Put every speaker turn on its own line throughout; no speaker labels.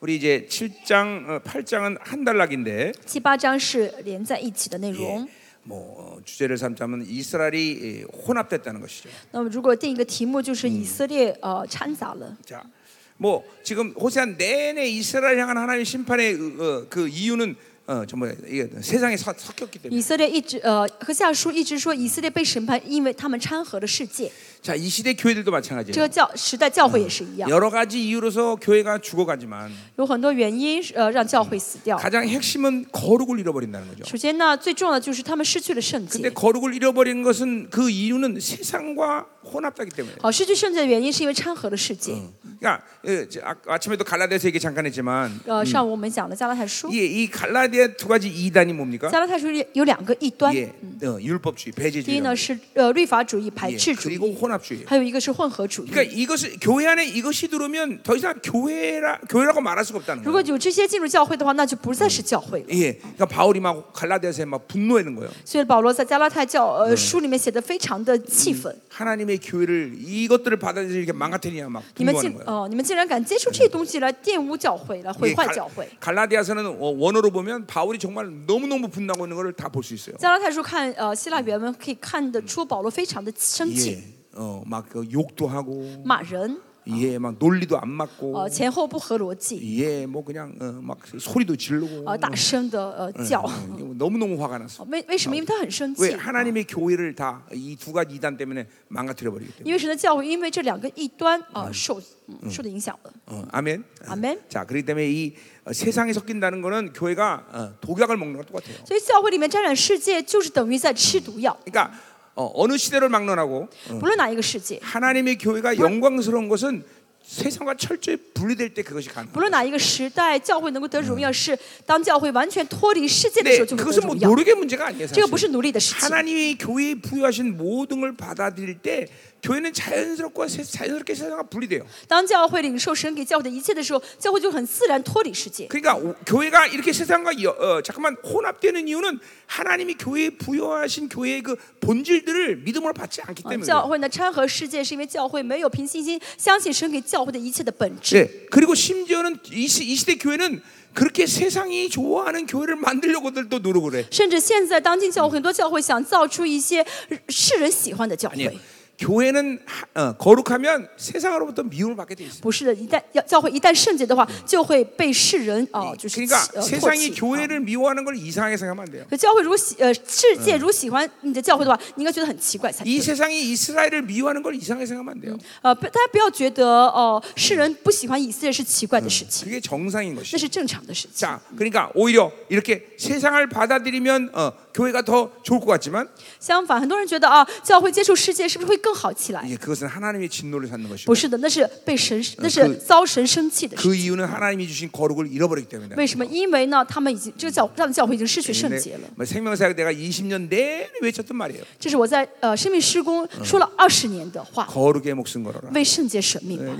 우리 이제 7장, 어, 8장은 한 단락인데
七八章是连在一起的内
예,
容。
뭐 어, 주제를 삼자면 이스라엘이 예, 혼합됐다는 것이죠.
那么如果定一个题目，就是以色列呃掺杂了。
자, 뭐 지금 호세안 내내 이스라엘 향한 하나님의 심판의 그, 어, 그 이유는 어, 전부 이게 세상에 서- 섞였기 때문에.
以色列一直呃，和下书一直说以色列被审判，因为他们掺和了世界。
자, 이 시대 교회들도
这
마찬가지예요.
个教时代教会也是一样，
여러 가지 이유로서 교회가 죽어가지만
有很多原因呃让教会死掉。
가장 핵심은 거룩을 잃어버린다는 거죠.
首先呢，最重要的就是他们失去了圣
근데
洁。
거룩을 잃어버린 것은 그 이유는 세상과 혼합되기 때문에.
好，失去圣洁的原因是因为掺和了世界。
그러니까 예, 저 아, 아침에도 갈라디아서 얘기 잠깐 했지만
呃，上午我们讲了加拉太书，
예, 이, 이 갈라디아 두 가지 이단이 뭡니까?
加拉太书里有两个异端，
예, 어, 율법주의,
第一
배제주의,
呢是呃律法主义、排
예,
斥主义，
그리고 혼합주의.
还有一个是混合主义。
그러니까 이것을 교회 안에 이것이 들어오면 더 이상 교회라 교회라고 말할 수가 없다는
如果
거예요.
有这些进入教会的话，那就不再是教会了。
예, 그러니까 바울이 막 갈라디아서에 막 분노하는 거예요.
所以保罗在加拉太教呃书里面写的非常的气愤，
하나님의 교회를 이것들을 받아들여 이렇게 망가뜨리냐 막
你们
분노하는
竟
거예요.
哦、你们竟然敢接触这些东西来玷污教会，来毁
이게
坏
갈-
教会。
갈라디아서는 어, 원어로 보면 바울이 정말 너무너무 분나고 있는 걸 다 볼 수 있어요.
加拉太书看呃希腊原文可以看得出保罗非常的生气，
예. 어, 막그 욕도 하고
骂人，
예, 막 논리도 안 맞고
呃前后不合逻辑，
예, 뭐 그냥 어, 막 소리도 지르고 예, 뭐
呃大声的呃叫，呃
너무너무 화가 났어.
为为什么？因为他很生
왜
气。
하나님의 교회를 다 이 두 가지 이단 때문에 망가뜨려 버리기 때문에.
因为神的教会，因为这两个异端啊、呃受嗯受的影响了。
어, 아멘.
아멘.
자, 그렇기 때문에 이 어, 세상에 섞인다는 거는 교회가 어, 독약을 먹는 것 똑같아요.
所以教会里面沾染世界，就是等于在吃毒药。
그러니까 어, 어느 시대를 막론하고
不论哪一个世界，
하나님의 교회가 영광스러운 것은 세상과 철저히 분리될 때 그것이 가능.
不论哪一个时代，教会能够得荣耀，是当教会完全脱离世界的
근데
时候就会得
그것은 뭐
荣耀。
노력의 문제가 아니에요. 사실.
这个不是奴隶的事情。
하나님이 교회에 부여하신 모든 걸 받아들일 때 교회는 자연스럽고 세, 자연스럽게 세상과 분리돼요.
当教会领受神给教会的一切的时候，教会就很自然脱离世界。
그러니까 오- 교회가 이렇게 세상과 여, 어, 잠깐만 혼합되는 이유는 하나님이 교회에 부여하신 교회의 그 본질들을 믿음으로 받지 않기
啊
때문에.
教
그래요.
会呢掺和世界，是因为教会没有凭信心相信神给教会的一切的本质。
예. 그리고 심지어는 이, 시, 이 시대 교회는 그렇게 세상이 좋아하는 교회를 만들려고들 또 노력을 해.
甚至现在当今教会，很多教会想造出一些世人喜欢的教
아니에요.
会。
교회는 하- 어, 거룩하면 세상으로부터 미움을 받게 돼 있어요.
不是的，一旦要教会一旦圣洁的话，就会被世人啊、就是弃
그러니까
呃唾
세상이
弃。
교회를 미워하는 걸 이상하게 생각하면 안 돼요.
可教会如果喜呃世界如果喜欢你的教会的话，你应该觉得很奇怪才
이
对。
세상이 이스라엘을 미워하는 걸 이상하게 생각하면 안 돼요.
呃，不大家不要觉得哦、世人不喜欢以色列是奇怪的事情，
그게 정상인
那
것이죠.
是正常的事情。
자, 그러니까 오히려 이렇게 세상을 받아들이면 어, 교회가 더 좋을 것 같지만
相反，很多人觉得啊，教会接触世界是不是会更好起来？
이게 그것은 하나님의 진노를 받는 것이고
不是的，那是被神，那
그
是遭神生气的事。
그 이유는 하나님이 주신 거룩을 잃어버리기 때문이다.
为什么？因为呢，他们已经这个教，他们教会已经失去圣洁了。
뭐 생명사역 내가 20년 내내 외쳤던 말이에요.
这是我在呃生命施工说了二十年的话，
거룩의 목숨 걸어라. 네,
为圣洁舍命吧。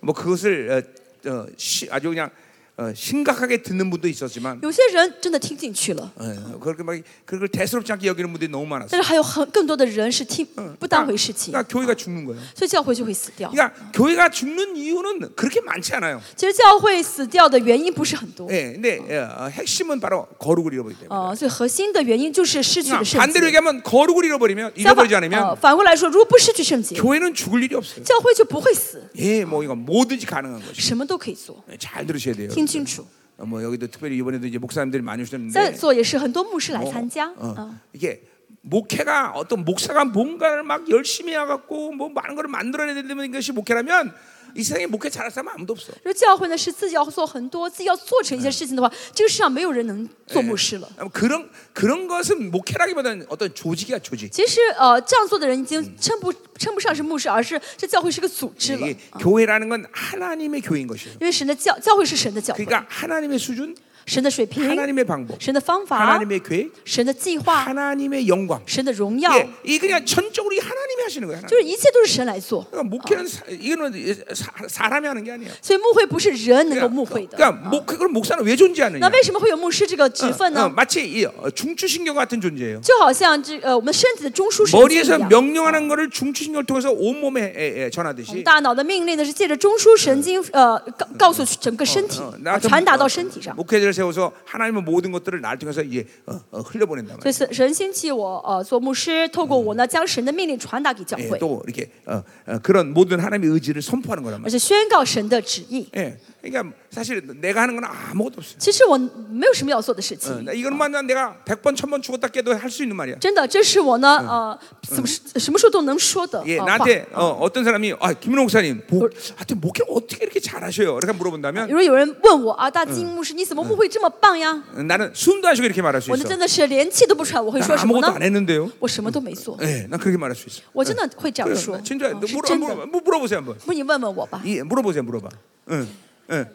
뭐뭐 그것을 어, 어, 시, 아주 그냥 어, 심각하게 듣는 분도 있었지만
有些人真的听进去了，
어, 그렇게 막 그걸 대수롭지 않게 여기는 분들이 너무 많았어요.
但是还有很更多的人是听不当回事情，
그러니까 교회가 죽는 거예요.
所以教会就会死掉。
그러니까 교회가 죽는 이유는 그렇게 많지 않아요.
其实教会死掉的原因不是很多，
예, 근데 예, 어, 핵심은 바로 거룩을 잃어버리기 때문에.
呃，最核心的原因就是失去了
그러니까
圣
반대로
洁。
얘기하면 거룩을 잃어버리면
相反
잃어버리지 ，
呃，
않으면
反过来说，如果不失去圣洁，
교회는 죽을 일이 없어요.
教会就不会死，
예, 뭐 이건 뭐든지 가능한 것이.
什么都可以做。
예, 잘 들으셔야 돼요.
听清楚，
어, 뭐 여기도 특별히 이번에도 이제 목사님들이 많이
在
오셨는데
座也是很多牧师来参加，
어,
啊，
이게 목회가 어떤 목사가 뭔가를 막 열심히 해갖고 뭐 많은 걸 만들어내야 되는 것이 목회라면 이 세상에 목회 잘할 사람 은 아무도 없어.
说教会呢是自己要做很多，自己要做成一些事情的话，这个世上没有人能做牧师了。
아마 어, 그런 그런 것은 목회라기보다는 어떤 조직이야 조직.
其实，呃，这样做的人已经称不称不上是牧师，而是这教会是个组织了。
이게 교회라는 건 하나님의 교회인 것이에요.
因为神的教教会是神的教会，
그러니까 하나님의 수준,
神的水平，
하나님의 방법,
神的方法，
하나님의 계획,
神的计划，
하나님의 영광.
神的荣耀，
哎 예, 이 그냥 전적으로 이 하나님의 하시는 거예요. 하나님.
就是一切都是神来做，
그러니까 목회는 사, 이거는 사, 사람이 하는 게 아니에요.
所以牧会不是人能够
그러니까,
牧会的。
그러니까 목 그럼 목사는 왜 존재하느냐?
那为什么会有牧师这个职分
어, 어,
呢？
마치 이 어, 중추신경 같은 존재예요.
就好像这呃，我们身体的中枢神经一
머리에서
样，
명령하는 것을 중추신경을 통해서 온 몸에 예, 예,
我们
전하듯이
大脑的命令呢是借着中枢神经呃告告诉整个身体
어, ，
啊
나처럼,
传达
어,
到身体上。
목회자를 세워서 하나님의 모든 것들을 나를 통해서 이제 어, 어, 흘려보낸단
所以
말이에요.
神神兴起我呃做牧师，透过我呢将神的命令传达给教
예,
会，
또 이렇게 어, 어, 그런 모든 하나님의 의지를 선포하는 거란
而
말이에요.
且宣告神的旨意。
예, 그러니까 사실 내가 하는 건 아무것도 없어요.
其实我没有什么要做的事
어,
情
나 ， 이것만 난 내가 100번, 1000번 죽었다 깨도 할 수 있는 말이야.
真的，这是我呢呃什么时什么时候都能说的
예,
呃话。
나한테 어, 어떤 사람이 아, 김은호 목사님, 뭐, 하여튼 목회를 어떻게 이렇게 잘하셔요? 이렇게 물어본다면
如果有人问我啊，大金牧师，你怎么不会这么棒呀？
나는 숨도 안 쉬고 이렇게 말할 수
我呢
있어.
真的是连气都不喘，我会说
난
什么
아무것도 안
呢？
했는데요.
我什么都没做，
예, 난 그렇게 말할 수 있어.
我真的会这样
그래,
说，
진짜
啊
너
是
물어,
真
물어, 뭐
的。
물어, 물어보세요 한번.
不，你问问我吧，
이 물어보세요, 물어봐. 응, 응.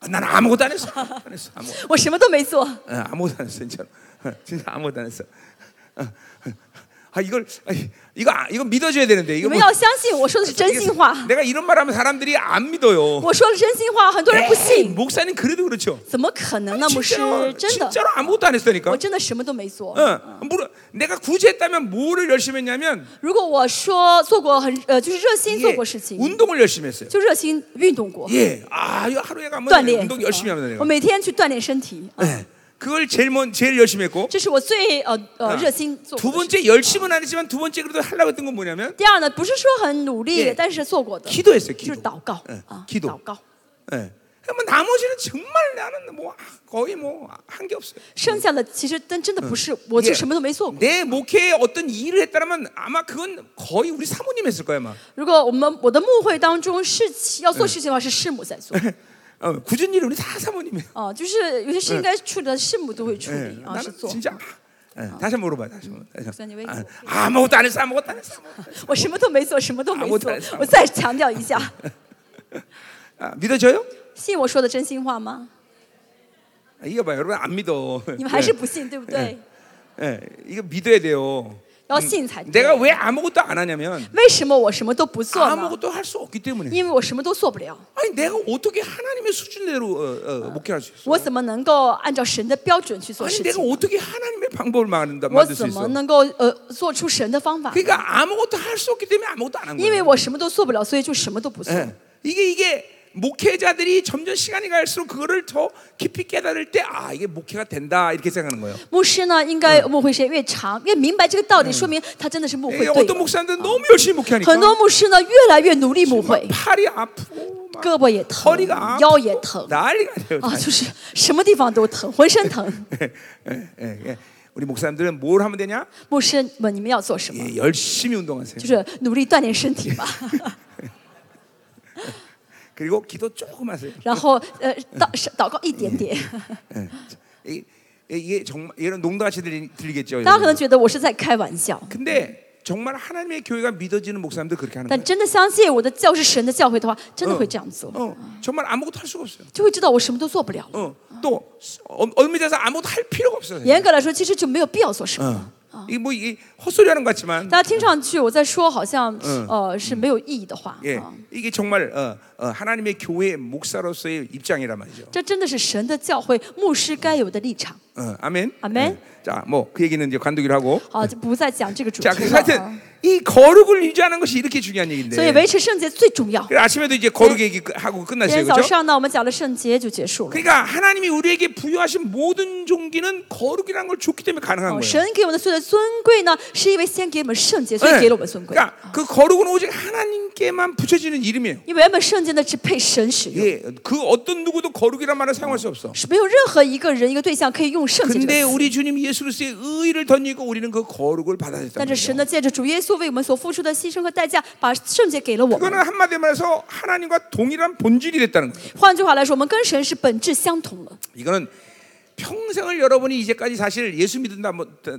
아, 난 아무것도 안 했어. 안 했어. 아무,
我什么都没做，
예, 아무것도 안 했어, 진짜로. 예, 진짜 아무것도 안 했어. 어, 어. 아 이걸 아이, 이거 아, 이거 믿어줘야 되는데
你
이거
们
뭐-
要相信我说的是真心话
이게- 。 내가 이런 말하면 사람들이 안 믿어요.
我哎说了真心话，很多人不
에이,
信，
목사님 그래도 그렇죠.
怎么可能呢？牧师
진짜로, ，
真的，
진짜로 아무것도 안
我
했으니까.
真的什么都没做。
어, 물어, 내가 굳이 했다면 뭐를 열심히 했냐면
如果我说做过很呃，就是热心
이게
做过事情，
운동을 열심히 했어요.
就热心运动过，
예, 아 이거 하루에 가면
锻炼
운동 열심히
啊
하면 돼요.
我每天去锻炼身体，啊
예, 그걸 제일 먼 제일 열심히 했고
这是我最呃呃
아,
热心做
두
过的事情。
번째 열심은 아니지만 두 번째 그래도 하려고 했던 건 뭐냐면
第二呢，不是说很努力
예 ，
但是做过的，
기도했어요.
就
기도.
是祷告
예
啊，祷
기도.
告。
예. 그러면 나머지는 정말 나는 뭐 거의 뭐 한 게 없어요.
剩下的其实但真的不是，我就什么都没做过。
내 목회에 어떤 일을 했다면 아마 그건 거의 우리 사모님 했을 거야 아마.
如果我们我的牧会当中事情要做事情的话，是师母在做。
어, 굳은 일은 우리 다 사모님이.
哦，就是有些事应该处理的，师母都会处
예.
理啊，是
나는
做。
진짜 아, 예, 다시 한번 물어봐. 다시 한번. 다시
음, 목사님,
한번.
왜
아,
이렇게
아무것도 안 했어. 아무것도 안 했어. 아무것도 안 했어.
我什么都没做，什么都没
我
做
才是啊。
我再强调一下，
아, 믿어져요?
信我说的真心话吗？
아, 이거 봐 여러분 안 믿어.
你们还是不信，对不对？
예. 예, 이거 믿어야 돼요. 음,
要信才对。
내가 왜 아무것도 안 하냐면
为什么我什么都啊不做呢？
아무것도 할 수 없기 때문에.
因为我什么都做不了，
아니 내가 어떻게 하나님의 수준대로 어,
아.
어, 목회할 수 있어?
我怎么能够按照神的标准去做
아니
事
내가
情？
어떻게 하나님의 방법을 만든다
我
만들 수
怎么
있어?
能够呃做出神的方法？
그러니까 아무것도 할 수 없기 때문에 아무것도 안 한
因为
거예요.
我什么都做不了，所以就什么都不做。
예. 이게 이게 목회자들이 점점 시간이 갈수록 그거를 더 깊이 깨달을 때 아 이게 목회가 된다 이렇게 생각하는 거예요.
牧师呢，应该牧会时间越长，越明白这个道理，说明他真的是哎牧
이게
会对
예, 어떤
的。
목사님들은 너무 열심히 목회하니까
很多牧师呢，越来越努力牧会
막 ， 팔이 뭐 아프고 막
胳膊也疼
허리가 ，
腰
아프고
也疼，
난리가 돼요.
啊，就是什么地方都疼， 浑身疼。
예, 예, 예. 우리 목사님들은 뭘 하면 되냐?
牧师们，你们要做什么？
예, 열심히 운동하세요.
就是努力锻炼身体吧，
그리고 기도 조금 하세요.
然后呃祷祷告一点点。
예. 이- 이게 정말 이런 농담같이 들리, 들리겠죠.
大家可能
여러분.
觉得我是在开玩笑，
근데 정말 하나님의 교회가 믿어지는 목사님들 그렇게 하는
但
거예요.
真的相信我的教是神的教会的话，真的会这样做，
어, 정말 아무것도 할 수가 없어요.
就会知道我什么都做不了。
어, 또 어, 엄밀해서 아무것도 할 필요가 없어요.
严格来说，其实就没有必要做什么。
어. 이게 뭐 이게 헛소리하는 것 같지만,
大家听上去我在说，好像呃是没有意义的话
예,
啊，
이게 정말 어, 어, 하나님의 교회 목사로서의 입장이란 말이죠.
这真的是神的教会牧师该有的立场。
어, 아멘.
아멘.
예. 자, 뭐 그 얘기는 이제 관두기로 하고.
好，就不再嗯讲这个主题
자, 그래서
了。啊
하여튼 이 거룩을 유지하는 것이 이렇게 중요한
所以维
얘기인데.
持圣洁最重要。
그래서 아침에도 이제 거룩 얘기하고
今天
끝났어요,
早
그렇죠?
上呢，我们讲了圣洁就结束了。
그러니까 하나님이 우리에게 부여하신 모든 종기는 거룩이라는 걸 줬기 때문에 가능한
哦，
거예요.
神给我嗯们的所有的尊贵呢，是因为先给我们圣洁，所以
예.
给了我们尊贵。
그러니까 그 거룩은 오직 하나님께만 붙여지는 이름이에요.
因为原本圣洁呢只配神使用，
예, 그 어떤 누구도 거룩이란 말을 사용할 수 없어.
是没有任何一个人一个对象可以用圣洁这个
근데
词。
우리 주님 예수 그리스도의 의를 던지고 우리는 그 거룩을
但
받아들였단
是神
말이에요.
呢，借着主耶稣为我们所付出的牺牲和代价，把圣洁给了我们
그거는 。 한마디 말해서 하나님과 동일한 본질이 됐다는 거예요.
换句话来说，我们跟神是本质相同的。
이거는 평생을 여러분이 이제까지 사실 예수 믿은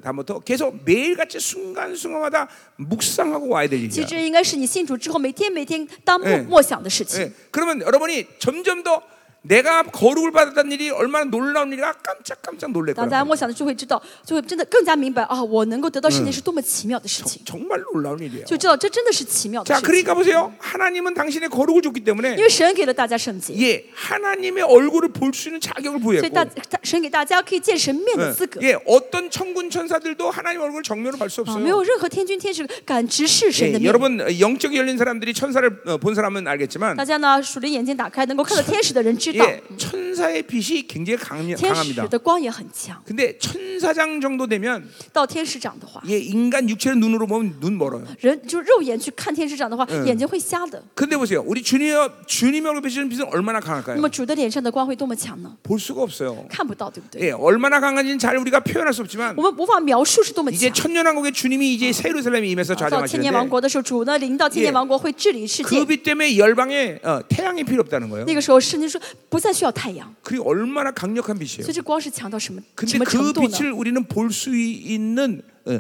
다음부터 계속 매일같이 순간순간마다 묵상하고 와야 될
其
일이야.
实这应该是你信主之后每天每天当默
哎
默想的事情
예, 。 그러면 여러분이 점점 더 내가 거룩을 받았다는 일이 얼마나 놀라운 일이라 깜짝깜짝 놀랄
当
거야.
大家默想的就会知道，就会真的更加明白啊，我能够得到
嗯
圣洁是多么奇妙的事情，
정말 놀라운 일이에요.
就知道这真的是奇妙的
자,
事情。
그러니까 보세요. 하나님은 당신의 거룩을 줬기
因
때문에
为神给了大家圣洁，
예, 하나님의 얼굴을 볼 수 있는 자격을
所以大
부여했고
大神给大家可以见神面的
응,
资格
예, 어떤 천군 천사들도 하나님 얼굴을 정면으로 볼 수
啊，没
없어요.
有任何天君天使敢直视神的
예,
面。
여러분 어, 영적이 열린 사람들이 천사를 어, 본 사람은 알겠지만
大家呢，属灵眼睛打开，能够看到天使的人知道，
예, 천사의 빛이 굉장히 강력,
天使
강합니다.
的光也很强。
근데 천사장 정도 되면
到天使长的话，
예, 인간 육체를 눈으로 보면 눈 멀어요.
人就肉眼去看天使长的话，
嗯
眼睛会瞎的。
근데 보세요. 우리 주님 주님 얼굴 비치는 빛은 얼마나
那
강할까요?
么主的脸上的光会多么强呢？
볼 수가 없어요.
看不到，对不对？
예, 얼마나 강한지는 잘 우리가 표현할 수 없지만
我们无法描述是多么
이제
强。
천년왕국의 주님이 이제 새루살렘에 임해서
到千年王
좌정하시는데
国的时候，主呢领到千年王国会治理世
그
界。
빛 때문에 열방에 어, 태양이 필요 없다는 거예요.
那个时候，圣经说不再需要太阳，
그게 얼마나 강력한 빛이에요.
所以这光是强到什么什
근데
么
그
程度呢？
빛을 우리는 볼 수 있는 어,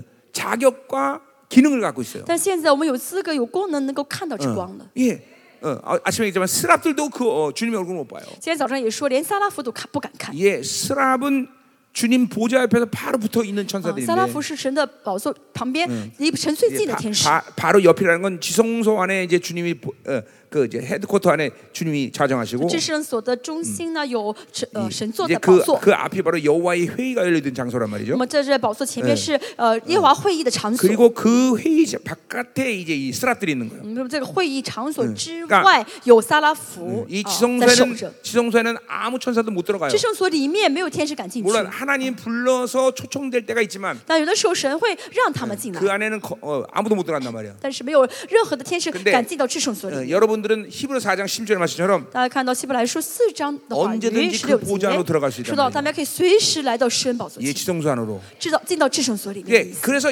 자격과 기능을 갖고 있어요.
但现在我们有资格、有功能能够看到这光了。
예. 어, 아, 아침에 얘기했지만 스랍들도 그 어, 주님의 얼굴 못 봐요.
今天早上也说，连撒拉夫都看不敢看。
예, 스랍은 주님 보좌 옆에서 바로 붙어 있는
啊，撒拉夫
천사들인데
是神的宝座旁边离神最
이제
近的
바,
天使。
바, 바로 옆이라는 건 지성소 안에 이제 주님이 보- 어, 그 이제 헤드쿼터 안에 주님이 좌정하시고
至圣所的中心呢，有神呃神座
이제
的宝
그
座。
그 앞이 바로 여호와의 회의가 열리던 장소란
那
말이죠.
么在这宝座前面是呃耶和华会议的场所。
그리고 그 회의 자- 바깥에 이제 이 스랍들이 있는 거예요.
嗯那么这个会议场所之
干
外有撒拉福
이
啊在守
지성소에는
着。
지성소에는 아무 천사도 못 들어가요.
至圣所里面没有天使敢进去，
물론 하나님 불러서 초청될 때가 있지만
但有的时候神会让他们进
그
来，
안에는 거- 어, 아무도 못 들어간단 말이야.
但是没有任何的天使
근데
敢进到至圣所里。
어, 여러분들은 히브리 4장 10절 말씀처럼
大家看到希伯来书四章的话
언제든지
语十六
그보좌로들어갈수
节，
있단
说到
말이야
大家可以随时来到施恩宝座
예,
前，
지성소 안으로.
知道进到至圣所里面的
예,
意思。
그래서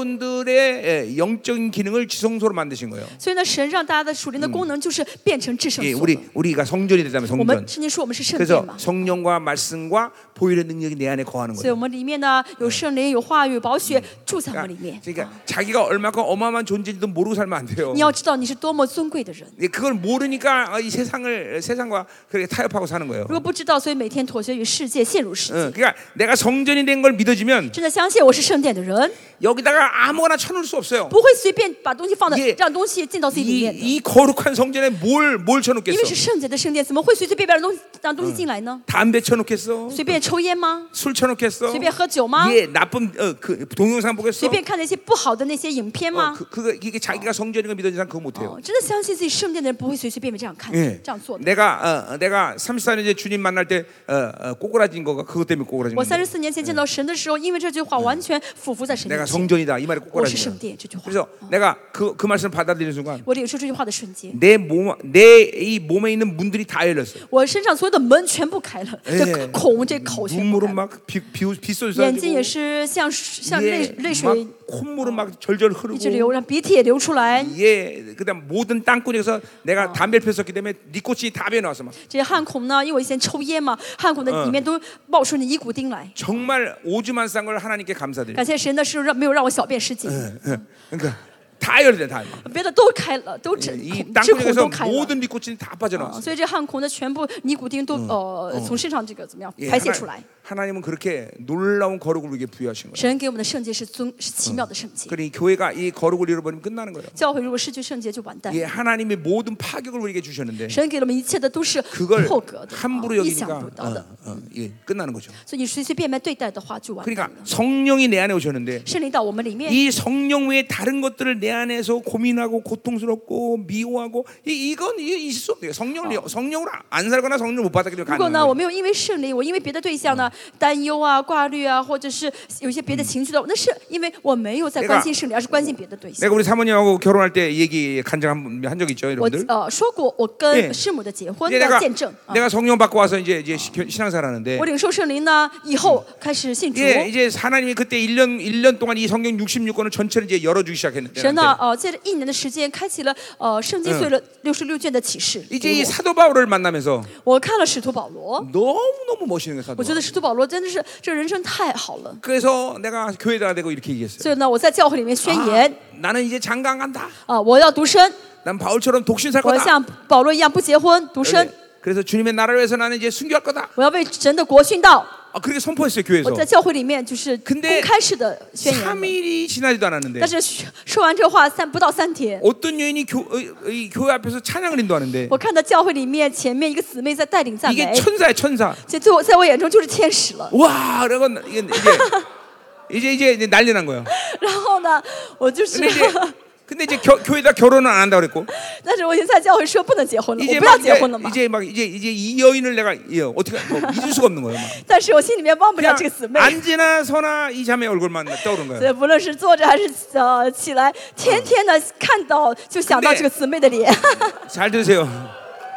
여러분들의 예, 영적인 기능을 지성소로 만드신 거예요.
所以呢，神让大家的属
嗯
灵的功能就是变成至圣
예,
所了。
우리 우리가 성전이 되다면
我们
성전.
圣经说我们是圣殿
그래서
嘛，
성령과 말씀과 보일의 능력이 내 안에 거하는
所以
거예요.
我们里面呢
嗯
有圣灵、有话语、有宝血住在我们里
그러니까,
面。
그러니까 자기가 얼마큼 어마어마한 존재인지도 모르고 살면 안 돼요.
你要知道你是多么尊贵的人，
예, 그걸 모르니까 아, 이 세상을 세상과 그렇게 타협하고 사는 거예요.
如果不知道，所以每天妥协于世界，陷入世界。
응, 그러니까 내가 성전이 된 걸 믿어지면
真的相信我是圣殿的人，
여기다가 아무거나 쳐놓을 수 없어요.
不会随便把东西放在
예 ，
让东西进到自己里
이,
面的。
이 거룩한 성전에 뭘, 뭘
因
쳐놓겠어?
为是圣洁的圣殿，怎么会随随便便让东西让东西进来呢？
담배 쳐놓겠어?
随便抽烟吗？
술 쳐놓겠어?
随便喝酒吗？
예, 나쁜 어, 그 동영상 보겠어?
随便看那些不好的那些影片
어,
吗？
그, 그거 이게 자기가 성전인 걸 믿어지는 사람 그거 못해요.
哦，真的相信自己圣殿的人不会随随便便这样看、
예.
这样做的。
내가 어, 어, 내가 34년째 주님 만날 때 어, 어, 꼬꾸라진 거가 그것 때문에 꼬꾸라진
我三
거예요.
十四年前见到神的时候，因为这句话完全俯伏在神
내가
面前。
성전이다 이 말에
我是
꼬꾸라진
圣
거예요.
殿这句话，
그래서 내가 그, 그 말씀을 받아들이는 순간
我领受这句话的瞬间，
내 몸 내 이 몸에 있는 문들이 다 열렸어요.
我身上所有的门全部开了，
哎
这孔这口全部开
눈물은
了，
막 비, 비, 빗소리
眼睛
쏟아지고
也是像像泪
예,
泪水
막 콧물은 막 절절
一
흐르고
直流，让鼻涕也流出来。
예, 그다음 모든 땅굴에서 내가 담배를 폈었기 때문에 네 꽃이 다 배어나왔어 막
这些汗孔呢，因为我以前抽烟嘛，汗孔的里面都冒出那尼古丁来。
정말 오줌만 싼 걸 하나님께 감사드려요.
感谢神呢，是让没有让我小便失禁，
그러니까 다 열려 다.
别的都开了，都这
이
孔这孔
땅굴에서
都开了。啊
모든 네 꽃이 다 빠져나왔어.
所以这汗孔的全部尼古丁都呃从身上这个怎么样
예,
排泄出来
하나, ？ 하나님은 그렇게 놀라운 거룩을 우리에게 부여하신 거예요.
神给我们的圣洁是尊是奇妙的圣洁，
그러니 교회가 이 거룩을 잃어버리면 끝나는 거예요.
教会如果失去圣洁就完蛋。
예, 하나님의 모든 파격을 우리에게 주셨는데
神给了我们一切的都是
어, 그걸
破格的，
함부로
啊意想
여기니까
不
어,
到的。
어, 예, 끝나는 거죠.
所以你随随便便对待的话就完蛋
그러니까
了。
성령이 내 안에 오셨는데
圣灵到我们里面，
이 성령 외에 다른 것들을 내 안에서 고민하고 고통스럽고 미워하고 이, 이건 이- 있을 수 없대요. 성령을 성령으로 안 어. 살거나 성령을 못 받았기 때문에
如果
가능한
呢，
거예요.
我没有因为圣灵，我因为别的对象呢，担忧啊、挂虑啊，或者是有一些别的情绪的，那是因为我没有在
내가
关心圣灵，而是关心别的对象。
내가 우리 사모님하고 결혼할 때 얘기 간증 한적 있죠,
我
여러분들.
呃说过，我
예
跟师母的结婚
이제
的
내가
见证啊，
내가 성령 받고 와서 이제 이제 시- 신앙생활하는데
我领受圣灵呢以后开始信主。
예, 이제 하나님이 그때 1년 1년 동안 이 성경 66권을 전체를 이제 열어 주기 시작했는데
神
나한테.
呢，呃，在这一年的时间，开启了呃圣经碎了六十六卷的启示。
이제 이 사도 바울을 만나면서
我看了使徒保罗，
너무 너무 멋있는 거예요, 사도.
我觉
바울.
得使徒保罗真的是这人生太好了。
그래서 내가 교회에다가 대고 이렇게 얘기했어요.
所以呢，我在教会里面宣言
아, 나는 이제 장가 안 간다.
啊、我要独身，
난 바울처럼 독신 살
我
거다.
像保罗一样不结婚，独身。
근데 그래서 주님의 나라를 위해서 나는 이제 순교할 거다.
我要为神的国殉道。
아, 그렇게 선포했어요 교회에서.
我在教会里面就是公
근데
开式的宣言的，
3일이 지나지도 않았는데
但是说完这话三不到三天，
어떤 여인이 교, 어, 이 교회 앞에서 찬양을 인도하는데
我看到教会里面前面一个姊妹在带领赞
이게
美，
천사야 천사.
这在我在我眼中就是天使了。
와 그러고 이게 이제 이제 이제, 이제 난리 난 거예요.
然后呢，我就是
근데 ， 이제 근데 이제 겨, 교회다 결혼은 안 한다 그랬고
但是我已经在教会说不能结婚了，我
이제
不要
막
结婚了
이제,
嘛。
이제 막 이제 이제 이 여인을 내가 예, 어떻게 뭐 잊을 수가 없는 거예요. 막.
但是我心里面忘不了
그냥
这个姊妹，
안지나 서나 이 자매 얼굴만 떠오른
所
거예요.
以不论是坐着还是呃起来，天天的看到就想到
근데
这个姊妹的脸。
잘 들으세요.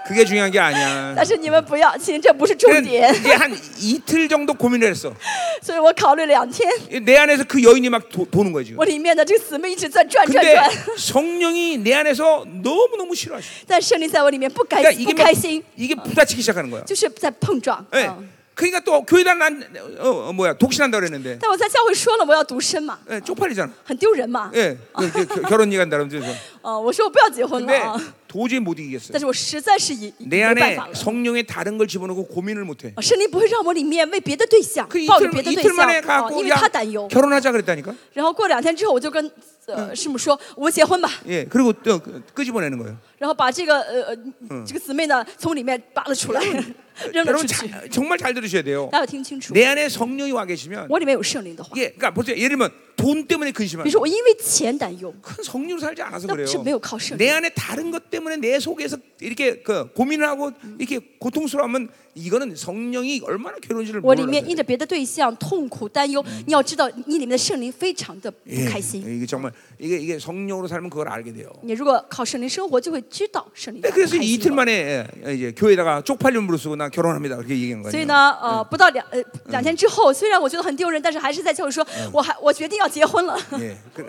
그게 중요한 게 아니야.
但是你们不要，其实这不是重
그냥
点，
이제 한 이틀 정도 고민을 했어.
所以我考虑两天，
내 안에서 그 여인이 막 도, 도는 거예요 지금.
我里面的这个姊妹一直在转转
근데
转，
성령이 내 안에서 너무 너무 싫어하셔.
但圣灵在我里面不开
그러니까
不
이게 막,
开心，
이게 부딪히기 시작하는 거야.
就是在碰撞。
예.
嗯
그러니까 또 교회다 난 어, 어, 뭐야 독신한다 그랬는데
但我在教会说了我要独身嘛，
예, 쪽팔리잖아.
很丢人嘛。
예, 그- 그- 그- 결혼 얘기한다면 그래서
啊，我说我不要结婚了
근데
啊，
도저히 못
但
이기겠어요.
是我实在是已已
내
没办
안에
法了。
성령의 다른 걸 집어넣고 고민을 못 해.
啊圣灵不会让我里面为别的对象
그
抱着
이틀
别的
어,
对
이틀
象
만에
啊，
가고
因为
야
他担忧。
결혼하자 그랬다니까.
然后过两天之后，我就跟呃师母说，我们结婚吧。
예, 그리고 또 끄- 끄집어내는 거예요.
然后把这个呃呃这个姊妹呢从里面扒了出来， 扔了出
여러분
去。
자- 정말 잘 들으셔야 돼요.
大家听清楚，
내 안에 성령이 와 계시면
我里面有圣灵的话，
예, 그러니까 보세요. 예를 들면 돈 때문에
比
근심하는
如说我因为钱担忧，
큰 성령 살지 않아서
那
그래요.
是没有靠圣
내
灵。
안에 다른 것 때문에 내 속에서 이렇게 그 고민을 하고 이렇게 고통스러워하면 이거는 성령이 얼마나 괴로운지를
我
몰라
里面因着别的嗯对象痛苦担忧，你要知道你里面的圣灵非常的不开心。
예, 이게 정말 이게 이게 성령으로 살면 그걸 알게 돼요.
你如果靠圣灵生活，就会知道圣灵的
네,
不开
그래서
心
이틀
了
만에 예, 이제 교회에다가 쪽팔린 물으쓰고 나 결혼합니다 그렇게 얘기한
所
거예요.
以呢，呃，不到两呃两天之后，虽然我觉得很丢人，但是还是在教会说，我还我决定要结婚了。
예, 그래,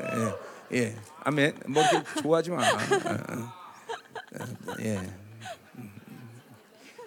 예, 예, 아멘. 뭐 이렇게 좋아하지 마. 예, 예. 음.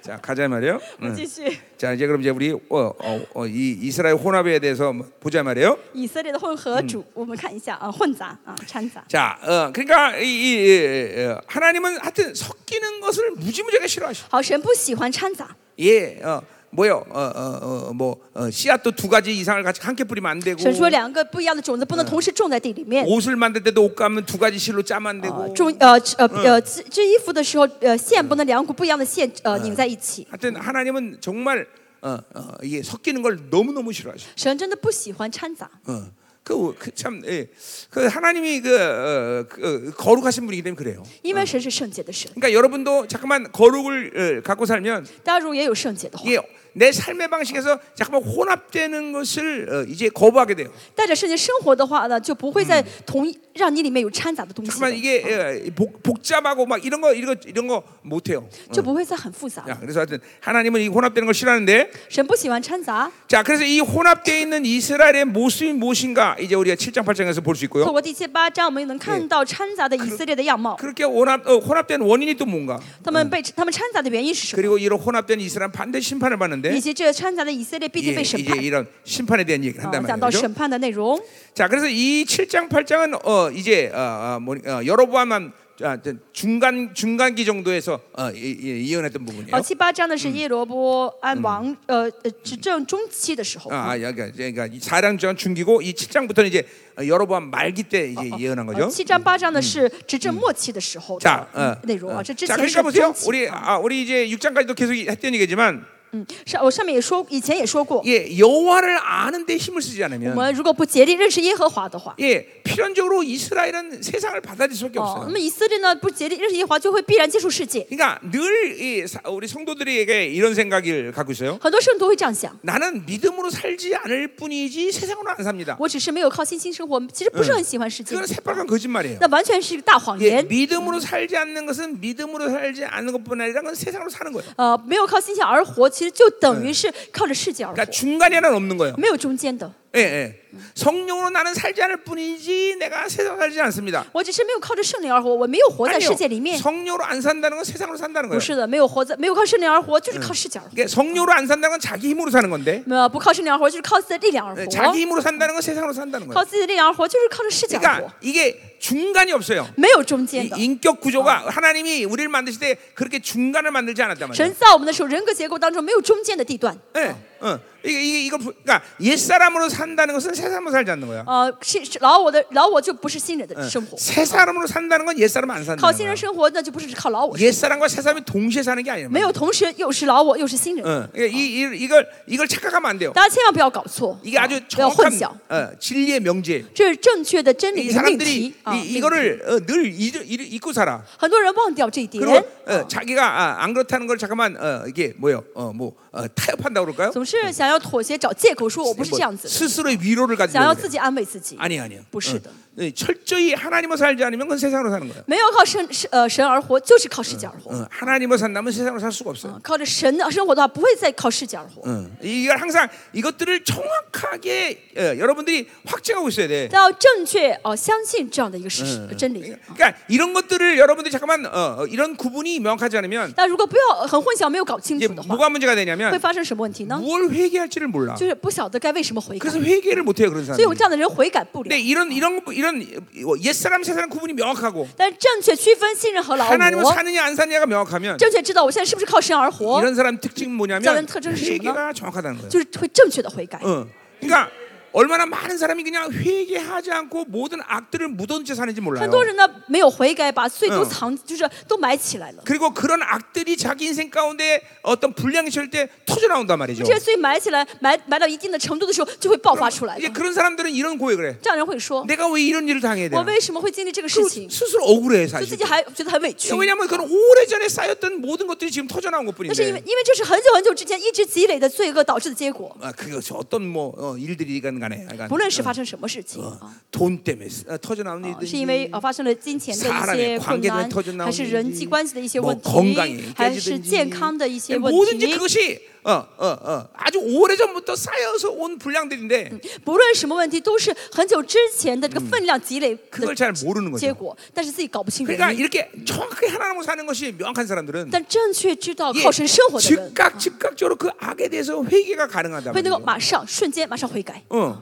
자 가자 말이요.
继续，
자 이제 그럼 이제 우리 어, 어, 어, 이 이스라엘 혼합에 대해서 보자 말이에요.
以色列的混合主，我们看一下啊，混杂啊，掺杂。
자, 어, 그러니까 이, 이, 이, 어, 하나님은 하여튼 섞이는 것을 무지무지하게 싫어하셔.
好，神不喜欢掺杂，
예, 어, 뭐요? 어, 어, 어, 뭐 어, 씨앗도 두 가지 이상을 같이 함께 뿌리면 안 되고
神说两个不一样的种子不能同时种在地里面。
옷을 만들 때도 옷 감은 두 가지 실로 짜면 안
呃
되고 ，
种呃呃呃织织衣服的时候，呃线不能两股不一样的线呃拧在一起。
하여튼 하나님은 정말 어, 어, 이게 섞이는 걸 너무 너무 싫어하셔.
神真的不喜欢掺杂，
어. 그참 예. 그 하나님이 그, 어, 그 어, 거룩하신 분이기 때문에 그래요.
因为神是圣洁的神。
그러니까 여러분도 잠깐만 거룩을 어, 갖고 살면
大家如果也有圣洁的话，
이게 내 삶의 방식에서 잠깐만 혼합되는 것을 어, 이제 거부하게 돼요.
带着圣洁生活的话呢，就不会再同一让你里面有掺杂的东西
잠깐만
的，
이게 어, 복, 복잡하고 막 이런 거 이런 거 이런 거 못해요.
就不会再很复杂。
자, 그래서 하여튼 하나님은 이 혼합되는 걸 싫어하는데,
神不喜欢掺杂。
자, 그래서 이 혼합되어 있는 이스라엘의 모습이 무엇인가 이제 우리가 7장 8장에서 볼 수
透
있고요.
过第七八章，我们能看到掺杂的以色列的样貌。
그렇게 혼합 어, 혼합된 원인이 또 뭔가?
他们被他们掺杂的原因是什么？
그리고 이런 혼합된 이스라엘 반드시 심판을
以
받는데 예,
及这掺杂的以色列必
이제,
定被审
이제
判。
이런 심판에 대한 얘기를
啊
한단 ， 말이죠.
讲到审判的内容，
자, 그래서 이 7장 8장은 어 이제 어, 어, 뭐니- 어, 여로보암만 아, 저 중간 중간기 정도에서 어, 이, 이, 이혼했던
哦，
부분이에요.
七八章呢是耶罗波安王呃呃执政中期的时候，
아, 아, 그러니까 이제 그러니까 이 4장 전 중기고 이 7장부터는 이제 어, 여로보암 말기 때 이제 예언한
呃
거죠.
七章八章呢是执政末期的时候
자
的
어,
内容啊，这之
자,
前
그러니까
是
보세요.
中期。
우리 아, 우리 이제 6장까지도 계속 했던 얘기지만
嗯，上我上面也说，以前也说过，
예, 여호와를 아는데 힘을 쓰지
我
않으면
们如果不竭力认识耶和华的话，
예, 필연적으로 이스라엘은 세상을 받아들일 수밖에
哦，那
없어요.
么以色列呢不竭力认识耶和华，就会必然接触世界。
그러니까 늘 이, 사- 우리 성도들에게 이런 생각을 갖고 있어요.
很多圣徒会这样想：
나는 믿음으로 살지 않을 뿐이지 세상으로 안 삽니다.
我只是没有靠信心生活，其实不是很喜欢世界，
그건 새빨간 거짓말이에요.
那完全是一个大谎
예,
言。
믿음으로 살지 않는 것은 믿음으로 살지 않는 것뿐 아니라 그건 세상으로 사는 거예요.
呃，没有靠信心而活，其实就等于是靠着世界而活， 어.
그러니까 중간에는 없는 거예요.
没有中间的。
예, 예. 성령으로 나는 살지 않을 뿐이지 내가 세상 살지 않습니다.
我只是没有靠着圣灵而活，我没有活在世界里
아니요.
面。
성령으로 안 산다는 건 세상으로 산다는
不
거예요.
是的，没有活在，没有靠圣灵而活，就是靠视角而活。
그러니까 성령으로 안 산다는 건 자기 힘으로 사는 건데
没有不靠圣灵而活，就是靠自己的力量而
예,
活。
자기 힘으로 산다는 건 세상으로 산다는
靠
거예요.
自己的力量而活，就是靠着视角而活
그러니까 ， 이게 중간이 없어요.
没有中间
이
的。
인격 구조가 하나님이 우리를 만드실 때 그렇게 중간을 만들지 않았단 말이에요.
神造我们的时候，人格结构当中没有中间的地段。
예, 어. 이게 이게 이거 부- 그러니까 옛 사람으로 산다는 것은 새 사람으로 살지 않는 거야.
呃，是是老我的老我就不是嗯新人的
예.
生活，
새 사람으로 산다는 건 옛 사람 안 산다는
靠新
거야.
人啊生活那就不是靠老我生活，
옛 사람과 새 사람이 동시에 사는 게 아니에요.
没有同时又是老我又是新
어.
人，
그러니까 이, 이 이걸 이걸 착각하면 안 돼요.
大家千万不要搞错，
이게
啊
아주
不要混
정확한
淆，
어, 진리의 명제.
这是正确的真
이
理的命
사람들이
题啊。
이
命
이거를 어, 늘 잊어, 잊- 잊고 살아.
很多人忘掉这一点
그리고 ， 어, 자기가 아, 안 그렇다는 걸 잠깐만 어, 이게 뭐요? 어, 뭐 어, 타협한다 그럴까요? 뭐
总是想要妥协找借口说我不是啊这样子的，
스스로의 위로를 가지고
想要
그래요.
自己安慰自己，
아니 아니요.
不是的
어, ， 네, 철저히 하나님을 살지 않으면 그건 세상으로 사는 거예요.
没有靠神神呃神而活，就是靠视角而活。
어, 하나님을 산다면 세상으로 살 수가 없어요.
啊靠着神的生活的话，不会再靠视角而活。
어, 이걸 항상 이것들을 정확하게 어, 여러분들이 확증하고 있어야 돼.
要正确哦、呃相信这样的一个事实、呃真理。
그러니까 이런 것들을 여러분들이 잠깐만 어, 어, 이런 구분이 명확하지 않으면
但如果不要很混淆、没有搞清
이제
楚的话，
뭐가 문제가
会
되냐면
发生什么问题呢？
뭘 회개할지를 몰라.
就是不晓得该为什么悔改，
그래서 회개를 못 해요 그런
所以有
사람들이.
这样的人悔改不了
근데 。 이런 이런 이런 옛 사람 새 사람 구분이 명확하고
但是正确区分信任和劳
하나님을
模，
사느냐 안 사느냐가 명확하면
正确知道我现在是不是靠神而活，
이런 사람 특징 뭐냐면
저는 특징이
회개가 정확하다는 거예요.
就是会正确的悔改。
어. 그러니까 얼마나 많은 사람이 그냥 회개하지 않고 모든 악들을 묻어둔 채 사는지
很
몰라요.
多人呢没有悔改，把罪都
嗯
藏，就是都埋起来了。
그리고 그런 악들이 자기 인생 가운데 어떤 불량이 있을 때 터져 나온단 말이죠.
这些罪埋起来，埋埋到一定的程度的时候，就会爆发出来
이제
的。
그런 사람들은 이런 고백을 해.
这样人会说
내가 왜 이런 일을 당해야 ：“
我
되나?
为什么会经历这个事
그
情？”
스스로 억울해
就自
사실. 어,
己还觉得很委屈。
왜냐하면 그건 오래전에 쌓였던 모든 것들이 지금 터져 나온
那是因为
것뿐인데.
因为这是很久很久之前一直积累的罪恶导致的结果，
아, 그것이 어떤 뭐 어, 일들이건 간에 약간
不论是发生什么事情
嗯
啊。
돈 때문에 쓰- 어, 터져 나온
是因为
일들이
呃发生了金钱的一些
사람의
困
관계가
难，
터져 나온
还是人际关系的一些问
뭐 건강이
题，还是
깨지든지 네,
健康的一些问
뭐든지
题，
그것이 어, 어, 어, 아주 오래전부터 쌓여서 온 불량들인데
不论什么问题，都是很久之前的这个分量积累
그걸
的
잘 모르는
结
거죠.
果，但是自己搞不清
그러니까
原因。
이렇게 정확하게 하나님으로 사는 것이 명확한 사람들은
但正确知道
이게
靠神生活的人，
즉각 즉각적으로 그 악에 대해서 회개가 가능하다
会能够
말이에요.
马上瞬间马上悔改。
어.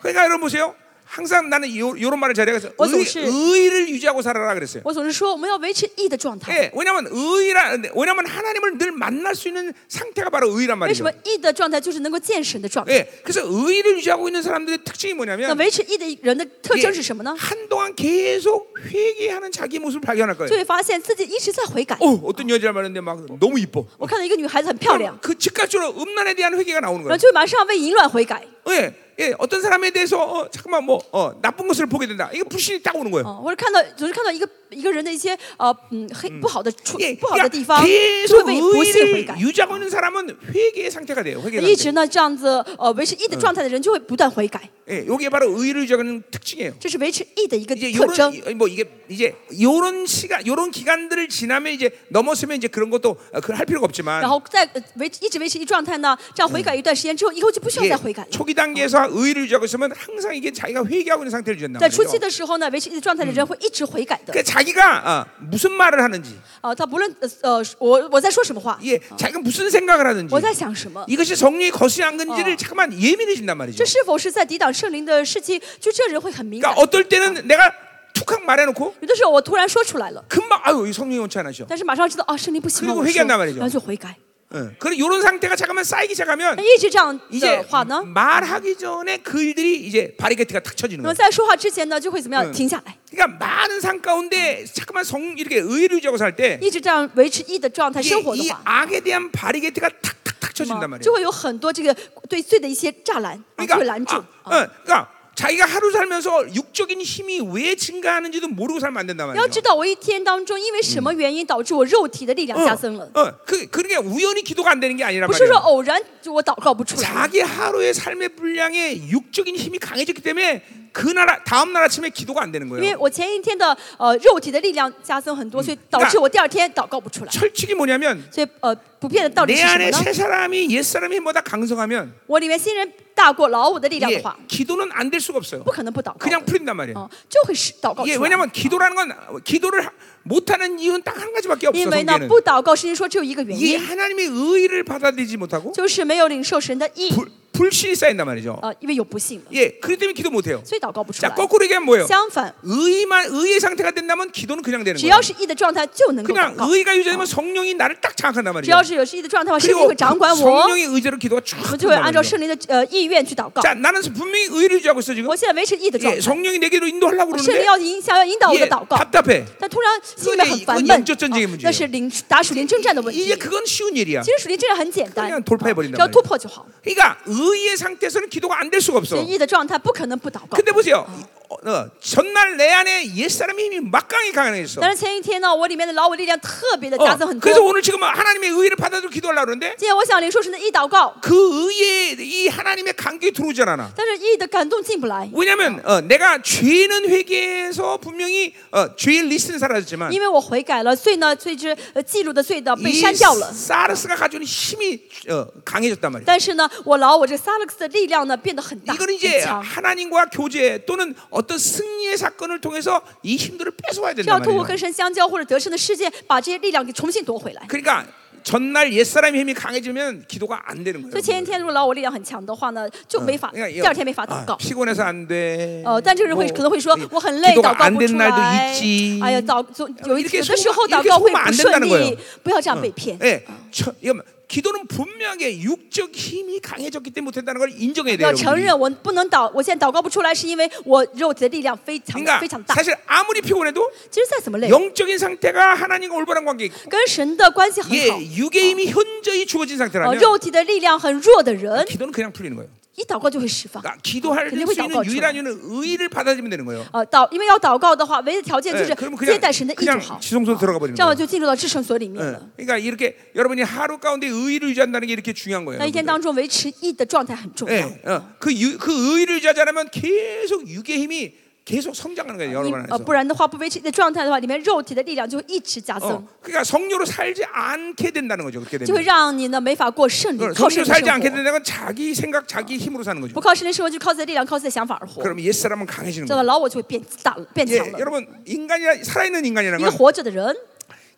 그러니까 여러분 보세요. 항상 나는 요, 런 말을 잘해서
어,
의,
정신.
의를 유지하고 살아라 그랬어요.
我总是说我们要维持义的状态。
예, 왜냐하면 의라 왜냐하면 하나님을 늘 만날 수 있는 상태가 바로 의란
为
말이죠.
什么义的状态就是能够见神的状态？
예, 그래서 의를 유지하고 있는 사람들의 특징이
那
뭐냐면
维持义的人的特
이게
征是什么呢？
한동안 계속 회개하는 자기 모습을 발견할
就
거예요.
会发现自己一直在悔改。
어, 어떤 여자를 만났는데 막 너무 이뻐.
我看到一个女孩子很漂亮， 그렇죠.
그 즉각적으로 음란에 대한 회개가 나오는
然后
거예요.
就会马上为淫乱悔改。
예, 예, 어떤 사람에 대해서 어, 잠깐만 뭐 어, 나쁜 것을 보게 된다. 이거 불신이 딱 오는 거예요.
哦，或者看到总是看到一个一个人的一些呃嗯黑不好的处
예,
不好的地方，
계속
就会为不信悔
의를
改。
유지하고 있는 사람은 회개의 상태가 돼요. 회개 상태.
一直呢这样子呃维持义的状态的人就会不断悔改，
예, 이게 바로 의를 유지하는 특징이에요.
这是维持义的一个
이제
特征。
요런 뭐 이게 이제 요런 시간 요런 기간들을 지나면 이제 넘었으면 이제 그런 것도 어, 그할 필요가
然
없지만
后在呃维持一直维持一状态呢，这样悔改一段时间之后，以后就不需要
이게
再悔改了。
초기 단계에서 의를 유지하고 있으면 항상 이게 자기가 회개하고 있는 상태를 유지한다
在
말이죠.
初期的时候呢，维持义的状态的人会一直悔改的。
그러니까 자기가 어, 무슨 말을 하는지
啊，他不论呃呃我我在说什么话，
이게 자기가 무슨 생각을 하는지
我在想什么，
이것이 성령이 거시지 않은지를
어.
잠깐만 예민해진단 말이죠.
这是否是在抵挡圣灵的事情，就这人会很敏感
그러니까 。 어떨 때는 내가 툭하고 말해놓고
有的时候我突然说出来了。
금방 아유 이 성령이 원치 않으셔.
但是马上知道啊，圣灵不喜欢
그리고
我说，
회개한단말이죠
然后就悔改。
응. 예. 그리고 이런 상태가 잠깐만 쌓이기 시작하면
那一嗯直这样
이제
的话呢，
말하기 전에 그 일들이 이제 바리게트가 탁 쳐지는
那么
거예요.
在说话之前呢，就会怎么样？停下来，
그러니까 많은 상 가운데 잠깐만 성 이렇게 의를 유지하고 살 때
一直这样维持义的状态生活
이
的话，
악에 대한 바리게트가 탁탁탁 쳐진단
就
말이에요.
会有很多这个对罪的一些栅栏啊就会拦住
그러니까, 。 아, 응, 그러니까 자기가 하루 살면서 육적인 힘이 왜 증가하는지도 모르고 살면 안 된단
你要知
말이에요.
道，我一天当中因为什么原因导致我肉体的力量加增了，
어, 어, 그 그러니까 우연히 기도가 안 되는 게 아니란
不是说
말이에요.
偶然就我祷告不出来。
자기 하루의 삶의 분량에 육적인 힘이 강해졌기 때문에 그 나라 다음 날 아침에 기도가 안 되는
因
거예요.
为我前一天的呃肉体的力量加增很多，所以导致我第二天祷告不出来。
철칙이 뭐냐면
所以呃，不变的道理
내
是什么
안에
呢？
새 사람이 옛 사람이 뭐다 강성하면
我里面新人大过老我的力量的
이게
话，
기도는 안 될 수가 없어요.
不可能不祷告的
그냥 풀린단 말이에요.
哦，就会是祷告
예,
出来。
왜냐면 기도라는 건 기도를 하- 못하는 이유는 딱 한 가지밖에 없어
因为呢，
성경에는
不祷告，圣经说只有一个原
이
因，
하나님의 의의를 받아들이지 못하고
就是没有领受神的意，
불, 불신이 쌓인단 말이죠.
呃，因为有不信了，
예, 그렇기 때문에 기도 못해요.
所以祷告不出
자,
来。
거꾸로 얘기하면 뭐예요?
相反，
의의만 의의 상태가 된다면 기도는 그냥 되는
只要
거예요.
是意的状态就能够祷
그냥
告，
의의가 유지되면 성령이 나를 딱 장악한단
只要
말이에요.
是有意的状态的话，圣灵
그리고 어, 아,
会掌管我，我
성령의 의지로 기도가 쭉
们就会按照
된단
圣
말이죠.
灵的呃意愿去祷告。
자, 나는 분명히 의의를 유지하고 있어 지금.
我现在维持意的状
예,
态，
성령이 내게로 인도하려고
圣灵
그러는데
要引想要引导我
예,
的祷告，
답답해.
但突然心里面很烦
그건이
闷
건영적전쟁의문제예요 ，
那是灵打属灵征战的问题
뭐, 이제 。 그건 쉬운 일이야.
其实属灵征战很简单，
그냥
啊
돌파해버린단
只要
말이에요
突破就好。
그러니까 의의 상태에서는 기도가 안 될 수가 없어.
所以意的状态不哦可能不祷告。
근데 보세요. 네, 어, 어, 전날 내 안에 옛 사람의 힘이 막강히 강해졌어.
但是前一天呢，我里面的老我力量特别的
어,
加增很多。
그래서 오늘 지금 하나님의 의를 받아들고 기도하려고 그러는데
今天我想灵说神的一祷告，
그 의의 이 하나님의 감격이 들어오지 않아.
但是意的感动进不来，
왜냐하면 어, 내가 죄는 회개해서 분명히 어, 죄의 리스트는 사라졌지만
因为我悔改了，罪呢随之呃记录的罪的被
이
删掉了。
사르스가 가지고 있는 힘이 어, 강해졌단 말이야.
但是呢，我老我这萨勒克斯的力量呢变得很大
이거는
很
이제
强，
하나님과 교제 또는 어떤 승리의 사건을 통해서 이 힘들을 뺏어와야
这要
된단
通过
말이에요.
跟神相交或者得胜的世界，把这些力量给重新夺回来。
그러니까 전날 옛사람의 힘이 강해지면 기도가 안 되는
所以
거예요.
前一天如果老我力量很强的话呢，就没法，
그러니까
第
이거-
二天没法
아,
祷告。
피곤해서 안 돼.
呃，但这个人会
뭐
可能会说
이-
我很累，
기도가 뭐 아,
祷告
안
不出
된
来
날도 。 있지.
哎呀，祷总有一
이렇게
有的时候
속아
祷告
이렇게
会
속으면
不
안
顺
된다는거예
利
요 ，
不要这样被骗。
예, 저, 이거 뭐, 기도는 분명하게 육적 힘이 강해졌기 때문에 못한다는 걸 인정해야 돼요.
要承
여러분들이.
认我不能祷，我现在祷告不出来，是因为我肉体的力量非常
그러니까
非常大。
사실 아무리 피곤해도
其实再怎么
네.
累，
영적인 상태가 하나님과 올바른 관계 있고
跟神的关系很
예,
好，
육의 힘이 현저히 그렇죠. 주어진
呃，
상태라면
肉体的力量很弱的人，
기도는 그냥 풀리는 거예요.
一祷告就会释放。
그러니까 기도할 수
근데 왜
있는
祷告出来?
유일한 이유는 의의를 받아들이면 되는 거예요.
呃，祷，因为要祷告的话，唯一的条件就
예,
是
그러면
接
그냥
待神的意就
그냥
好，
지성소로 들어가 버리는
这样
거예요.
就进入到至圣所里面
예,
了。
그러니까 이렇게 여러분이 하루 가운데 의의를 유지한다는 게 아, 이렇게 중요한 거예요.
那一天
여러분들.
当中维持意的状态很重
예,
要。
어, 그, 유, 그 의의를 유지하지 않으면 계속 육의 힘이 계속 성장하는 거예요.
你
여러분
呃，
안에서.
不然的话，不维持的状态的话，里面肉体的力量就会一直加增
어, ， 그러니까 성료로 살지 않게 된다는 거죠. 그렇게
就会
되면.
让你呢没法过圣灵，
그걸
靠圣
성료로
灵
살지
生
않게
活。
된다는 건 자기 생각, 자기 힘으로 사는 거죠.
不靠圣灵生活，就是靠自己的力量，靠自己的想法而活。
그럼 옛사람은 강해지는
这个
거예요.
老我就会变大了，变
예,
强了。
여러분 인간이 살아있는
一
인간이라는 건
个活着的人，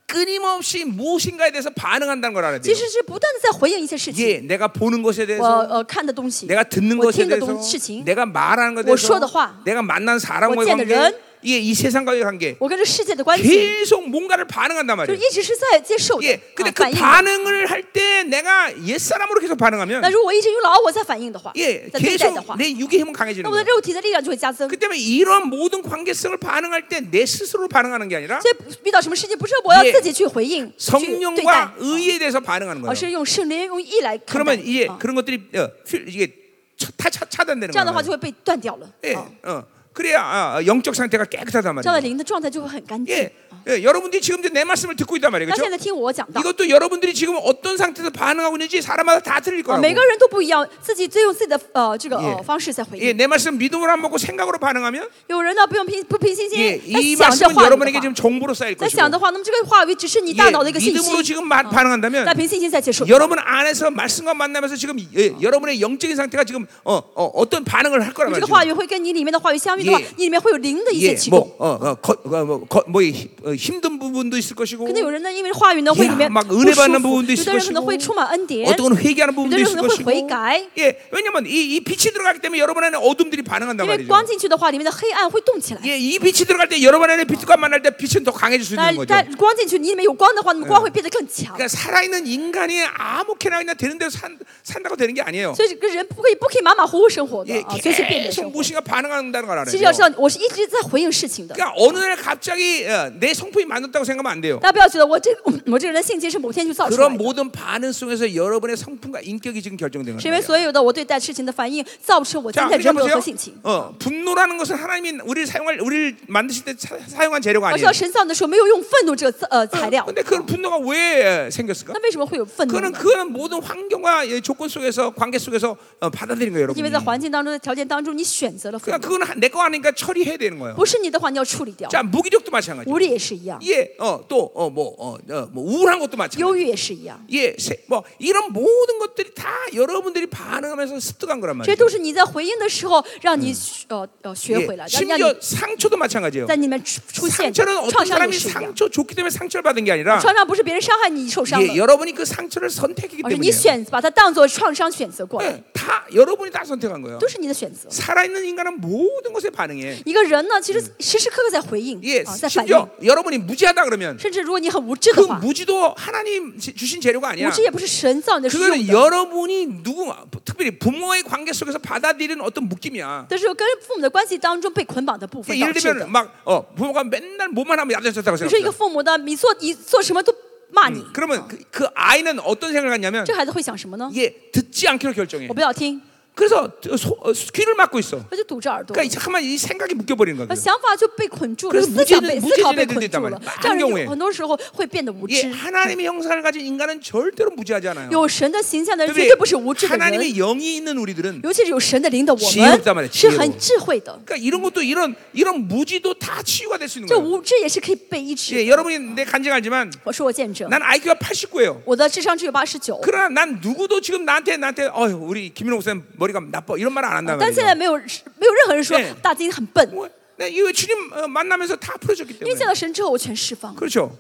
끊임없이 무엇인가에 대해서 반응한다는 걸 알아야
其
돼요.
实是不断的在回应一些事情。
예, 내가 보는 것에
我
대해서
呃看的东西，
내가 듣는
我
것에
听的
대해서
东事情，
내가 말하는 것에 대해서
我说的话,
내가 만난 사람과의
我见的
관계
人,뭐
예, 이 세상과의 관계
我跟这世界的关系，
계속 뭔가를 반응한단
就
말이에요
一直是在接受的
예,
啊
근데 그
反应的。
반응을 할 때 내가 옛사람으로 계속
那
반응하면
如果我一直用老我在反应的话，
예,
在对待的
계속
话，
내 육의 힘은
那
강해지는
我的
거예요
肉体的力量就会加增
그 。 때문에 이러한 모든 관계성을 반응할 때 내 스스로 반응하는 게 아니라
所以遇到什么事情，不是我要
예
自己去回应、去对待
성령과 ， 의에 대해서 반응하는
而
거예요
是用圣灵、用意来看待。
그러면 이게
啊
그런 것들이 어, 필- 이게 차- 다 차-
这
차단되는
样的话
거예요
就会被断掉了。
예,
啊
어. 그래야 아, 영적 상태가 깨끗하단
这样的
말이에요
灵的状态就会很干净。
예, 예, 여러분들이 지금 이제 내 말씀을 듣고 있단 말이에요.
那现
그렇죠?
在听我讲到，啊
이것도 여러분들이 지금 어떤 상태에서 반응하고 있는지 사람마다 다 틀릴
啊
거라고.
每个人都不一样，自己最用自己的呃这个
예
呃方式在回
예,
应。
내 말씀 믿음으로 안 먹고 생각으로 반응하면
有人呢不用平不平心
예,
心，在
이
想这
말씀은
话语的
여러분에게
话
지금 정보로 쌓일
在
것이고
想的话，那么这个话语只是你
예,
大脑的一个信
믿음으로
息。
지금 어, 마-
在
반응한다면
平心心在接受，
여러분 안에서 말씀과 만나면서 지금 예, 여러분의 영적인 상태가 지금 어, 떤 반응을 할
你
거란
这个
말이죠.
话语会跟你里面的话语相遇的话
예 ，
你里面会有灵的一些
예,
启动
뭐 。 어, 어, 거- 어, 뭐, 거- 뭐 이 힘- 어, 힘든 부분도 있을 것이고
可能有人呢，因为话语呢会里面
막
不
은혜
舒
받는
服，
부분도있을
有的人可能
것이고
会充满恩典，
어떤 건 회개하는 부분도
예? 이들은
있을
그냥
것이고
회개.
예, 왜냐면 이, 이 빛이 들어가기 때문에 여러분 안에 어둠들이 반응한단
因为
말이죠
光进去的话，里面的黑暗会动起来。
예, 이 빛이 들어갈 때 여러분 안에 빛과 만날 때 빛은 더 강해질 수
但
있는 거죠
但光进去，你里面有光的话，那么光会变嗯得更强。
그러니까 살아있는 인간이 아무렇게나 그냥 되는 대로 산, 산다고 되는 게 아니에요
所以这个人不可以不可以马马虎虎生活的
예,
啊，随随便便生
계속
活。
무엇인가 반응한다는 걸
其实要
알아요
知道，我是一直在回应事情的。
그러니까 어느 날 갑자기 어, 내 성품이 만들었다고 생각하면 안 돼요
大家不要觉得我这我这个人的性情是某天就造出来
그런
的。
모든 반응 속에서 여러분의 성품과 인격이 지금 결정되는
是因为
거예요
所有的我对待事情的反应，造成我今
자,
天
그러니까
人格
보세요.
和性情。
어, 분노라는 것은 하나님이 우리를 사용할 우리를 만드실 때 사, 사용한 재료가
而
아니에요.
是要神造的时候没有用愤怒这个字呃材料，
근데 그 분노가 왜 생겼을까?
那为什么会有愤怒
그거는
呢？
그거는 모든 환경과 이 조건 속에서 관계 속에서 어, 받아들인 거예요,
因为
여러분.
在环境当中的条件当中，你选择了愤
그러니까
怒，
그거는 내 거 아니니까 처리해야 되는 거예요.
不是你的话，你要处理掉。
자, 무기력도 마찬가지.
无力也是一样，
예, 어, 또 어 뭐 어 뭐 우울한 것도 마찬가지.
忧郁也是一样，
예, 세, 뭐 이런 모든 것들이 다 여러분들이 반응하면서 습득한 거란
这
말이에요.
都是你在回应的时候让你学呃呃学
예,
会了，让让
심지어
你
상처도 마찬가지예요.
在你们出出现
상처는
创
어떤
伤
사람이
也是一样，
상처 줬기 때문에 어, 상처를 받은 게 아니라
创伤不是别人伤害你受伤
예,
了，
여러분이 그 상처를 선택했기
而是你
때문이에요.
选把它当做创伤选择过来，
예, 다 여러분이 다 선택한 거예요.
都是你的选择。
살아있는 인간은 모든 것에 반응해.
一个人呢，其实时时刻刻在回应
예,
啊，在反应，
심지어 여러분이 무지하다 그러면
甚至如果你很无知
그
的话，
무지도 하나님 지- 주신 재료가
无
아니야.
知也不是神造你的，是用
그거는
的。
여러분이 누구 특별히 부모의 관계 속에서 받아들이는 어떤 묶임이야.
但是跟父母的关系当中被捆绑的部分
그러니까
导
예를
致的
들면 。막 어, 부모가 맨날 뭐만 하면 야단쳤다고
比如说一个
생각해.
父母的，你做你做什么都骂你，
그러면 그, 그 아이는 어떤 생각을 갖냐면
这孩子会想什么呢？
예, 듣지 않기로 결정해.
我不要听，
그래서 소, 어, 귀를 막고 있어.
我就堵着耳朵，
그러니까 이- 잠깐만 이 생각이 묶여버리는 거야.
而
그래요.
想法就被捆住了，
그래서
思想被
무죄는
思考被
무죄 죄
捆
들도
住
있단
了
말이야，
这样
많은경우에
人很多时候会变得无
예,
知。
하나님의 형상을 가진 인간은 절대로 무지하지 않아요.
有神的形象的人绝
근데
对不是无知的人，
하나님의 영이 있는 우리들은
尤其是有神的灵的我
지혜롭단말이야
们是
지혜로워
很智慧的，
그러니까 이런 것도 이런 이런 무지도 다 치유가 될 수 있는
这
거예요.
无知也是可以被医治
예,
的。
여러분이 내 간증 알지만
我说我见证，
난 IQ가 89예요.
我的智商只有八十九，
그러나 난 누구도 지금 나한테 나한테 어휴 우리 김민호 목사님 머리가 나빠 이런 말 안 한단
但现
말이에요.
在没有没有任何人说
예
大金很笨，
뭐, 네, 이거 주님 어, 만나면서 다 풀어졌기
因为见
때문에.
到神之后我全释放了。
그렇죠.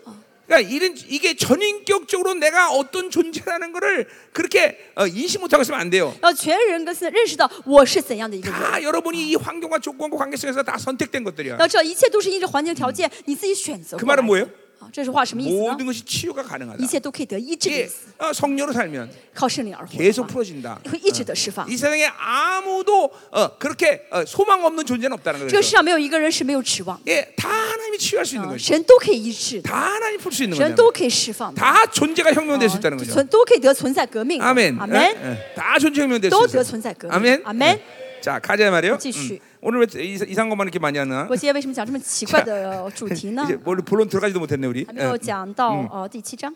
그러니까 이런 이게 전인격적으로 내가 어떤 존재라는 거를 그렇게 어, 인식 못하고 있으면 안 돼요.
要全人格认识到我是怎样的一个人。
다 여러분이 이 환경과 조건과 관계 속에서 다 선택된 것들이야.
要知道一切都是因着环境条件你自己选择
그
过来
말은
的。
뭐예요?
啊，这句话什么意思
모든
呢？
것이 치유가 가능하다.
一切都可以得医治的
예,
意思，
어, 성녀로 살면
靠圣灵而活的
계속
话，
풀어진다.
会一直的释放
이 。 세상에 아무도 어, 그렇게 어, 소망 없는 존재는 없다는
这个世
거죠. 어,
上没有一个人是没有指望，
예, 다 하나님이 치유할 수 있는
啊
거죠.
神都可以医治的，
다 하나님이 풀 수 있는
神
거죠.
都可以释放的，啊
다 존재가 혁명될 수 있다는 거죠.
存都可以得存在革命的。
아멘.
阿
예,
门。嗯
예. 다 존재 혁명될 수
또
있어요.
존재 그-
아멘.
아멘.
예. 자, 가자 말이요. 뭐,
지슈.
오늘 왜 이- 이상한 것만 이렇게 많이 하나?
我今天为什么讲这么奇怪的主题呢
이제 ？뭘 본론 들어가지도 못했네 우리. 예.
还没有讲到呃第七章。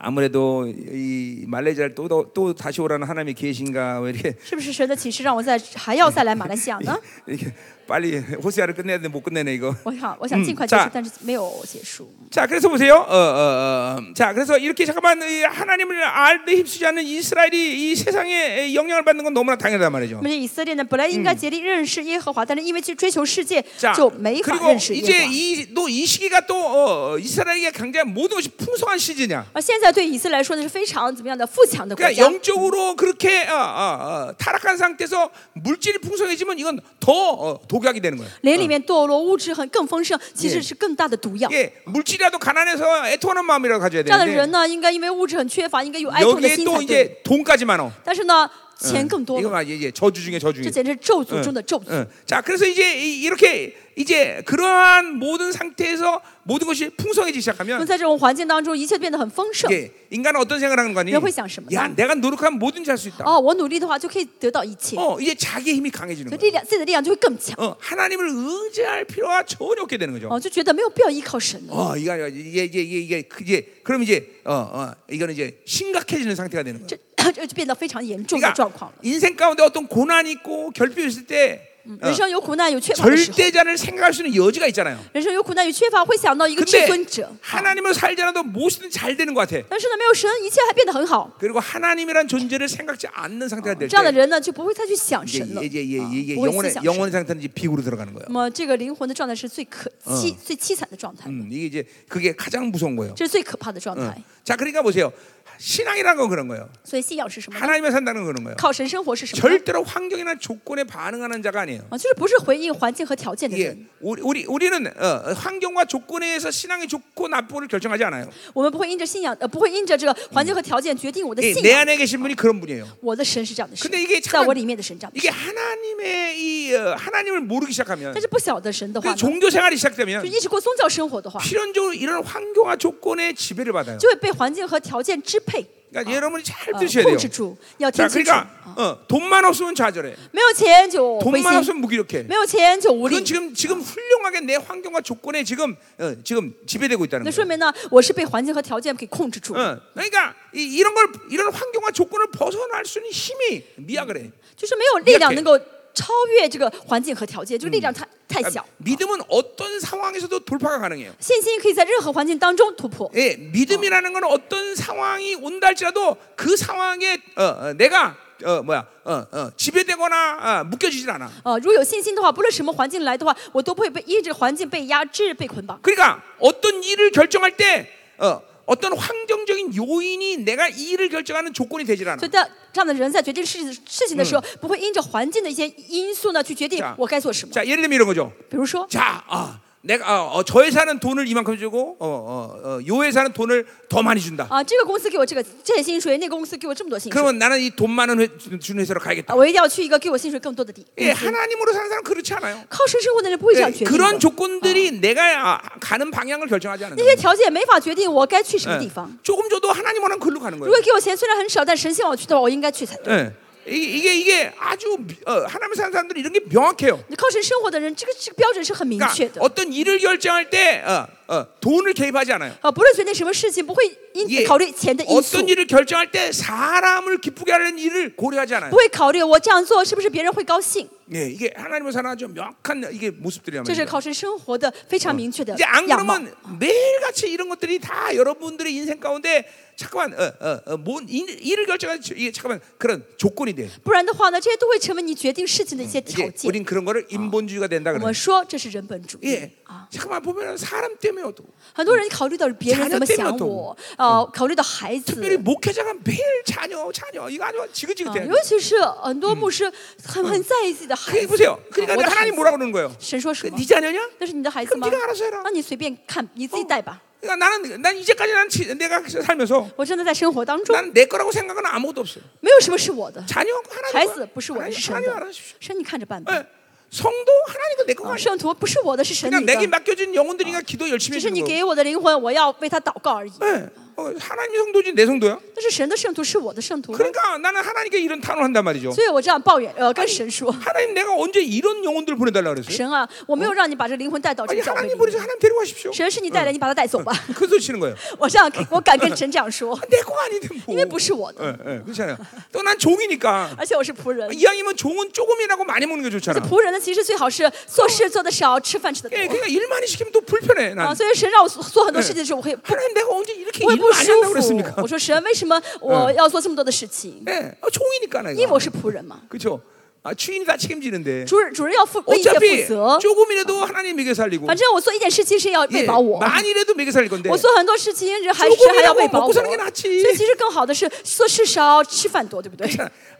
아무래도 이 말레이시아를 또또 또 다시 오라는 하나님의 계신가 왜 이렇게
是不是神的启示让我再还要再来马来西亚
어?
呢？
嗯 이렇게 빨리 호세아를 끝내야 되는데 못 끝내네 이거.
我想我想尽快
嗯
结
자
束，但是没有结束。
자, 그래서 보세요. 어, 어, 어, 자, 그래서 이렇게 잠깐만 이 하나님을 알때 힘쓰지 않는 이스라엘이 이 세상에 영향을 받는 건 너무나 당연하단 말이죠.
那么这以色列呢，本来应该竭力认识耶和华，但是因为去追求世界，
자,
就没法
그리고
认识耶
이제
和华。
이, 또 이 시기가 또 어, 어, 이스라엘에게 굉장히 모든 것이 풍성한 시기냐.
而现在对以色列来说呢，是非常怎么样的富强的国
그러니까
家。
영적으로 그렇게 어, 어, 어, 타락한 상태에서 물질이 풍성해지면 이건 더 어, 독약이 되는 거예요.
灵里面堕落物质很更丰盛，其实是更大的毒药。
예, 물질이라도 가난해서 애통하는 마음이라도 가져야
这样的人
되는데
呢，应该因为物质很缺乏，应该有哀痛的
여기에
心
또
才对。
이제 돈까지 많어.
但是呢，钱更多
이거
了，
봐, 예, 예, 저주 중에 저주.
这
중에.
简直是咒诅
응,
中的咒诅。
응. 자, 그래서 이제 이- 이렇게 이제 그러한 모든 상태에서 모든 것이 풍성해지기
那么
시작하면
在这种环境当中，一切变得很丰盛。
예, 인간은 어떤 생각을 하는 거니?
왜 회상심을
야,
나?
내가 어, 노력하면 뭐든지 할 수 있다.
哦，我努力的话就可以得到一切，所
어, 이제 자기의 힘이 강해지는
以
거야.
力量自己的力量就会更强。
어, 하나님을 의지할 필요가 전혀 없게 되는 거죠.
哦，就觉得没有必要依靠神了。
어, 이거 이게 이게 이게 이게 그게 그럼 이제 어, 어, 이거는 이제 심각해지는 상태가 되는 거야.
这 这就变得非常严重的
그러니까
状况了。
인생 가운데 어떤 고난이 있고 결핍이 있을 때
嗯
어,
人生有苦难有缺乏的时候，
절대자를 생각할 수 있는 여지가 있잖아요.
人生有苦难与缺乏，会想到一个至
근데
尊者。啊
하나님을 살자라도 무엇이든 잘 되는 것 같아.
但是呢，没有神，一切还变得很好。
그리고 하나님이란 존재를 생각지 않는 상태가 될
这样的
때,
人呢，就不会再去想
이제
神了，
이제 이제
啊
이제
不会思
영혼의
想神。
영혼의 상태는 이제 비굴로 들어가는 거예요.
那么这个灵魂的状态是最可
嗯
凄最凄惨的状态，
음, 이게 이제 그게 가장 무서운 거예요.
这是最可怕的状态。
자, 그러니까 보세요. 신앙이라는 건 그런 거예요.
所以信仰是什么呢？
하나님을 산다는 건 그런 거예요.
靠神生活是什么呢？
절대로 환경이나 조건에 반응하는 자가 아니에요.
啊，就是不是回应环境和条件的
예,
人，
우리 우리 우리는 어, 어, 환경과 조건에 의해서 신앙이 좋고 나쁘고를 결정하지 않아요.
我们不会因着信仰，呃，不会因着这个环境和条件决定我的
예,
信
내
仰。
안에 계신 분이 그런 분이에요.
我的神是这样的神
근데이게참 ，
在我里面的神这样的
이게
神。
하나님의 이 어, 하나님을 모르기 시작하면
但是不晓得神的话
그
呢，
종교 생활이
就
시작되면
一直过宗教生活的话，
필연적으로 이런 환경과 조건에 지배를 받아요.
就会被环境和条件支配，
그러니까 여러분이 잘
呃
드셔야
控制
돼요.
住，要听
자,
清楚。
그러니까 어, 돈만 없으면 좌절해.
没有钱就灰
돈만
心，
없으면 무기력해.
没有钱就无力
그건 。 지금 지금 훌륭하게 내 환경과 조건에 지금 어, 지금 지배되고 있다는
那说
거예요.
明呢，我是被环境和条件给控制住，
어, 그러니까 이, 이런 걸 이런 환경과 조건을 벗어날 수 있는 힘이 미약을 해.
就是没有力量能够超越这个环境和条件，这个力量太太
아,
小。
믿음은 어떤 상황에서도 돌파가 가능해요.
信心可以在任何环境当中突破。
예, 믿음이라는 건 어떤 상황이 온다 할지라도 그 상황에 어, 어, 내가 어, 뭐야 어, 어, 지배되거나 어, 묶여지질 않아.
呃，如果有信心的话，不论什么环境来的话，我都不会被因为这个环境被压制、被捆绑。
그러니까 어떤 일을 결정할 때 어, 어떤 환경적인 요인이 내가 이 일을 결정하는 조건이 되질 않아.
所以在这样的人在决定事情事情的时候，不会因着环境的一些因素呢去决定
자
我该做什么。
자, 예를 들면 이런 거죠.
比如说，
자, 아, 내가 어, 어, 저 회사는 돈을 이만큼 주고 어, 어, 어, 요 회사는 돈을 더 많이 준다.
啊，这个公司给我这个这些薪水，那个公司给我这么多薪水，
그러면 나는 이 돈 많은 회, 주는 회사로 가야겠다.
啊，我一定要去一个给我薪水更多的地。
예, 하나님으로 사는 사람 은 그렇지 않아요.
靠神生活的人不会这样
예,
决定的。
그런 조건들이 내가 아, 가는 방향을 결정하지 않는
那
거예요.
些条件没法决定我该去什么
예,
地方。
조금 줘도 하나님으로는 글로 가는
如
거예요.
果给我钱虽然很少，但神希望我去的话，我应该去才对。
예. 이- 이게 이게 아주 미- 어, 하나님 사는 사람들이 이런 게 명확해요.
你靠神生活的人，这个这个标准是很明确
그러니까
的。
어떤 일을 결정할 때 어, 어, 돈을 개입하지 않아요.
啊，不论决定什么事情，不会因
예,
考虑钱的因素
어떤 ， 일을 결정할 때 사람을 기쁘게 하는 일을 고려하지 않아요.
不会考虑我这样做是不是别人会高兴。
예, 이게 하나님을 사는 아주 명확한 이게 모습들이란
这是
말이에요.
靠神生活的非常明确的
이제 안
样貌。
그러면 매일같이 이런 것들이 다 여러분들의 인생 가운데 잠깐만 어, 어, 어, 뭔 일, 일을 결정하는 저- 이게 잠깐만 그런 조건이 돼.
不然的话呢，这些都会成为你决定事情的一些
이제
条件。
우린 그런 거를 인본주의가 된다
我
그래.
们说这是人本主义
예.
啊，
잠깐만 보면 사람 때문에 어도
很多人考虑到别人怎么
자녀
想
때문에도
我，呃，考虑到孩子，
특별히 목회자가 매일 자녀 자녀 이거 아주 지긋지긋해.
啊尤其是很多牧师很很在意自己的孩
그게
子。
보세요.
啊
그러니까
我的
하나님
孩
뭐라
子
그러는 거예요?
神说什么
네 ？ 자녀냐?
那是你的孩子
그럼
吗
네가알아서해라 ？
那你随便看，你自己带吧。
그러니까 나는 난 이제까지 난 지- 내가 살면서
我真的在生活当中，
나는 내 거라고 생각은 아무것도 없어요.
没有什么是我的，
자녀 하나님
孩
거야.
子不是我的，
하나님,
是神
하나님
的
알아주십시오. 。
神你看着办吧。
예. 성도 하나님도 내 거가
哎啊
아니야.
圣徒不是我的，是神
그냥
你
내게
的。
맡겨진 영혼들이니까 기도 열심히
只是
그러니까. 어. 해주는
你
거예요.
给我的灵魂，我要为他祷告而已。
예. 어, 하나님 성도지 내 성도야.
但是神的圣徒是我的圣徒吗，
그러니까 나는 하나님께 이런 탄원을 한단 말이죠.
所以我这样抱怨，呃，跟神说，
하나님 내가 언제 이런 영혼들 보내달라 그랬어요?
神啊，我没有让你把这灵魂带到这
아니
个教会里
하나님 보내서
面，
하나님 데리고 가십시오.
神是你带来，你把他带走吧。
큰 소리 치는 거예요.
我这样，我敢跟神这样说
아, ，내 거가 아닌데 뭐.
因为不是我的，
예, 예, 그렇잖아요. 또 난 종이니까.
而且我是仆人。
이왕이면 종은 조금이라고 많이 먹는 게
这
좋잖아.
仆人呢，其实最好是做事做得少，吃饭吃得
예,
多
그러니까 일 많이 시키면 또 불편해. 난
啊。所以神让我做做很多事情的时候，我会不
하나님 내가 언제 이렇게 일
我会不舒
많이 한다고
服。
그랬습니까?
我说神，为什么我要做这么多的事情？
예, 어, 종이니까
因为我
내가.
是仆人嘛，
그렇죠. 아, 주인이 다 책임지는데.
主人主人要负为一切负
어차피
责。
조금이라도 하나님 먹여 살리고
反正我做一件事情，神也要
예,
喂饱我。
많이라도 먹여 살릴 건데
我做很多事情，人还
조금이라도
神还要喂饱
먹고
我。
사는게
所
낫지
以其实更好的是做事少，吃饭多，对不 对？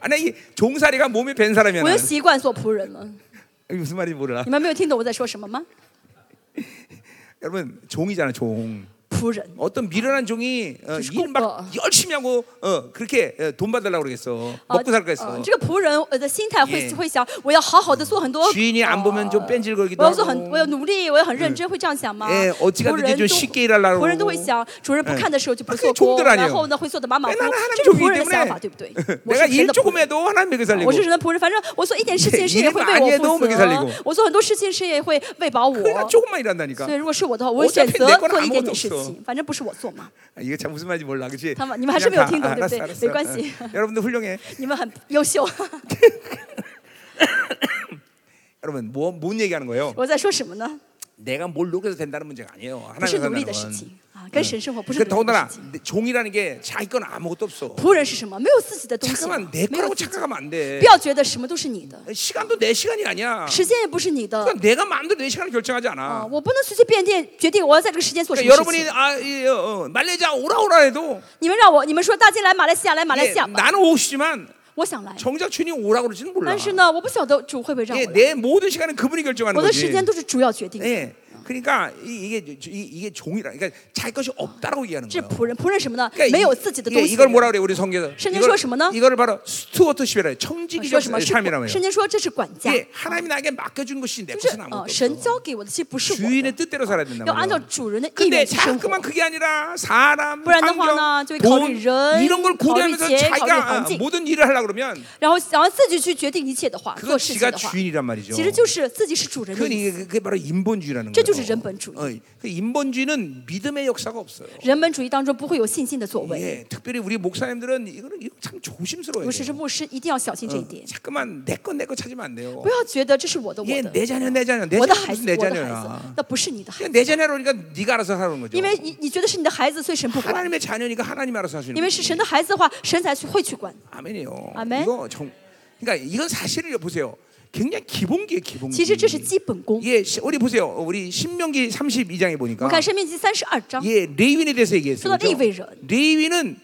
아니 이 종살이가 몸이 밴 사람이야
我又
나는.
习惯做仆人了。
이게 무슨 말인지 몰라
你们没有听懂我在说什么吗？
여러분 종이잖아 종
仆人，
어떤 미련한 종이 어,
주식
일막
공부.
열심히 하고 어, 그렇게 어, 돈 받으려고 그러겠어
啊
먹고 살까
啊
했어
这个仆人呃的心态会
예嗯
会想，我要好好的做很多。哦
주인이 안 보면 좀
我
뺀질거리기도
要做很，我
하고
要努力，我要很认真，会这样想吗？
예
仆
어찌 가든지
人
좀
都
쉽게일하려고
仆人都会想，主人不
예
看的时候就不
아
做
그게종들
工，
아니에요
然后呢会做的马马虎
왜
虎
나는 ， 하나님
这是仆
종이기
人的想法，
때문에
对不对？我
내가
是神
일
的仆
조금
人。
해도 하나님 먹여
我
살리고
是神的仆人，反正我做一点事情，神也会
일 많이
为我
해도
负
먹여
责
살리고 。
我做很多事情，神也会喂饱我。
그러니까 조금만 일한다니까
所以如果是我的话，
我
我会
这
选
边
择
내거는
做一点点
아무것도
事
없어
情，反正不是我做嘛。
아, 이게 참 무슨 말인지 몰라 아, 그렇지
잠깐만, 你们还是没有听懂，对不对？没关系。
여러분도 훌륭해
你们很优秀。
여러분 뭐, 뭔 얘기하는 거예요?
我在说什么呢？
내가 뭘 녹여서 된다는 문제가 아니에요.
不
하나님
是努
산다는
力的事
건.
情啊，跟神生活不是
그
努力的
더군다나
事情。
내- 종이라는 게 자기 건 아무것도 없어.
仆人是什么？没有自己的东西啊，
잠깐만 내
没有
거라고 ， 착각하면 안 돼.
不要觉得什么都是你的，
시간도 내 시간이 아니야.
时间也不是你的。
그러니까 내가 마음대로 내 시간을 결정하지
啊，
않아.
我不能随随便便决定我要在这个时间做什
그러니까
么事情
여러분이 。 아, 이, 어, 어, 말레이시아 오라 오라 해도
你们让我，你们说大金来马来西亚来马来
예,
西亚吧，
나는 오시지만
我想来，
정작 주님 오라 그러지는 몰라.
但是呢，我不晓得主会不会让
예,
我来。
내 모든 시간은 그분이 결정하는
我的时
거지.
间都是主要决定的。
예, 그러니까 이, 게 이게 종이라. 그러니까 자기 것이 없다라고 얘기하는
这
거예요.
仆人，仆人什么呢？
그러니까
没
이-
有自己的
이게
东西的
이걸
人。
뭐라 그래 우리 성경에서
성경
이걸-
说什么呢?
이걸 바로 스튜어트십이라 해요. 청지기적
说什么是
삶이라고
管？
해요.
圣经说这是管家，
이게 하나님이 나에게 맡겨준 것이 내
就是
것은
呃，
아무것도
神
없어.
交给我的，其实不是我的，
주인의 뜻대로 살아야 된다
要按照
말이야.
主人的意
근데
愿去生活。
자꾸만 그게 아니라 사람,
不然的话
환경,
呢, 저기
돈
考虑人,
이런 걸 고려하면서
考虑钱,
자기가
考虑环境.
모든 일을 하려고 그러면
然后然后自己去决定一切的话，
그건
做事情
지가
的话，
주인이란 말이죠.
其实就是自己是主人的
그건
意思。
이게 그게 바로 인본주의라는
这就
거예요.
是是人本主义。
어, 그 인본주의는 믿음의 역사가 없어요.
人本主义当中不会有信心的作为，
예, 특별히 우리 목사님들은 이거는 이거 참 조심스러워요.
尤其是牧师一定要小心这一
네.
点，
자꾸만 내 건 내 거 찾으면 안 돼요.
不要觉得这是我的我
예,
的
내 자녀 내 자녀 내
我的
자녀
孩子
무슨
我
내
的孩子
자녀야. ，
那不是你的孩子，
그냥 내 자녀라니까 네가 알아서 하라는 거죠.
因为你啊你觉得是你的孩子，所以神不管；
하나님의 자녀니까 하나님 알아서 하시는
因为
거예요.
是神嗯的孩子的话，神才去会去管。
아멘이요.
아멘.
이거 정, 그러니까 이건 사실을 보세요. 굉장히 기본기예요, 기본기.
其实这是基本功。
예, 시- 우리 보세요. 어, 우리 신명기 32장에
我
보니까
们看《生命记》三十二章，
예, 레위인에 대해서 얘기했어요.
쓰다
그죠?
레위인.
레위인은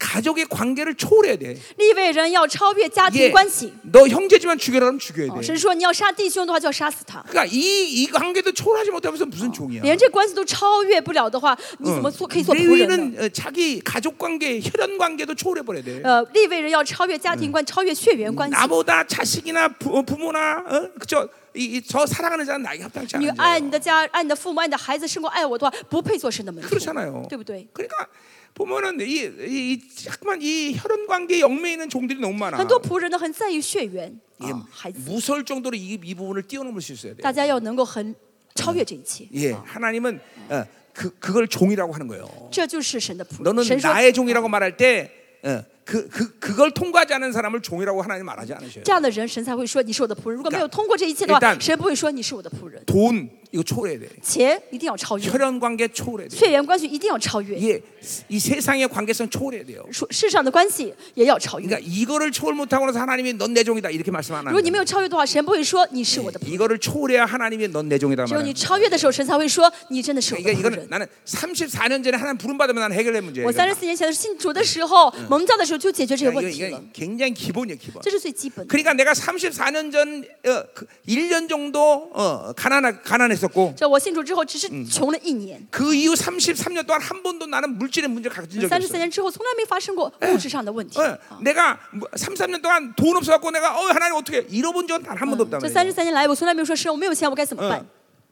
가족의 관계를 초월해야 돼.
立位人要超越家庭
예,
关系。
너 형제지만 죽여라 하면 죽여야
哦
돼
神说你要杀弟兄的话，就要杀死他。
그러니까 이, 이 관계도 초월하지 못하면서 무슨 종이야
连这关系都超越不了的话，你怎么做可以做仆嗯人呢？
레위는 어, 자기 가족 관계, 혈연 관계도 초월해버려야 돼
呃，立位人要超越家庭关，超越血缘关系。
나보다 자식이나 부, 모나 어? 그저 이, 이- 저 사랑하는 자는 나에게 합당치
你
않은
爱
자예요
你的家，爱你的父母，爱你的孩子，胜过爱我的话，不配做神的门徒，
그렇잖아요
对不对？
그러니까 보면은 이, 이, 이 자꾸만 이 혈연 관계 영매 있는 종들이 너무 많아
很多仆人呢，很在意血缘啊
예, ，
孩子，
무서울 정도로 이, 이 부분을 뛰어넘을 수 있어야 돼요
大家要能够很超越这一切。
예, 하나님은 어, 그, 그걸 종이라고 하는 거예요
这就是神的仆人。
너는
神说，
나의 종이라고 말할 때 어, 그, 그, 그걸 통과하지 않은 사람을 종이라고 하나님 말하지 않으셔요.
这样的人，神才会说你是我的仆人。如果没有通过这一切的
일단
话，神不会说你是我的仆人。
돈 이거 초월해야 돼.
钱一定要超越，
혈연 관계 초월해야 돼.
血缘关系一定要超越，
예, 이 세상의 관계성 초월해야 돼요.
说世上的关系也要超越。
그러니까 이거를 초월 못하고 나서 하나님이 넌 내 종이다 이렇게 말씀 안
如果你
하는
没
거예요.
有超越的话，神不会说你是我的仆人。
이거를 초월해야 하나님이 넌 내 종이다
只有
말하는
你
거예요.
超越的时候，神才会说你真的是我的
그러니까
仆
이거는 뭐
人。
나는 34년 전에 하나님 부름 받으면 난 해결될 문제예요. 그러니까
我三十四年前信主的时候，蒙召的时候就解决这些
이거,
问
이거,
题了
이거 ， 굉장히 기본이에요, 기본.
这是最基本的。
그러니까 내가 34년 전 어, 그 1년 정도 어, 가난 가난했었고
这我信主之后，只是穷了一年，
그 이후 33년 동안 한 번도 나는 물질의 문제 가진 적이
三十四
없어.
年之后从来没发生过物质上的问题。啊
어, 내가 33년 동안 돈 없어갖고 내가 어 하나님 어떻게 잃어본 적은 단 한 번도 없단
这三十
말이야.
三年来，我从来没有说神，我没有钱，我该怎么办
어, ？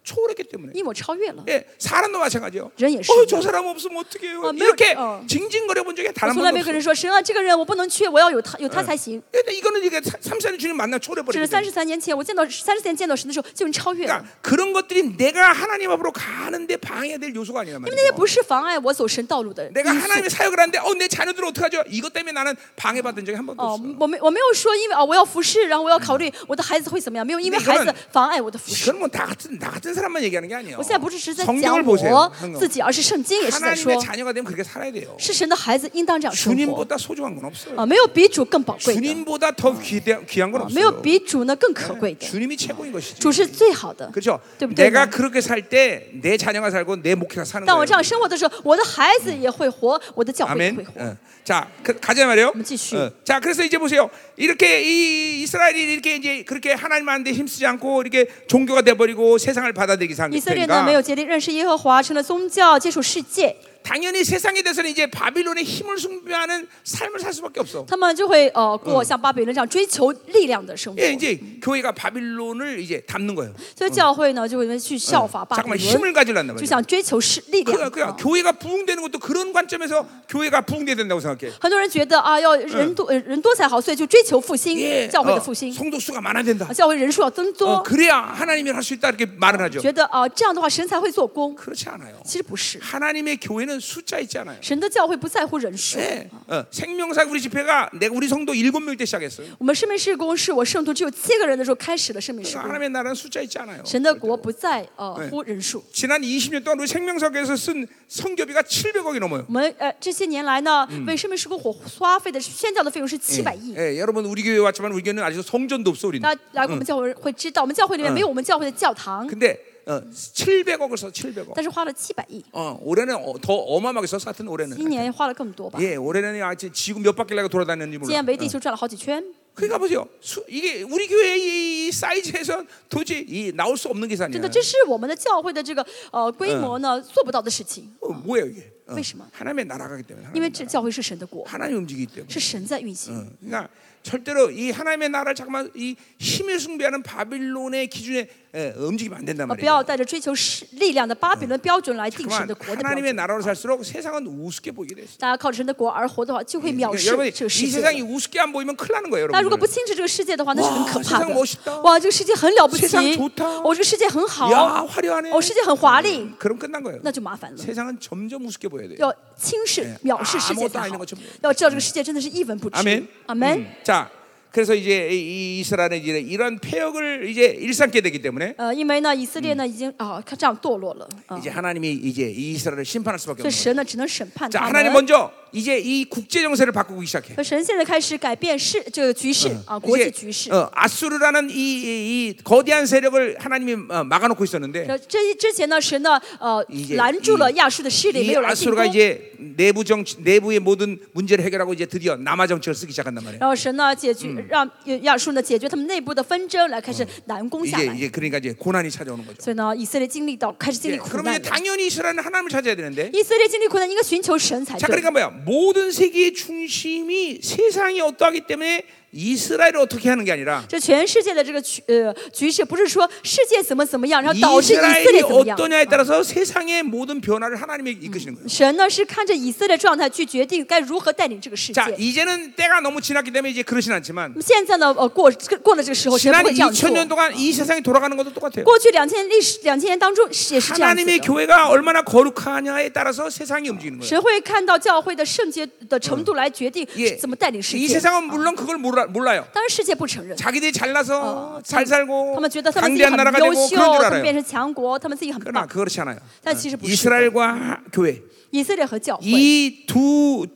초월했기 때문에.
因为我超越了，
예, 사람도 마찬가지요.
예,
어, 저 사람 없으면 어떻게 해요?
어, 몇-
이렇게
어.
징징거려 본 적이 단
我
한
从来
번도
没有
없어.
跟人说神啊，这个人我不能缺，我要有他，有他才行。
근데 그러니까 이거는 이게 33년 주님 만나
这是
초월해버리는
三十三年前我见到三十年见到神的时候，就已经超越了。
그러니까 그런 것들이 내가 하나님 앞으로 가는데 방해될 요소가 아니란
因为那
말이에요.
些不是妨碍我走神道路的因
내가
素。
하나님의 사역을 하는데 어, 내 자녀들을 어떡하죠? 이것 때문에 나는 방해받은 적이 한 번도
哦
없어. ，뭐
我没我没有说，因为哦，我要服侍，然后我要考虑我的孩子会怎么样，没有因为
那个
孩子妨碍我的服侍。
이건 뭐나 같은 나 같은 사람만 얘기하는 게 아니에요.
我现在不是是在讲
성경을 보세요.
我
성경.
自己，而是圣经也是在说
하나님의 ， 자녀가 되면 그렇게 살아야 돼요.
是神的孩子应当
아,
这样生活
주님보다 소중한 건 없어요.
啊，没有比主更宝贵的，
주님보다 더 귀대, 귀한 건
没有
없어요.
比主呢更可贵的，
주님이 최고인 것이지.
主是最好的，
그렇죠?
对不对
내가
呢？
그렇게 살 때 내 자녀가 살고 내 목회가 사는
当我
거예요.
这样生活的时候，我的孩子也会活，我的教会也
아멘.
会活。
어. 자, 그, 가자 말이요. 어.
한번 지슈.
자, 그래서 이제 보세요. 이렇게 이 이스라엘이 이렇게 이제 그렇게 하나님한테 힘쓰지 않고 이렇게 종교가 돼 버리고 세상을 받아들이기
以色列呢，没
상태니까
有竭力认识耶和华，成了宗教，接触世界，
당연히 세상에 대해서는 이제 바빌론의 힘을 숭배하는 삶을 살 수밖에 없어.
他们就会呃过像巴比伦这样追求力量的生活。
예, 이제 교회가 바빌론을 이제 담는 거예요.
所以教会呢，就会去效法巴比
잠깐만 힘을
伦，
가지려 한단
就
말이야.
想追求是力量。
그러니까, 그러니까
啊
교회가 부흥되는 것도 그런 관점에서 교회가 부흥돼야 된다고 생각해.
很多人觉得啊，要人多、呃人多才好，所以就追求复兴，
예,
教会的
어,
复兴，啊
성도 수가 많아야 된다.
教会人数要增多，
어, 그래야 하나님이 할 수 있다 이렇게 말을 하죠.
觉得啊这样的话神才会做工。
그렇지 않아요.
其实不是，
하나님의 교회는 숫자 있잖아요.
神的教会不在乎人数。
네. 어, 생명사 우리 집회가 내가 우리 성도 일곱 명때 시작했어요.
我们生命事工是我圣徒只有七个人的时候开始的生命事
그러니까
工，
하나님의 나라는 숫자 있지 않아요.
神的国不在呃
네
乎人数。
지난 20년 동안 우리 생명사에서 쓴 성교비가 700억이 넘어요.
我们呃这些年来呢，为生命事工火花费的宣教的费用是七百亿。
예, 여러분 우리 교회 왔지만 우리 교회는 아직도 성전도 없어 우리는.
大家来过我们教会会知道，我们教会里面没有我们教会的教堂，
근데 어, 700억을 써 700억.
但是花了七百亿，
어, 올해는 어, 더 어마어마하게 썼어 하여튼 올해는.
今年花了更多吧。
예, 올해는 아직 지구 몇 바퀴 나가 돌아다녔는지
今
몰라.
年围地球转了好几圈。
그러니까 보세요. 수, 이게 우리 교회 이, 이 사이즈에서 도저히 이, 나올 수 없는 계산이에요.
真的，这是我们的教会的这个呃规模呢做不到的事情。
어, 뭐예요 이게? 어,
为什么？
하나님의 나라가기 때문에
因为
하나님,
这教会是神的国，
하나님 움직이기 때문에
是神在运行。
어, 그러니까 절대로 이 하나님의 나라를 잠깐만 이 힘을 숭배하는 바빌론의 기준에 에, 움직이면 안 된단
啊，不
말이에요.
要带着追求势力量的巴比伦标准来定神
그만
的国的标
하나님의
准。
나라로 살수록 세상은 우습게 보이게 돼 있어요.
大家靠着神的国而活的话，就会藐
그러니까
视
여러분 이
这个世界。
세상이 우습게 안 보이면 큰일 나는 거예요,
大家如果
여러분.
不清楚这个世界的话，那是很可怕
哇세상멋있다
的。哇，这个世界很了不起
세상좋다 ，
哦，这个世界很好，
야 화려하네.
哦，世界很华丽，
그럼 끝난 거예요.
那就麻烦了。
세상은 점점 우습게 보여야 돼요.
要轻视、藐视世界
아무것도아니
才
는
好
것처럼 。
要知道这个世界真的是一文不值。
아멘.
阿门嗯
음. 。 자, 그래서 이제 이- 이 이스라엘의 이제 이런 폐역을 이제 일삼게 되기 때문에
呃，因为呢，以色列呢已经啊，看这样堕落了啊，
이제 하나님이 이제 이 이스라엘을 심판할 수밖에
所以
없는
神呢只能审判
자,
他
하나님
们。
먼저 이제 이 국제 정세를 바꾸기 시작해.
而神现在开始改变世这个局势
아,
啊，国际局势
이제 。 어, 아수르라는 이, 이, 이 거대한 세력을 하나님이 어, 막아놓고 있었는데
那这之前呢，神呢，呃
이제，
拦住了亚述的势力，没
이
有来进
아수르가
攻。
이제 내부 정치 내부의 모든 문제를 해결하고 이제 드디어 남아 정치를 쓰기 시작한단 말이에요.
然后神呢解决，让亚述呢解决他们内部的纷争，来开始南攻下
이제
来。
이제 그러니까 이제 고난이 찾아오는 거죠.
所以呢，以色列经历到开始经
예,
历苦
그러면
难
이제 예,
了。
당연히 이스라엘은 하나님을 찾아야 되는데.
以色列经历苦难，应该寻求神才
자,
对。
그러니까 뭐야? 모든 세계의 중심이 세상이 어떠하기 때문에 이스라엘을 어떻게 하는 게 아니라
这全世界的这个局呃局势，不是说世界怎么怎么样，然后导致以色列哎
이스라엘이
怎么样。
어떠냐에 따라서 세상의 모든 변화를 하나님이 이끄시는 거예요.
神呢是看着以色列状态去决定该如何带领这个世界。
자,
那
이제는 때가 너무 지났기 때문에 이제 그러진 않지만
么现在呢，呃，过过了这个时候，神不
지난
会这样做。
2000년 동안 이 세상이 돌아가는 것도 똑같아요.
过去两千历史两千年当中是也是这样子
하나님의
的。
교회가 얼마나 거룩하냐에 따라서 세상이 움직이는 거예요.
神会看到教会的圣洁的程度来决定
예,
怎么带领世
이
界。
세상은 물론 그걸 몰라, 몰라요.
当然，世界不承认，
자기들이 잘나서
어,
잘
哦他
살고
们觉得他们自己
강대한
很
나라가
优
되고
秀，
그런 줄
他们变
알아요.
成强国，他们自己很
그러나
棒。
그렇지 않아요.
但其实不是的。
이스라엘과 하- 교회
嗯以色列和教会，
이 두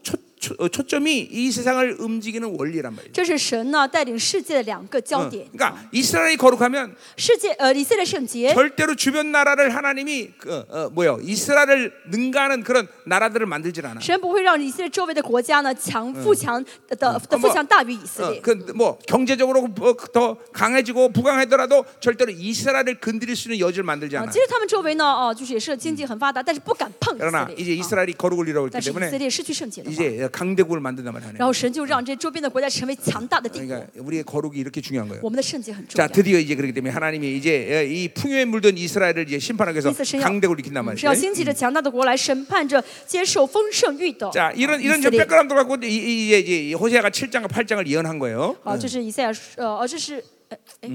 초점이 이 세상을 움직이는 원리란 말이에요.
这是神呢带领世界的两个焦
어,
点。
그러니까 이스라엘이 거룩하면
世界呃，以色列圣洁，
절대로 주변 나라를 하나님이 그, 어, 뭐요 이스라엘을 능가하는 그런 나라들을 만들질 않아. 어,
神不会让以色列周围的国家呢强富强的的
뭐
富强大于以色
어,
列。
그 뭐 경제적으로 뭐더 강해지고 부강하더라도 절대로 이스라엘을 건드릴 수 있는 여지를 만들지
啊，
않아.
其实他们周围呢，哦，就是也是经济很发达，但是不敢碰以
그러나
色
이제
列。啊
이스라엘이 거룩을 잃어버렸기
但是以色
때문에
列失去圣洁的话，
이제 강대국을 만든단 말이야.
然
하나님.
后神就让这周边的国家成为强大的帝国。
그러니까 우리의 거룩이 이렇게 중요한 거예요.
我们的圣洁很重
자
要。
드디어 이제 그렇기 때문에 하나님이 이제 예, 이 풍요에 물든 이스라엘을 이제 심판하기
意
위해서
思是要
강대국을 일으킨단
嗯
말이죠.
是要兴起着强大的国来审判着接受丰盛欲的。
자
啊
이런
以
이런
色
저
列
백그라운드 갖고 이- 이- 이제 이제 이 호세아가 7장과 8장을 예언한 거예요.
啊，这是以赛亚书呃，呃，这是呃哎，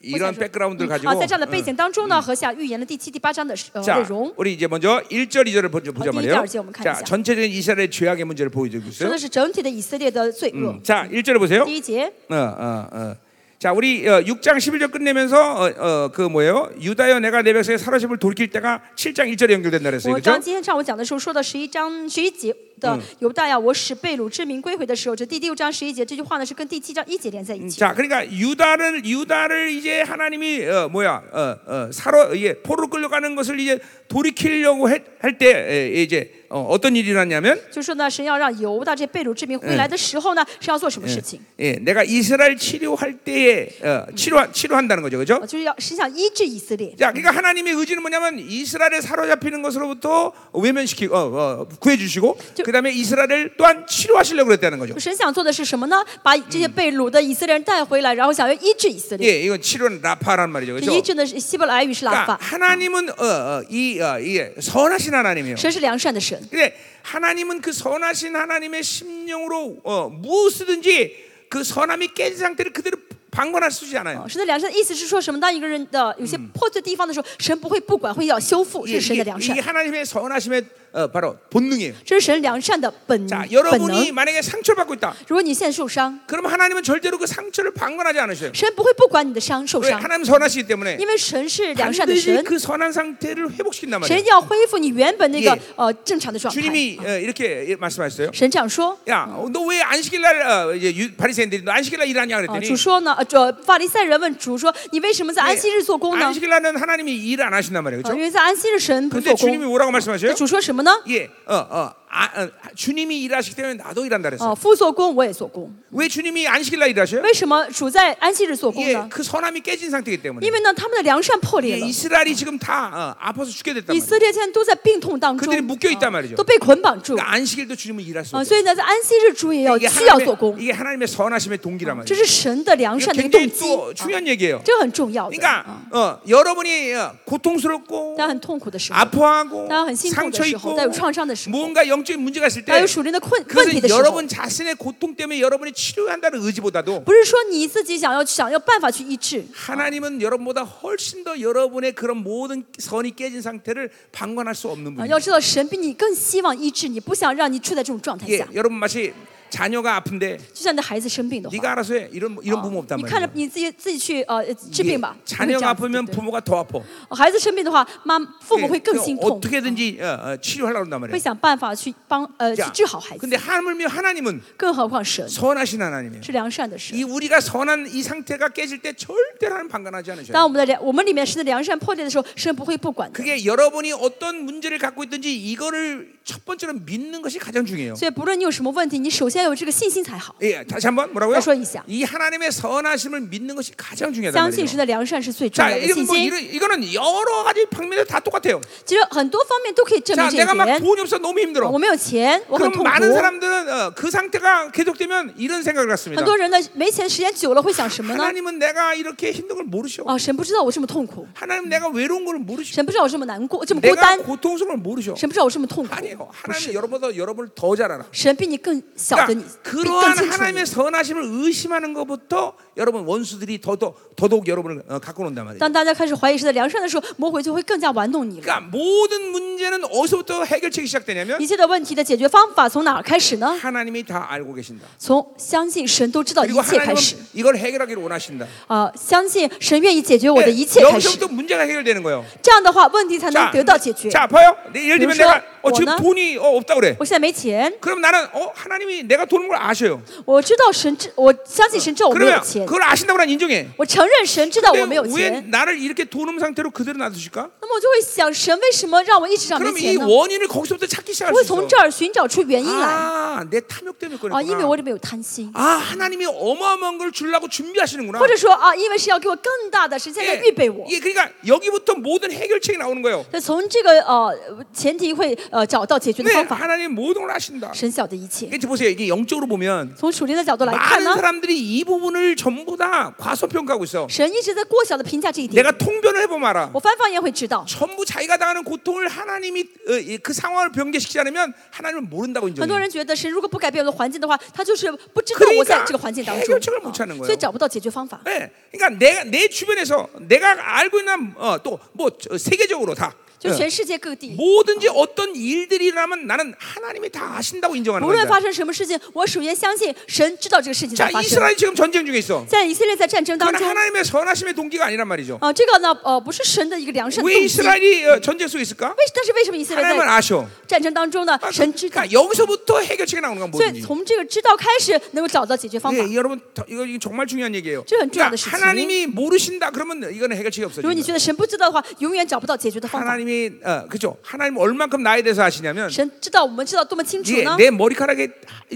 이런
不想说
백그라운드를
嗯
가지고
啊，在这样的背景当中呢，和下预言的第七、第八章的呃内
자
容，
우리 이제 먼저 1절 2절을 먼저 보자
네 어,
말이에요.
1절 한번
자
가보자.
전체적인 이스라엘의 죄악의 문제를 보여주고
说
있어요. 음,
的是嗯整体的以色列的罪恶。
자 1절을 보세요.
第一节，
어, 어, 어. 자 우리 어, 6장 11절 끝내면서 어, 어, 그 뭐예요? 유다여 내가 내 백성의 사로잡을 돌킬 때가 7장 1절에 연결된다 그랬어요.
我
그렇죠?
当今天上午讲的时候说到十一章十一节的犹大呀，我使被掳之民归回的时候，这第六章十一节这句话呢是跟第七章一节连在一起。
자, 그러니까 유다를 유다를 이제 하나님이 어, 뭐야 어, 어, 사로 이게 포로 끌려가는 것을 이제 돌이키려고 할때 이제 어, 어떤 일이 일어났냐면
就说呢，神要让犹大这被掳之民回来的时候呢，是要做什么事情？
예, 내가 이스라엘 치료할 때에 어, 치료 치료한다는 거죠, 그렇죠?
啊，就是要是想医治以色列。
자, 그러니까 하나님의 의지는 뭐냐면 이스라엘에 사로잡히는 것으로부터 외면시키고 어, 어, 구해주시고
저-
그다음에 이스라엘을 또한 치료하시려고 그랬다는 거죠.
神想做的是什么呢？把这些被掳的以色列人带回来，然后想要医治以色列。
예, 이건 치료는 라파라는 말이죠,
这医
그렇죠?
治呢是希伯来语是拉
그러니까
法，
하나님은 어, 어, 이, 어, 이 선하신 하나님이에요.
神是良善的神。
근데 하나님은 그 선하신 하나님의 심령으로 어, 무엇이든지 그 선함이 깨진 상태를 그대로 방관할 수 있지
啊
않아요.
神的良善的意思是说什么？当一个人的有些破碎地方的时候，神不会不管，会要修复，
이게,
是神的
이게,
良善
이게 。 하나님의 선하심의 어, 바로 본능이에요.
这是神良善的本
자
本
여러분이
能。
만약에 상처를 받고 있다.
如果你现在受伤，
그러면 하나님은 절대로 그 상처를 방관하지 않으셔요.
神不会不管你的伤受
왜
伤，
하나님 선하시기 때문에
因为神是良善的
반드시
神，
그 선한 상태를 회복시킨단
神
말이에요.
要恢复你原本那个
예
呃正常的状态。
주님이 어, 이렇게 말씀하셨어요.
神这样说。
야, 너 왜 안식일 날 어, 이제 유- 바리새인들이 너 안식일 날 일하냐
啊，
그랬더니
主说呢，呃，这法利赛人问主说：“你为什么在安息日做工呢？”
예, 안식일 날은 하나님이 일 안 하신단 말이에요.
啊，因
그렇죠?
为在安息日神不
근데 그
做
주님이
工。
뭐라고 말씀하셔요?
主说什么呢？
예, 어, 어, 아, 어, 주님이 일하시기 때문에 나도 일한다 그랬어요.
哦，父做工，我也做工。
왜 주님이 안식일 날 일하셔요?
为什么主在安息日做工
예,
呢？
그 선함이 깨진 상태이기 때문에.
因为呢，他们的良善破
예,
裂了，
이스라엘이 지금 다 어, 아파서 죽게 됐단
以
말이에요.
色列现在都在病痛当中，啊
그들이 묶여 있단 말이죠.
都被捆绑住
그러니까 안식일도 주님은 일할 수
啊。
없어요.
所以呢，在安息日主也要
이게
需要做
하나님의,
工，
이게 하나님의 선하심의 동기란
这
말이에요.
是神的良
이거
善的一个动
굉장히
机，啊
또 중요한 얘기예요.
这很重要的。啊
그러니까 어, 여러분이 어, 고통스럽고
大家很痛苦的时候，
아파하고
当然很辛苦的时候，
상처 있고
在有创伤的时候，
뭔가 영적인 문제가 있을
还
때
有属灵的困问题
그것은
的时候
여러분 ， 자신의 고통 때문에 여러분이 치료한다는 의지보다도
不是说你自己想要想要办法去医治，
하나님은 여러분보다 훨씬 더 여러분의 그런 모든 선이 깨진 상태를 방관할 수 없는
啊，
분이에요.
要知道神比你更希望医治你，不想让你处在这种状态
예,
下。
여러분 마치 자녀가 아픈데
就像你的孩子生病的话，
네가 알아서 해 이런 이런 부모
啊
없단
你看着
말이에요.
你自己自己去呃治
예,
病吧。因为这
자녀가
样子
아프면
对
부모가 더 아파.
哦孩子生病的话，妈父
예,
母会更
그러니까
心痛，
어떻게든지 어, 어, 치료하려고 한단
会
말이에요.
想办法去帮呃去
자,
治好孩
근데
子。
하물며 하나님은
更何况神
선하신 하나님이에요.
是良善的神
이 ， 우리가 선한 이 상태가 깨질 때 절대로 하나님 방관하지 않으셔요.
当我们的良我们里面神的良善破裂的时候，神不会不管的。
그게 여러분이 어떤 문제를 갖고 있든지 이거를 첫 번째로 믿는 것이 가장 중요해요.
所以不论你有什么问题，你首先有这个信心才好。
예, 다시 한번 뭐라고요?
다시 한번.
이 하나님의 선하심을 믿는 것이 가장 중요하다
相信
말이에요.
神的良善是最重
자,
要的信
이건 뭐
心。
이런, 이거는 여러 가지 방면에서 다 똑같아요.
其实很多方面都可以证
자,
明这一
내가 막
点。
돈이 없어 너무
我
힘들어.
没有钱，我很
그럼
痛苦。
많은 사람들은 어, 그 상태가 계속되면 이런 생각을 갖습니다.
很多人呢，没钱时间久了会想什么呢？
하나님은 내가 이렇게 힘든 걸 모르셔.
哦，神不知道我这么痛苦，
하나님 내가 외로운 걸 모르셔.
神不知道我这么难过，这么孤
내가
单，
고통스러운 걸 모르셔.
神不知道我这么痛苦
아니에요. 。
不
하나님
是，
여러분보다 여러분을 더 잘 알아.
神比你更小的你
그러니까 ，
比更
그러한
清楚你
하나님의 。 선하심을 의심하는 것부터 여러분 원수들이 더더 더더욱 여러분을 어, 갖고 논단 말이에요.
当大家开始怀疑是在良善的时候，魔鬼就会更加玩弄你了。
그러니까 모든 문제는 어디서부터 해결책이 시작되냐면
一切的问题的解决方法从哪儿开始呢？
하나님이 다 알고 계신다.
从相信神都知道一
그리고
切开
하나님은
始，
어, 이걸 해결하기를 원하신다.
啊、相信神愿意解决我的
네,
一切开始。
여기서부터 문제가 어, 네, 해결되는 거예요.
这样的话，问题才能
자,
得到解决。
자, 봐요. 네, 예를 들면
요새
내가 어, 지금
워낙-
돈이 어, 없다 그래.
我现在没钱，
그럼 나는 어, 하나님이 내가 돈 없는 걸 아셔요.
我知道神知，我相信神知道我没有
그러면
钱，
그걸 어, 아신다고 난 인정해.
我承认神知道我
근데
没有
어, 왜
钱，
나를 이렇게 돈 없는 상태로 그대로 놔두실까?
那么我就会想，神为什么让我一直这样没
그럼 이
钱呢？
원인을 거기서부터 찾기
我
시작할
会
수
从
있어.
这儿寻找出原因来
아, 내 탐욕 때문에
啊，因为
그랬구나.
我里面有贪心，
아, 하나님이 어마어마한 걸 주려고 준비하시는구나.
或者说啊，因为是要给我更大的，神现在在预备我。
예, 그러니까 여기부터 모든 해결책이 나오는 거예요.
那从这个呃前提会呃找到解决的
네,
方法，
하나님 모든 걸 하신다.
神晓得一切。
이게 보세요. 이게 영적으로 보면
从属灵的角度来看
많은
呢，
사람들이 이 부분을 전부 다 과소평가하고 있어.
神一直在过小的评价这一点。
내가 통변을 해보면 알아.
我翻方言会知道，
전부 자기가 당하는 고통을 하나님이 어, 이- 그 상황을 변개시키지 않으면 하나님은 모른다고
很多
인정해.
人觉得神如果不改变我的环境的话，他就是不知道
그러니까
我在哎这个环境当中，啊
해결책을못찾는거예요
所以找不到解决方法。
네, 그러니까 내가 내 주변에서 내가 알고 있는 어, 또뭐 세계적으로 다 예.
就全世界各地，
뭐든지 어떤 일들이 일어나면 나는 하나님이 다 아신다고 인정하는
无论
거야.
发生什么事情，我首先相信神知道这个事情在
자,
发生。
이스라엘 지금 전쟁 중에 있어.
在以色列在战争当
그건
中，
하나님의 선하심의 동기가 아니란 말이죠.
啊，这个呢，呃，不是神的一个良善的
왜
动机。为
이스라엘이 어, 전쟁 속에 있을까?
但是为什么以色列
하나님은
在
아셔.
战争当中呢？
아,
神知道，
그러니까 여기서부터 해결책이 나오는 건
所以
뭐든지.
从这个知道开始，能够找到解决方法。
예, 여러분 더- 이거 이거 정말 중요한 얘기예요. 그러니까
저很重要的事情。
하나님이 모르신다 그러면 이거는 해결책이
如果你
없어요.
觉得神不知道的话，永远找不到解决的方法。
하나님이 어, 그죠? 하나님 얼만큼 나에 대해서 아시냐면
神知道我们知道多么清楚
이게
呢？
내 머리카락에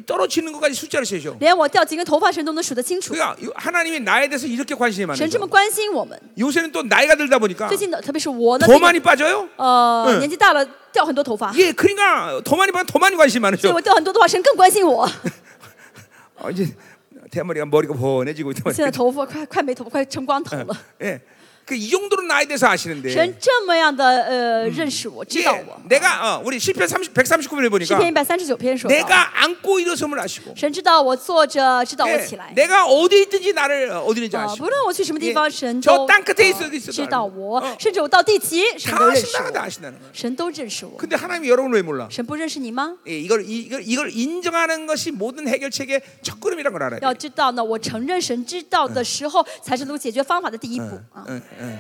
떨어지는 것까지 숫자를 세죠.
连我掉几根头发，神都能数得清楚。
그러니까 하나님이 나에 대해서 이렇게 관심이
神
많아요.
这么关心我们，
요새는 또 나이가 들다 보니까
最近的特别是我呢，
더
最近
많이 빠져요. 嗯
呃年纪大了掉很多头发，所
예, 그러니까 더 많이 빠면 더 많이 관심 이
以
많으죠.
我掉很多头发，神更关心我。
어, 이제 대머리가 머리가 번해지고 있단
现在
말이에요.
头发快快没头发，快成光头了。
예, 그 이 정도로 나에 대해서 아시는데.
神这么样的呃认识我，知
예,
道我。
내가 어, 우리 시편 30, 139편을
诗篇一
보니까
百三十九篇说到，
내가 안고 일어섬을 아시고
神知道我坐着，知道我
예,
起来。
내가 어디 있든지 나를 어, 어디 있는지
啊，
아시고
不论我去什么地
예
方，神
저
都
땅 끝에
啊
있어도있어도
知道嗯
알고
我
어 ，
甚至我到地极，神
다
都认识
아신다 다
我，
아신다는 거예요.
神都认识我。
근데 하나님이 여러분을 왜 몰라?
神不认识你吗？
예, 이걸 이- 이걸 이걸 인정하는 것이 모든 해결책의 첫걸음이라는 걸 알아야 돼.
要嗯知道呢，我承认神知道的时候，才是能够解决方法的第一步啊。
응, 응.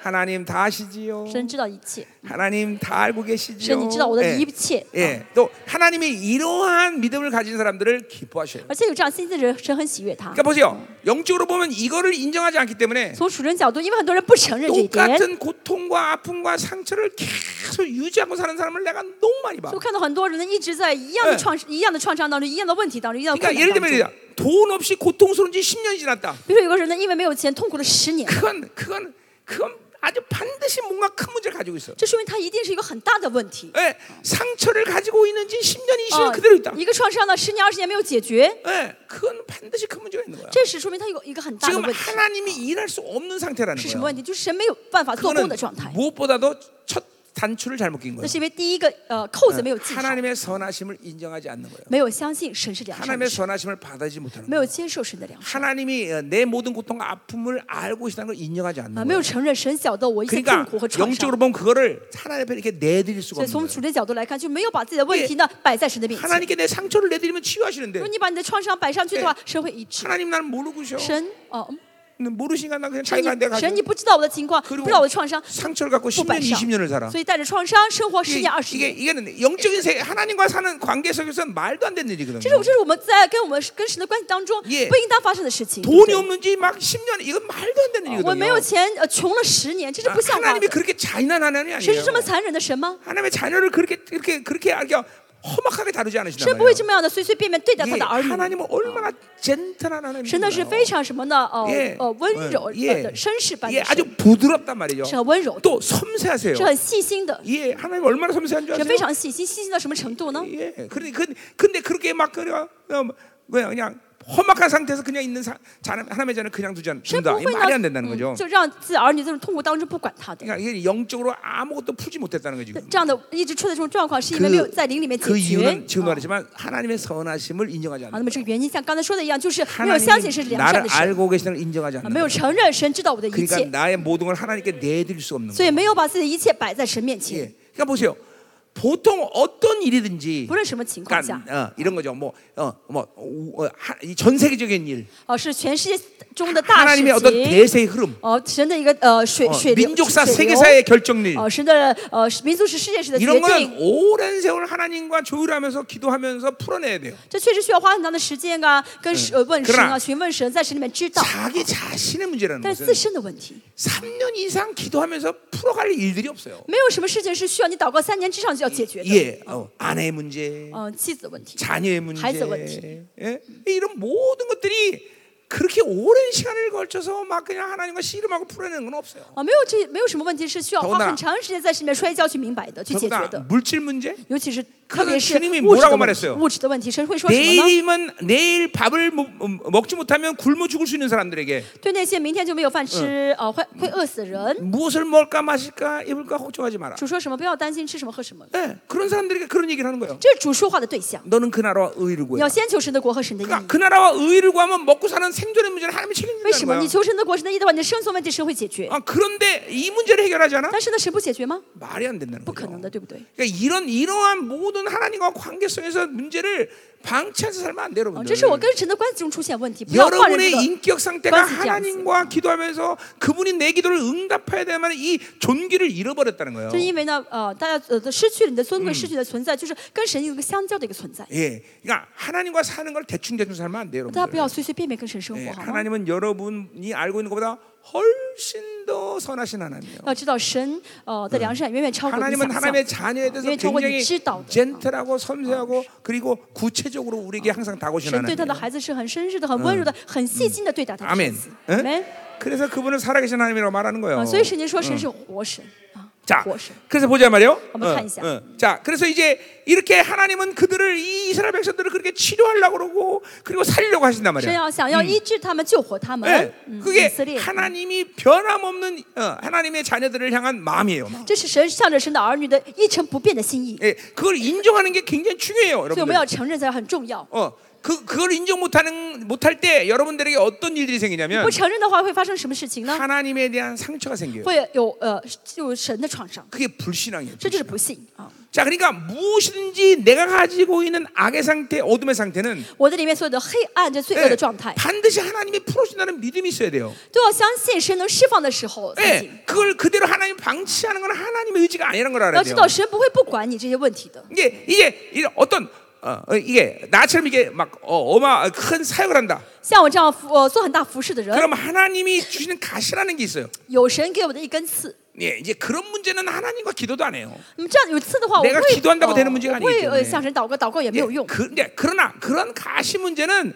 하나님 다 아시지요.
神知道一切，
하나님 다 알고
神
계시지요.
你知道我的
예.
一切。
예, 또 하나님이 이러한 믿음을 가진 사람들을 기뻐하셔요.
而且有这样信心的人，神很喜悦他
그러니까 。 보세요. 영적으로 보면 이거를 인정하지 않기 때문에
从属人角度，因为很多人不承认这一点，
똑같은 고통과 아픔과 상처를 계속 유지하고 사는 사람을 내가 너무 많이 봐.
就看到很多人呢一直在一样的创、一样的创伤当中，一样的问题当中，嗯一样的困
그러니까 예를
难
들면
当中。
이래요. 돈 없이 고통스러운 지 10년이 지났다.
比如说有个人呢，因为没有钱痛苦了十年，
그건 그건 그건 아주 반드시 뭔가 큰 문제를 가지고 있어.
这说明他一定是一个很大的问题。
예, 상처를 가지고 있는지 10년, 20년
哦
그대로 있다.
一个创伤呢，十年二十年没有解决，
예, 그건 반드시 큰 문제가 있는 거야.
这是说明他有一个很大的
지금
问题。
하나님이 일할 수 없는 상태라는
是什
거야.
么问题？就是神没有办法做工
그거는
的状态，
무엇보다도 첫 단추를 잘못 낀
那
거예요.
是因为第一个呃扣子没有系好，
하나님의 선하심을 인정하지 않는 거예요.
没有相信神是良善
하나님의
的神，
선하심을 받아들이지 못하는
没
거예요.
有接受神的良善
하나님이 어, 내 모든 고통과 아픔을 알고 계시다는 걸 인정하지
啊，
않는
没有
거예요.
承认神晓得我一些痛
그러니까
苦和创伤
영적으로 。 보면 그거를 하나님 앞에 이렇게 내드릴 수가
所以
없는
从
거예요.
主的角度来看，就没有把自己的问题呢摆在神的面前。
하나님께 내 상처를 내드리면
如
치유하시는데
果你把你的创伤摆上去的话，神会医治。
하나님 나를 모르고 계셔.
神哦，嗯
모르시니까 나 그냥
神
자기가 내가
你神
가지고
你不知道我的情况，
그리고
不知道我的创伤，
상처를 갖고
不
10년,
摆上
20년을 살아. 。
所以带着创伤生活十
이게
年二十
이게
年，
이게 영적인 세계 하나님과 사는 관계 속에서는 말도 안 되는
这是
일이거든요.
这是我们在跟我们跟神的关系当中不
예
应当发生的事情。对
돈이
不对
없는지 막 10년 이건 말도 안 되는
我没
일이거든요.
有啊钱，呃，穷了十年，这是
아,
不像话
하나님이
的。
그렇게 잔인한 하나님이
神是
아니에요.
这么残忍的神吗？
하나님의 자녀를 그렇게 그렇게 그렇게 아주 험악하게 다루지 않으시나
神不会
봐요.
这么样的随随便便对待
예,
他的儿女。
하나님은 얼마나 젠틀한 하나님이에요.
神呢是非常什么呢？呃
예
呃，温柔呃
예,
的绅士般
예,
的神，
아주 부드럽단 말이죠.
是很温柔的，
또 섬세하세요.
是很细心的，
예, 하나님 얼마나 섬세한 줄
是非
아세요?
常细心，细心到什么程度呢？
예, 그런데 근데, 근데 그렇게 막 그래요. 그냥 그냥 그냥 험악한 상태에서 그냥 있는 사, 자, 하나님의 자는 그냥 두지 않-
神
준다.
不
이
会
말이 안
呢，
된다는
嗯
거죠.
就嗯让自己儿女这种痛苦当中不管他的。
그러니까 이게 영적으로 아무것도 풀지 못했다는 거지.
这样的一直处在这种状况，是因为
그
没有在灵里面解
그
决。
이유는 지금
啊，
말했지만 하나님의 선하심을 인정하지
啊那
않는
么这个原因像刚才说的一样，就是没有
하나님
相信是良善
나를
的神，
알고 계시다는 걸 인정하지
啊没
않는
有
거예요.
承认神知道我的一
그러니까
切，
나의 모든 걸 하나님께 내드릴 수 없는
所
거예요.
以没有把自己的一切摆在神面
예.
前。
그러니까 보세요. 보통 어떤 일이든지
不论什么情况下，
그러니까 어, 이런 거죠. 뭐어뭐전 세계적인 일
哦，是全世界中的大事
하나님의 어떤
情。
대세의 흐름
哦，神的一个呃水
어,
水流，
민족사
水流
세계사의 결정리
哦，神的呃民族是世界史的决
이런 거는
定，
오랜 세월 하나님과 조율하면서 기도하면서 풀어내야 돼요.
这确实需要花很长的时间啊，跟神呃问神
嗯 그러나
啊，询问神，在神里面知道，
자기 자신의 문제라는
但是自
것은
身的问题，
3년 이상 기도하면서 풀어갈 일들이 없어요.
没有什么事情是需要你祷告三年之上就要解决的。
예, 어, 아내의 문제,
嗯、妻子问题，
자녀의
자녀
문제,
문제.
예? 이런 모든 것들이 그렇게 오랜 시간을 걸쳐서 막 그냥 하나님과 씨름하고 풀어내는 건 없어요.
啊，没有这没有什么问题是需要
더구나
花很长时间在神里面摔跤去明白的，去解
더구나
决的。
물질 문제,
尤其是特
그거는
别是
주님이
物质
뭐라고
的问
말했
题，
어요
物质的问题，神会说什么呢？
내일이면 내일 밥을 먹- 음, 먹지 못하면 굶어 죽을 수 있는 사람들에게
对那些明天就没有饭吃，呃，会会饿死人。
무엇을 먹을까 마실까 입을까 걱정하지 마라.
主说什么？不要担心吃什么喝什么，
예, 그런 사람들에게 그런 얘기를 하는 거예요.
这是主说话的对象。
너는 그 나라와 의를
你
구해라.
要先求神的国和神的义。
그러니까 그 나라와 의를 구하면 먹고 사는 생존의 문제를 하나님이
为什么
책임진다는
你
거야.
求神的国，神的义的话，你的生存问题神会解决。
아, 그런데 이 문제를 해결하지 않아?
但是呢，神不解决吗？
말이 안 된다는
不可
거죠.
能的，对不啊对？
그러니까 이런 이러한 모든 하나님과 관계성에서 문제를 방치해서 살면 안 돼요,
啊，
여러분들.
这是我跟神的关系中出现问题，
그
不要放任这
여러분의
个。
인격 상태가
빠지지
하나님과 기도하면서 그분이 내 기도를 응답해야 되면 이 존귀를 잃어버렸다는 거예요.
就是因为呢，呃，大家呃失去了你的尊贵，失去你的存在，就是跟神有一个相交的一个存在。
예, 그러니까 하나님과 사는 걸 대충 대충 살면 안 돼요,
大家不
여러분들.
要随随便便跟神生
예,
活，好吗？
하나님은 여러분이 알고 있는 것보다 훨씬 더 선하신 하나님이에요.
要知道神呃的良善远远超过你
하나님은
想象。
하나님의 자녀에 대해서
예, 저거
굉장히
이치다오다.
젠틀하고 섬세하고 그리고 구체적으로 우리에게 항상 다가오시는
神对他的
하나님.
孩子是很绅士的、很温柔的、很细心的对待他的孩
아멘.
子。
예?
没
그래서 그분을 살아계신 하나님이라고 말하는 거예요.
啊，所以圣经说神是活神啊，
자,
活神。
그래서 보자 말이요. 어,
한번 칸이자.
자, 그래서 이제 이렇게 하나님은 그들을 이 이스라엘 백성들을 그렇게 치료하려고 그러고 그리고 살려고 하신단
神
말이에요.
要想要医治他们、救活他们
예, ，
嗯以
그게
色列。
하나님이 변함없는 어, 하나님의 자녀들을 향한 마음이에요. 마음.
这是神向着神的儿女的一成不变的心意，
예, 그걸 인정하는 게 굉장히 중요해요,
所以我们要
여러분들.
承认才很重要。
어, 그 그걸 인정 못하는 못할 때 여러분들에게 어떤 일들이 생기냐면
不承认的话，会发生什么事情呢？뭐
하나님에 대한 상처가 생겨요.
会有呃，就神的创伤，
그게 불신앙이에요.
这就是
불신앙.
不信啊。
자, 그러니까 무엇인지 내가 가지고 있는 악의 상태, 어둠의 상태는
我的里面所有的黑暗，这罪恶
예,
的状态，
반드시 하나님이 풀어준다는 믿음이 있어야 돼요.
都要相信神能释放的时候才行。
예, 그걸 그대로 하나님 방치하는 건 하나님의 의지가 아니라는 걸
要
알아야
知
돼요.
道神不会不管你这些问题的。
이게 이게 이런 어떤 어, 어, 이게 나처럼 이게 막 어, 어마 큰 사역을 한다.
像我这样服呃做很大服饰的人，
그럼 하나님이 주시는 가시라는 게 있어요.
有神给我的一根刺。
예, 이제 그런 문제는 하나님과 기도도 안 해요.
那么这样有刺的话，我
내가
会
기도한다고되는문제가
我会
아니기때문에
呃向神祷告，祷告也没
예,
有用。
그, 네, 그러나 그런 가시 문제는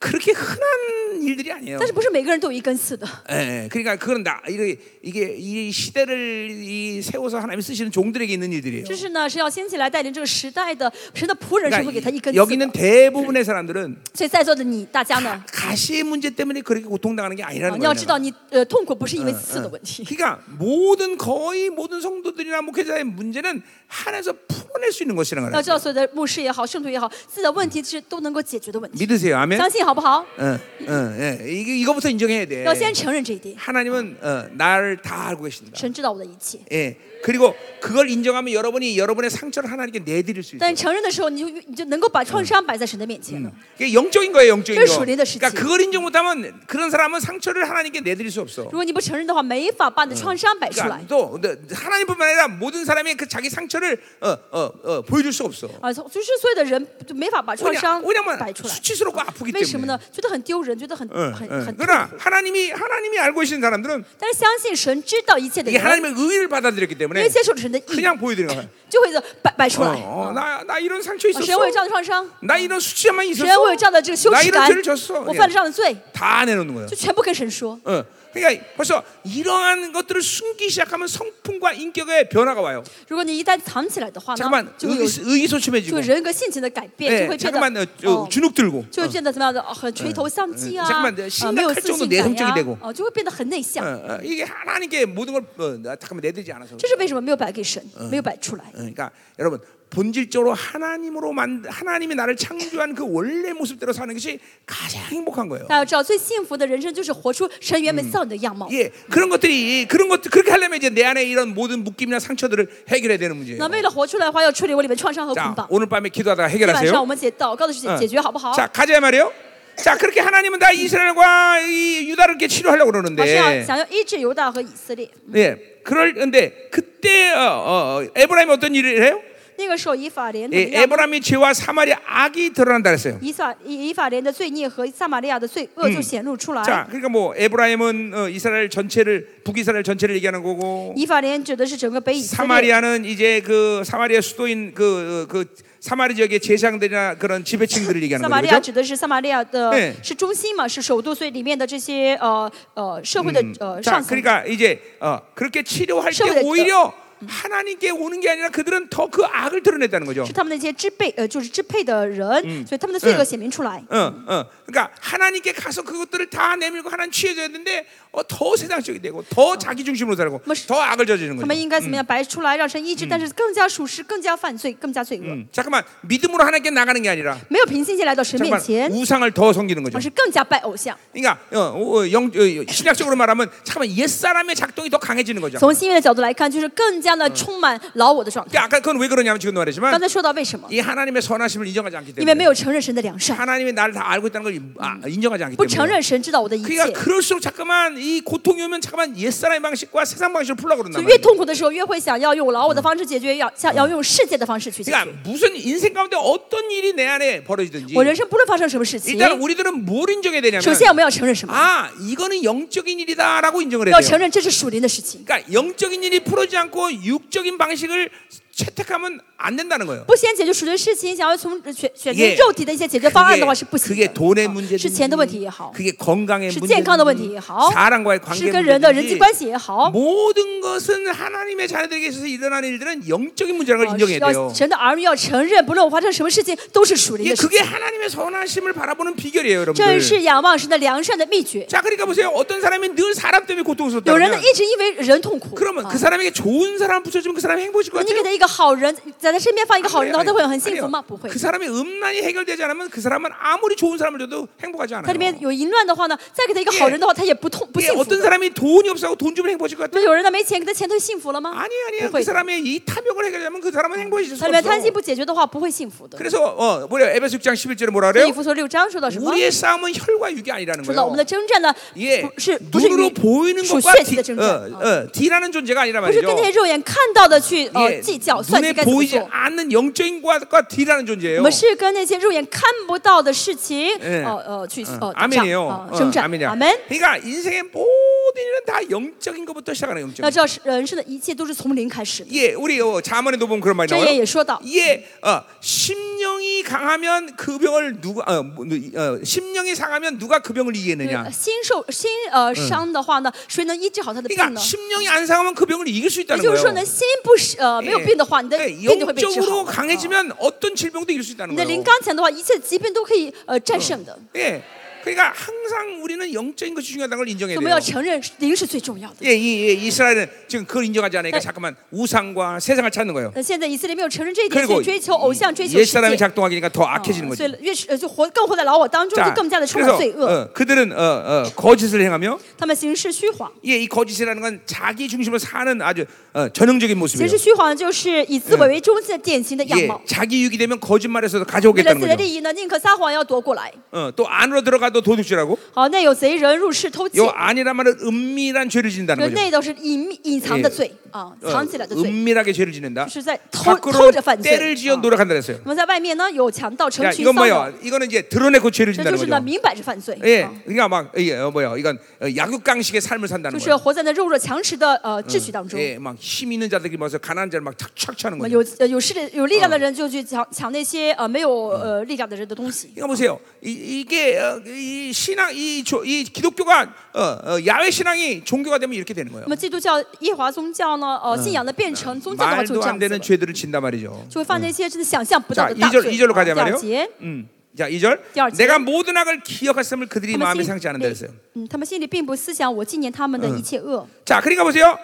그렇게 흔한 일들이 아니에요.
但是不是每个人都有一根刺的，
예, 그러니까 그건 나 이게 이게 이 시대를 이 세워서 하나님 이 쓰시는 종들에게 있는 일들이에요.
就是呢是要兴起来带领这个时代的神的仆人是会给他一
그러니까
根
이-
刺
여기는
的。
대부분의 사람들은
所以在座的你大家呢， 啊
가시 문제 때문에 그렇게 고통당하는 게 아니라는
你要
거예요.
知道你呃痛苦不是因为刺的问题，
그러니까 모든 거의 모든 성도들이나 목회자의 문제는 하나에서 풀어낼 수 있는 것이라는
要
거예요.
知道所有的牧师也好，圣徒也好，自己的问题是都能够解决的问题。
믿으세요, 아멘.
相信好不好？
응, 응, 예. 이게 이거부터 인정해야 돼.
要先承认这一点，
하나님은 어, 나를 다 알고 계신다.
神知道我的一切。
예. 그리고 그걸 인정하면 여러분이 여러분의 상처를 하나님께 내드릴 수 있어요.
但承认的时候，你就你就能够把创伤摆在神的面前了。
그게 영적인 거예요, 영적인
그게
거.
주님의
그러니까
뜻이지.
그걸 인정 못하면 그런 사람은 상처를 하나님께 내드릴 수 없어.
如果你不承认的话，没法把你的创伤摆出
그러니까
来。
또 근데 하나님뿐만 아니라 모든 사람이 그 자기 상처를 어, 어, 어, 보여줄 수 없어.
啊，从就是所有的人就没法把创伤
왜냐, 왜냐면
摆出来。
수치스럽고 아프기
为什
때문에.
么呢？觉得很丢人，觉得很
응,
很
응.
很痛
그러나
苦。
하나님이 하나님이 알고 계신 사람들은
但是相信神知道一切的
이게
人，
하나님의 의를 받아들였기
因
때문에
为接受了神的意，
그냥 보여드리는 거야.
就会摆摆出来。
어, 어, 나, 나 이런 상처
啊神，我有
있었어.
这样的创伤，
나 이런 수치만
神，我有
있었어.
这样的这个羞
나
耻
이런
感，
죄를 졌어. 예.
我
그냥
犯了这样的罪，
다 내놓는 거야.
就全部跟神说。
어. 그러니까 벌써 이러한 것들을 숨기 시작하면 성품과 인격의 변화가 와요.
如果你一旦藏起来的话呢
잠깐만 ，
就会有
의기,
就
의기소침해지고,
会人格性情的改变，
예,
就会变得
잠깐만 어, 저,
哦
주눅 들고,
就会变得怎么样的？哦很垂头丧气啊，
嗯잠깐만내심각할
啊，没有自
정도로
信
내성적이
感
되
呀
고 ，
哦，就会变得很内
어,
向。
어, 이게 하나님께 모든 걸 어, 나 잠깐만 내드리지 않아서.
这是为什么没有摆给神，没有摆出来
어, 。 그러니까 여러분 본질적으로 하나님으로 만 하나님이 나를 창조한 그 원래 모습대로 사는 것이 가장 행복한 거예요.
大家要知道，最幸福的人生就是活出神原本造你的样貌。
예, 그런 것들이 그런 것 그렇게 하려면 이제 내 안에 이런 모든 묶임이나 상처들을 해결해야 되는 문제예요.
那为了活出来的话，要处理我里面创伤和捆
자,
绑。
오늘 밤에 기도하다가
今晚啊上
해결하세요.
我们解祷告的事情解决好不好？
어. 자, 가자 말이요. 자, 그렇게 하나님은 다 이스라엘과 이 유다를 이렇게 치료하려고
好像要
그러는데,
想要医治犹大和以色列。
예, 그럴 근데 그때 어, 어, 어, 에브라임이 어떤 일을 해요?
那个时候，以法莲怎么
예,
样？
에브라임의 죄와 사마리아 악이 드러난다 그랬어요.
以法以以法莲的罪孽和撒玛利亚的罪恶就显露出来
자, 。 그러니까 뭐 에브라임은 어, 이스라엘 전체를 북이스라엘 전체를 얘기하는 거고
以法莲指的是整个北以色列。
사마리아는 이제 그 사마리아 수도인 그, 그 사마리 지역의 제사장들이나 그런 지배층들을
撒
얘기하는
玛利亚
거죠.
指的嗯是撒玛利亚的
예
是中心嘛，是首都，所以里面的这些呃呃社会的呃
자,
上层，
그러니까 이제 어, 그렇게 치료할 때
시험을
오히려 하나님께 오는 게 아니라 그들은 더 그 악을 드러냈다는 거죠.
是他们那些支配呃就是支配的人，所以他们的罪恶显明出来。
어, 어. 그러니까 하나님께 가서 그것들을 다 내밀고 하나님 취해줘야 되는데 어, 더 세상적이 되고 더 자기 중심으로 살고
뭐,
더 악을 저지르는
他们
거죠.
应该怎么样摆出来，让神医治，但是更加属实，更加犯罪，更加罪恶，
음, 잠깐만 믿음으로 하나님께 뭐 나가는 게 아니라
没有平心静来到神面
잠깐만
前，
우상을 더 섬기는 거죠.
而是更加拜偶像。
그러니까 어, 어, 영, 어, 신약적으로 말하면 잠깐만 옛 사람의 작동이 더 강해지는 거죠.
从新约的角度来看，就是更加的充满老我的状态。
그러니까 아까 그건 왜 그러냐면 지금 말했지만
刚才说到为什么？
이 하나님의 선하심을 인정하지 않기
因为
때문에
没有承认神的良善，
하나님이 나를 다 알고 있다는 걸 인- 아, 인정하지 않기
不承
때문에
认神知道我的一切
그러니까 ， 그럴수록 잠깐만 이 고통이 오면 잠깐만 옛 사람의 방식과 세상 방식을 풀려고
就
그런단
越
말이에요.
痛苦的时候，越会想要用老我的方式解决，要想要用世界的方式去解决
그러니까 。 무슨 인생 가운데 어떤 일이 내 안에 벌어지든지
我人生不论发生什么事情，哎
일단 우리들은 뭘 인정해야 되냐면
首先我们要承认什么？
아 이거는 영적인 일이다라고 인정을
要
해야
承
돼요.
认这是属灵的事情，
그러니까 영적인 일이 풀어지지 않고 육적인 방식을 채택하면 안 된다는 거예요.
不先解决属灵的事情，想要从选选择
예
肉体的一些解决方案的话是不
그게,
行
그게
的。
돈의
是
문제든지
钱的问题也好，
그게 건강의
是
문제든지 어?
健康的问题也好，
사람과의 관계
是跟人的人际
문제든지
关系也
어?
好，呃
모든 것은 하나님의 자녀들에게 있어서 일어나는 일들은 영적인 문제라는 걸
啊是
인정해야
要
돼요.
神的儿女要承认，不论我发生什么事情都是属灵
이게
的事
그게
情。
하나님의 선하심을 바라보는 비결이에요,
正
여러분들.
是仰望神的良善的秘诀。
자, 그러니까 보세요. 어떤 사람이 늘 사람 때문에
有人呢
고통스럽다면
一直因为人痛苦，
그러면
啊
어. 그 사람에게 좋은 사람 붙여주면 그 사람이 행복해질 것
你给
같아요.
他一个好人，在他在身边放一个好人的话，他会很幸福吗？不会
그 。 사람이 음란이 해결되지 않으면 그 사람은 아무리 좋은 사람을 줘도 행복하지
他
않아요.
里面有淫乱的话呢，再给他一个好人的话，他也不痛不
이게
幸福
어떤
的。
사람이 돈이 없어하고 돈 주면 행복해질 것 같아?
那有人呢没钱，给他钱他就幸福了吗？
아니 아니야.
不
그
会。
사람의 이 탐욕을 해결하면 그 사람은 행복해질
他
수
里面贪心
없어.
不解决的话，不会幸福的。
그래서 어 뭐래 에베소 6장 11절에 뭐라
所以以
그래요?
弗所六章说到什么？
우리의 싸움은 혈과 육이 아니라는
说到我
거예요.
们的征战呢，
예,
不是不是
눈으로
与
보이는
属
것과
血气
디,
的征战，啊
어, 어, 디라는 존재가 아니란
不是跟
말이죠.
那些肉眼看到的去呃
예,
计较算计
눈에
该怎么
보이지
做。
않는 영적인 것과 디라는
我
존재예요.
们是跟那些肉眼看不到的事情，
예
呃呃，去呃
아멘이에요.
呃
어,
征战。
아멘이야.
阿门。
그러니까 인생의 모든 일은 다 영적인 것부터 시작하는
要
영적.
知道是人生的一切都是从零开始的。
예, 우리 어, 자문에도 보면 그런 말이
箴言
나와요.
也说到，
예, 어, 심령이 강하면 그 병을 누가 어, 뭐, 어, 심령이 상하면 누가 그 병을 이기느냐?
心受心呃伤的话呢，谁能医治好他的病
그러니까
呢？
심령이 안 상하면 그 병을 이길 수
也
있다는
就
거예요.
是说呢，心不是呃没有
예.
病的话，你的
예,
病就会被治好
영적으로
的。啊
강해지면 어떤 질병도 이길 수 있다는
你的灵
거예요.
刚强的话，一切疾病都可以呃战胜的。
예, 그러니까 항상 우리는 영적인 것이 중요하다는 걸 인정해야
我们要
돼요.
承认灵是最重要的。
예, 이, 이 이스라엘은 지금 그걸 인정하지 않으니까
네.
잠깐만 우상과 세상을 찾는 거예요.
那现在以色列没有承认这一点，所
그리고
以追求偶像，追求
옛
世界，
사람이 작동하니까 더
啊
악해지는
所
거지.
以越是呃就活更活在嗯老我当中，就
자,
更加的充满
그래서
罪恶。
어, 그들은 어, 어, 거짓을 행하며
他们行事虚谎，
예, 이 거짓이라는 건 자기 중심으로 사는 아주 어, 전형적인
行
모습이에요.
事虚谎就是以自我为中心的典型的样
예,
貌。
자기 유익이 되면 거짓말에서도
为了自
가져오겠다는
己的
거죠.
利益呢，宁可撒谎也要夺过来。
어, 또 안으로 들어가도 도둑질하고
好，那有贼人入室偷窃
요 ， 아니란 말은 은밀한 죄를 짓는다는
人
거죠.
内都是隐秘隐藏的罪啊，
어,
藏起来的罪，
은밀하게 죄를 짓는다.
就是在偷偷
밖으로
着犯罪。
때를 지어
啊
노력한다 그랬어요.
那么在外面呢，有啊强盗成
야
群
이건
骚扰，
뭐야? 이거는 이제 드러내고 죄를
这就
짓다는
是呢
거죠.
明摆着犯罪。
예,
啊
그러니까 막 예, 어, 뭐야? 이건 어, 약육강식의 삶을 산다는
就是
거예요.
活在那肉弱强食的呃秩序当中。
예, 막힘 있는 자들이 모여서 가난한 자를 막 착착 차는
那么
거예요.
有呃有势力有力量的人就去抢抢那些呃没有呃力量的人的东西。
이거 보세요. 이, 이게 어, 이 신앙 이, 조, 이 기독교가 어, 어, 야외 신앙이 종교가 되면 이렇게 되는
那
거예요.
么基督教耶华宗教呢，呃，信仰的变成宗教的话就
말도
这样
안
子
되는
了，
죄들을 진다 말이죠.
就会犯那些真的想象不到
자
的大
2절
罪。
2절로
嗯啊
가자
第二
말이요.
节，
음. 자, 2절.
이절지.
내가 모든 악을 기억했음을 그들이
他
마음에
们
상치
心
않는다 그랬어요.
嗯，他们心里并不思想我纪念他们的一切恶。
자, 그러니까 보세요.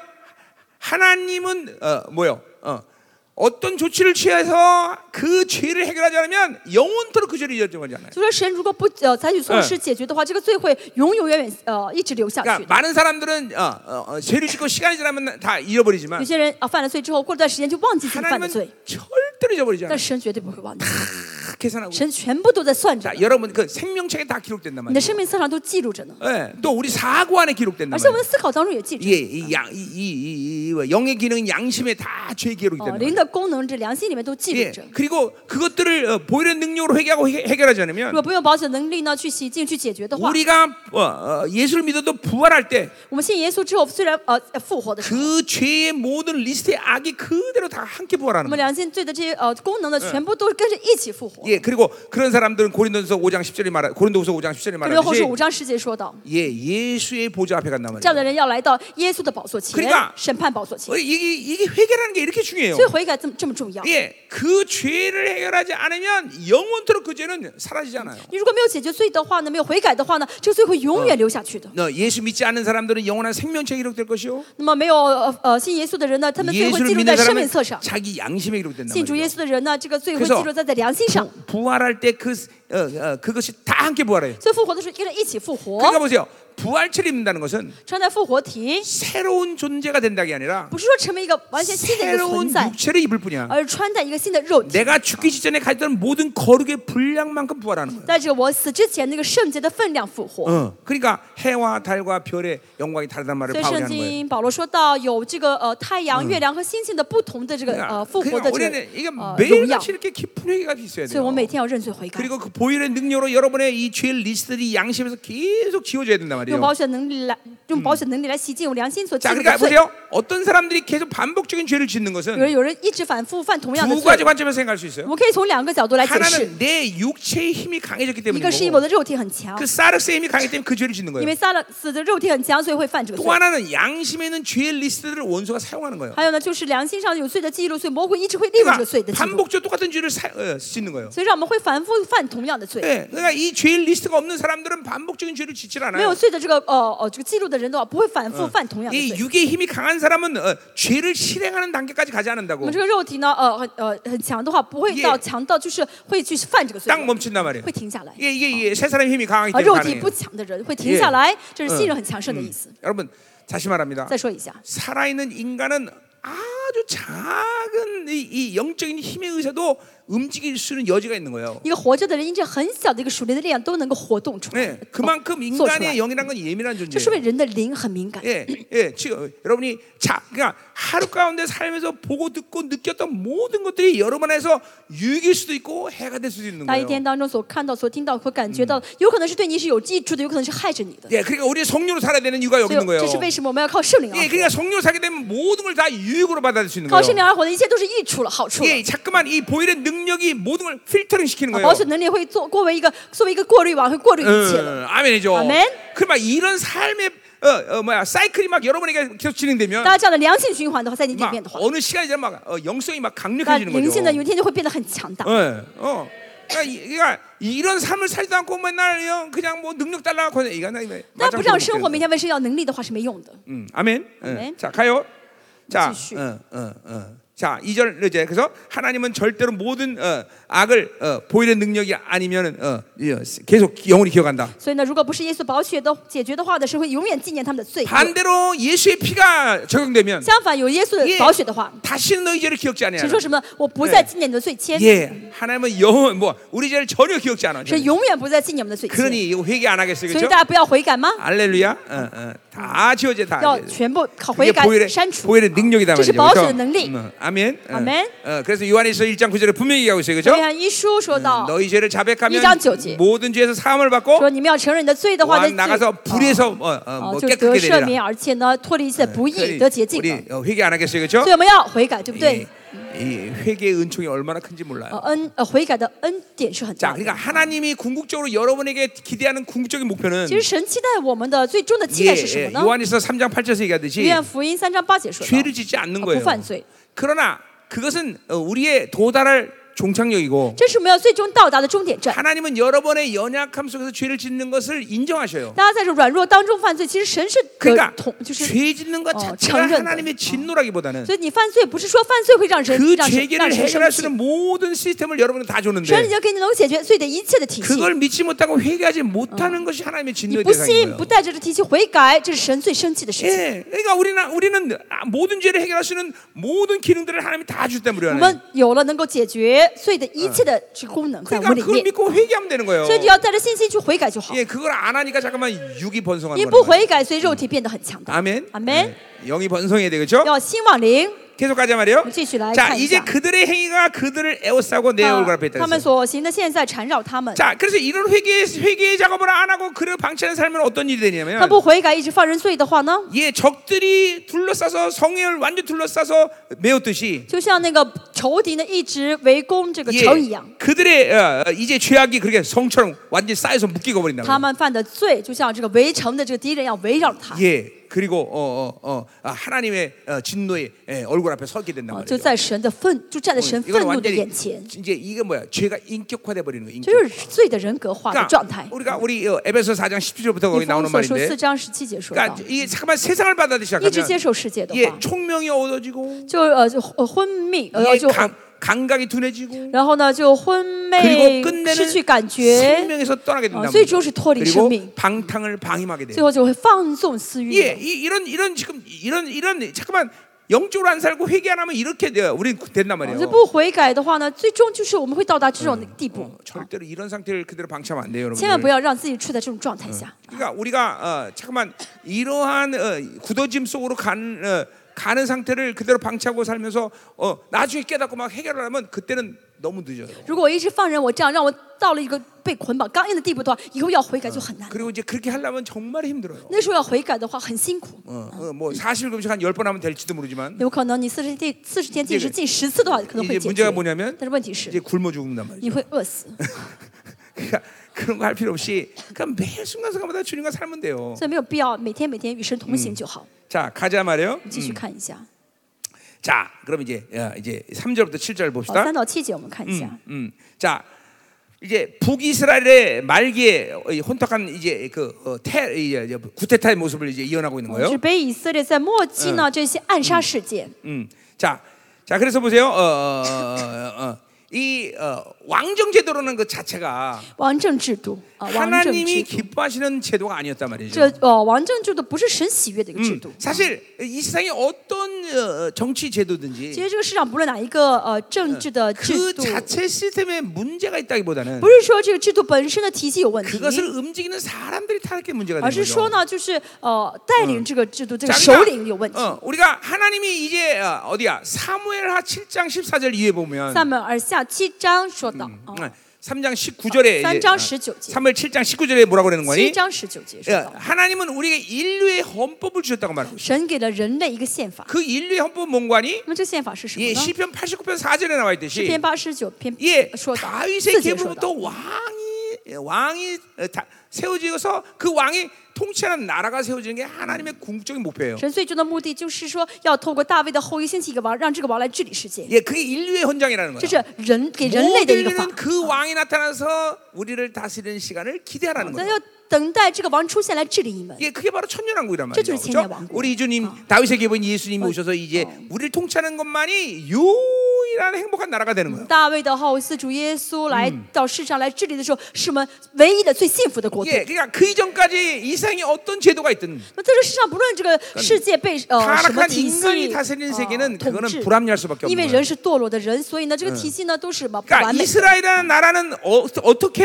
하나님은 어, 뭐요? 어, 어떤 조치를 취해서 그 죄를 해결하지 않으면 영원토록 그 죄를 이어지지 않아요.
就说神如果不呃采取措施解决的话，这个罪会永永远远呃一直流下去
그러니까
的。
많은 사람들은 어, 어, 어, 죄를 짓고 시간이 지나면 다
有
잃어버리지만
些人啊犯了罪之后，过了段时间就忘记自己犯的
하나님은
罪，
절대로 잊어버리지
但
않아요.
神绝对不会忘记，
다 계산하고.
神全部都在算着
자
的，
여러분 그 생명책에 다 기록된단
你
말이에요.
的生命册上都记录着呢，
예, 또 우리 사고 안에 기록된단
而且我们
말이에요.
的思考当中也记着
예, 。이 양, 이, 이, 이, 이, 이 영의 기능 양심에 다 죄 기록이
哦，
된단
灵
말이에요.
的功能，这良心里面都记录
예,
着。
그리고 그것들을 어, 보이는 능력으로 해결하고 해- 해결하지
如
않으면
果不用保险能力呢，去洗净、去解决的话，
우리가 어, 어, 예수를 믿어도 부활할
我们信耶稣之后，虽然呃复活的时
때
候，
그 죄의 모든 리스트의 악이 그대로 다 함께
我
부활하는
们
거예요.
良心罪的这些呃功能呢，全部都是跟着一起复活。
예, 그리고 그런 사람들은 고린도서 5장 10절에 말하 고린도후서 5장 네. 10절에
格林后书五
말하듯이
章十节说到，
예, 예수의 보좌 앞에 간단
这
말이에요.
样的人要来到耶稣的宝座前
그러니까 ，
审判宝座前。
어, 이게 이게 회개라는 게 이렇게 중요해요.
所以悔改这么这么重要。
예, 그 죄를 해결하지 않으면 영원토록 그 죄는 사라지지 않아요.
你如果没有解决罪的话呢，没有悔改的话呢，这个罪会永远留下去的。
너 예수 믿지 않는 사람들은 영원한 생명책에 기록될 것이요.
那么没有呃呃信耶稣的人呢，他们罪会
예수를
记录
믿는
在生
사람은
命册上；
자기 양심에 기록된단
信主
말이에요.
耶稣的嗯人呢，这个罪
그
会
래서
记录在在良心上。
부활할 때 그 어, 어, 그것이 다 함께 부활해요.
所以复活的时候跟着一起复活。
그러니까 보세요. 부활체를 입는다는 것은
穿戴复活体，
새로운 존재가 된다기 아니라
不是说成为一个完全新的一个
새로운
存在，
육체를 입을 뿐이야.
而是穿戴一个新的肉体。
내가 죽기 직전에 가졌던 모든 거룩의 분량만큼 부활하는 거야.
带着我死之前那个圣洁的分量复活。
어. 그러니까 해와 달과 별의 영광이 다르단 말을
所以
바울이
圣
하는 거예요.
经保罗说到有这个呃太阳、月亮和星星的不同的这个
그러니까,
呃复活
그러니까
的这
우리는
个
이게
呃荣耀，
매일같이 이렇게 깊은 회개가 있어야
所以
돼요.
我每天要认罪悔改。
그리고 그 보일의 능력으로 여러분의 이 죄 리스트들이 양심에서 계속 지워져야 된단
用嗯
말이에요.
保险能力来，用保险能力来洗净我良心所记
자,
录的
그러니까
罪。
보세요. 어떤 사람들이 계속 반복적인 죄를 짓는
有人
것은
有人一直反复犯同样的
두 가지
罪，
관점에서 생각할 수
我
있어요.
们可以从两个角度来解释：
하나는 내 육체의 힘이 강해졌기
一
때문인
个是因为我
거고
的肉体很强
그 ， 사르스의 힘이 강하기 때문에 그 죄를 짓는
因
거예요.
为撒了死的肉体很强，所以会犯这个
또
罪；
하나는 양심에 있는 죄의 리스트를 원수가 사용하는 거예요.
还有呢，就是良心上有罪的记录，所以魔鬼一直会利用这个
그러니까
罪的记录，
반복적 똑같은 죄를 사, 어, 짓는 거예요.
所以让我们会反复犯同样的罪。
예, 그러니까 이 죄의 리스트가 없는 사람들은 반복적인 죄를 짓질
没有
않아요.
罪的这个呃呃这个记录的人的话，不会反复犯同样的
이
罪。
육의 힘이 강한 사람은 어, 죄를 실행하는 단계까지 가지
我
않는다고
们这个肉体呢，呃很呃很强的话，不会到
예
强到就是会去犯这个罪
딱
恶，
멈춘단 말이에요.
会停下来。呃
이게 이게, 이게 세 사람의 힘이 강하기
而肉
때문에 가능해요.
体不强的人会停下来，这是信任很强盛的意思。
여러분 다시 말합니다.
再说一下，
살아있는 인간은 아주 작은 이, 이 영적인 힘에 의해서도 움직일 수 있는 여지가 있는 거예요.
一个活着的人，因着很小的一个属灵的力量都能够活动出来
예, ， 그만큼
做出
인간의
来，
영이란 건 예민한
这说
존재예요.
明人的灵很敏感。
예, 예, 지금 여러분이 자, 그러니까 하루 가운데 살면서 보고 듣고 느꼈던 모든 것들이 여러분 안에서 유익일 수도 있고 해가 될 수도 있는
大家一
거예요.
天当中所看到、所听到和感觉到，有可能是对你是有益处的，有可能是害着你的。
예, 그러니까 우리 성령으로 살아야 되는 이유가 여기
所以
있는 거예요.
这是为什么我们要靠圣灵
예,
啊，
그러니까 성령으로 살게 되면 모든 걸 다 유익으로 받아들일 수 있는
靠圣
거예요.
灵而活的一切都是益处了、好处了。
예, 자꾸만 이 보일의 능력이 모든 걸 필터링 시키는
啊
거예요.
保守能力会做过为一个作为一个过滤网，会过滤一切的。
음, 아멘이죠.
아멘.
그럼 막 이런 삶의 어, 어, 뭐야 사이클이 막 여러분에게 계속 진행되면
大家这样的良性循环的话，在你里
막
面的话，
어느 시간이 지나면 막 어, 영성이 막
那
강력해지는
灵性呢，
거죠.
有一天就会变得很强大。
예, 어. 그러니까, 이- 그러니까 이런 삶을 살지도 않고 맨날 그냥- 그냥 뭐 능력 달라고 그냥 이거 나 이거
但不这样生活，
마장
每天为生要能力的话是没用的。
음, 아멘. 예.
아멘.
자, 가요. 자,
지슈.
어, 어, 어. 자, 2절 이제 그래서 하나님은 절대로 모든 어, 악을 어, 보일의 능력이 아니면 어, 이, 어, 계속 영원히 기억한다.
所以呢，如果不是耶稣宝血的解决的话的，是会永远纪念他们的罪恶。
반대로 예수의 피가 적용되면
相反，有耶稣的宝血的话，
예. 다시는 너희 죄를 기억지
神
아니하라.
说什么呢？我不再纪念你的罪愆，
예, 하나님은 영원 뭐 우리 죄를 전혀 기억지 않아.
神永远不再纪念我们的罪愆。
그러니 이거 회개 안 하겠어요,
所以
그렇죠?
大家不要悔改吗？
알렐루야. 어, 어, 다 지워져 다.
要
지워져.
全部靠悔
그게
改
보일의,
删除。
보일의 능력이다
这是
말이죠.
保守的
그렇죠?
能力。
음, 아멘. 어,
아멘.
어, 그래서 요한일서 1장 9절에 분명히 얘기하고 있어요,
约
그렇죠?
翰一哎书说到，
너희 죄를 자백하면
1장 9절.
모든 죄에서 사함을 받고
说你们要承认你的罪的话，
왕
那罪
나가서
啊
불에서 어, 어,
啊
뭐
就是得
깨끗게
赦
되리라.
免，而且呢脱离一切哎不义，哎
그러니
得洁净
우리
了。
어, 회개 안 하겠어요, 네. 그렇죠?
所以我们要悔改，对不
이,
对？
이 회개의 은총이 얼마나 큰지
呃
몰라요.
恩呃悔改的恩典是很
자,
大的。
그러니까 하나님이 궁극적으로 여러분에게 기대하는 궁극적인 목표는
其实神期待我们的最终的期
예,
待是什么
예,
呢？
요한에서 3장 8절에서 얘기하듯이
约翰福音三章八节说到
죄를 ， 짓지 않는
呃
거예요.
不犯罪，
그러나 그것은 어, 우리의 도달할 종착역이고
这是我们要最终到达的终点站。
하나님은 여러분의 연약함 속에서 죄를 짓는 것을 인정하셔요.
大家在这软弱当中犯罪，其实神是的
그러니까
同就是，
죄 짓는 것
어,
자체가
정죄인데.
하나님의 진노라기보다는
所以你犯罪不是说犯罪会让人
그
让神
죄를
让神生
해결할 수
气，
있는 모든 시스템을 여러분은 다
神已
주는데
经给你能解决罪的一切的体系。
그걸 믿지 못하고 회개하지
어.
못하는 것이 하나님의
你
진노의
不信，
대상인
不
거예요.
带着这提起悔改，这是神最生气的事情。
예, 그러니까 우리는 우리는 아, 모든 죄를 해결할 수 있는 모든 기능들을 하나님이 다 줄 때
我
무료하네.
们有了能够解决罪的一切的这功能在我
그러니까
们里
그걸
面，
믿고 회개하면 되는 거예요.
所以你要带着信心去悔改就好。
예, 그걸 안 하니까 잠깐만 육이 번성하는
因不
거예요. 뭐
悔改，所以肉体变得很强大。
아멘.
아멘.
예, 영이 번성해야 되겠죠?
要心往灵，
계속 가자 말이요. 아,
우리 지시라,
자,
가자.
이제 그들의 행위가 그들을 에워싸고 내 얼굴
啊
앞에 있다.
他们
그랬어요.
所行的现在缠绕他们。
자, 그래서 이런 회개 회개 작업을 안 하고 그를 방치하는 삶은 어떤 일이
他
되냐면
不悔改，一直放任罪的话呢，
예, 적들이 둘러싸서 성회를 완전 히 둘러싸서 메웠듯이
就像那个仇敌呢一直围攻这个
예,
城一样，
그들의 어, 어, 이제 죄악이 그렇게 성처럼 완전히 쌓여서 묶이고 버린다. 그래요.
他们犯的罪就像这个围城的这个敌人要围绕他，
예, 그리고 어, 어, 어, 아, 하나님의 어, 진노의 예, 얼굴 앞에 서게 된단
啊就
말이에요.
在神的愤，就站在神
이건
愤怒的
완전히
眼前，
이제 이게 뭐야? 죄가 인격화돼 버리는 거예요.
这就是罪的人格化的
그러니까
状态。
우리가 우리 어, 에베소 4장 17절부터
以
거기
弗
나오는
所说四
말인데
章十七节说到
그러니까 ，이 잠깐만 세상을 받아들이기
一直接
시작하면
受世界的
예,
话，
총명이 어두워지고
就呃就呃昏迷，呃
예,
就
감, 감각이 둔해지고
然后呢就昏
그리고
昧，失去
끝내는
感觉。
생명에서 떠나게 된다.
어, 最终是脱离
그리고
生命。
방탕을 방임하게 돼.
最后就会放纵私欲
예,
的。
이 이런 이런 지금 이런 이런 잠깐만 영적으로 안 살고 회개 안 하면 이렇게 돼요. 우리 된단
这
말이에요.
不悔改的话呢，最终就是我们会到达这种地步啊
어, ， 절대로 이런 상태를 그대로 방치하면 안 돼요,
千万不
여러분.
要让自己处在这种状态下。
그러니까 우리가 어, 잠깐만 이러한 어, 굳어짐 속으로 가는 어, 가는 상태를 그대로 방치하고 살면서 어, 나중에 깨닫고 막 해결을 하면 그때는 너무 늦어요.
如果我一直放任我这样，让我到了一个被捆绑刚硬的地步的话，以后要悔改就很难。
그리고 이제 그렇게 하려면 정말 힘들어요.
那时候要悔改的话很辛苦，
어, 어, 뭐 사실 금식 한 열 번 하면 될지도 모르지만
有可能你四十天四十天禁
这
食
个
禁十次的话，可能会
이제
解
문제가
决。
뭐냐면
但是问题
이제
是，
굶어 죽는단 말이죠.
你会饿死，
그러니까 그런 거 할 필요 없이 그냥 매 순간 순간마다 주님과 살면 돼요.
所以没有必要每天每天与神同行就好。
자 가자 말이요.
继续看一下，
자 그럼 이제 어, 이제 3절부터 7절
好，
봅시다.
嗯三到七节我们看一下。
음, 자 이제 북이스라엘의 말기에 어, 이 혼탁한 이제 그 어, 테, 이제 이제 구테타의 모습을 이제 이어나고 있는
是
거예요.
北以色列在末期呢这些暗杀事件。
음. 자, 자 그래서 보세요. 어, 어, 어, 어, 어. 이 어, 왕정 제도라는 것 자체가
王政制度
아,
啊，王政
하나님이
制度，
기뻐하시는 제도가 아니었단 말이죠.
这呃王政制度不是神喜悦的一个制
음,
度。
사실 이 세상의 어떤 어, 정치
其
제도든지
实这个世上不论哪一个呃政治的制
그
度，
자체 시스템에 문제가 있다기보다는
不是说这个制度本身的体系有问题，
그것을 움직이는 사람들이 타락해 문제가
而是嗯
되는
说
거죠.
呢，就是呃带领这个制度这个
자,
首
그러니까,
领有问题。
어, 우리가 하나님이 이제 어, 어디야 사무엘하 7장 14절 이해 보면
萨母尔下七章说到
어.
啊，
3장 19절에 어,
三章十九节，
사무엘 7장 19절에 뭐라고 그러는
七
거니?
章十九节说
예,
到，
하나님은 우리에게 인류의 헌법을 주셨다고 말하고 있어요.
神给了人类一个宪法。
그 인류의 헌법은 뭔가 아니?
那么这宪法是什么
예,
呢？
시편 89편 4절에 나와
诗
있듯이
篇八十九篇
예,
说到四
다윗의
节说到
계보부터 。 왕이 예, 왕이 어, 다- 세워지어서 그 왕이 통치하는 나라가 세워지는 게 하나님의 궁극적인 목표예요.
神最终的目的就是说，要透过大卫的后裔兴起一个王，让这个王来治理世界。
예, 그게 인류의 그렇죠. 헌장이라는
这
거예요.
是人给人类的一个法
모두는 。그 왕이 나타나서 우리를 다스리는 시간을 기대하라는
咱
거예요.
要等待这个王出现来治理你们。
예, 그게 바로 천년왕국이란 어. 말이죠.
저쪽이
그렇죠?
제냐왕국.
우리 주님 다윗의 계보인 예수님이 오셔서 이제 우리를 통치하는 것만이 유일한 행복한 나라가 되는 거예요.
大卫的后嗣主耶稣来到世上来治理的时候，是我们唯一的最幸福的国度。
예, 그러니까 그 이전까지 이 세상에 어떤 제도가 있든
那在这世上，不论这个世界被呃什么
타락한
体系
인간이 다스리는
呃
세계는
统
그거는
治，
불합리할 수밖에
因为
없는
人
거예요.
是堕落的人，所以呢，这个体系呢都是嘛不
그러니까
完美的。
이스라엘이라는 나라는 어, 떻게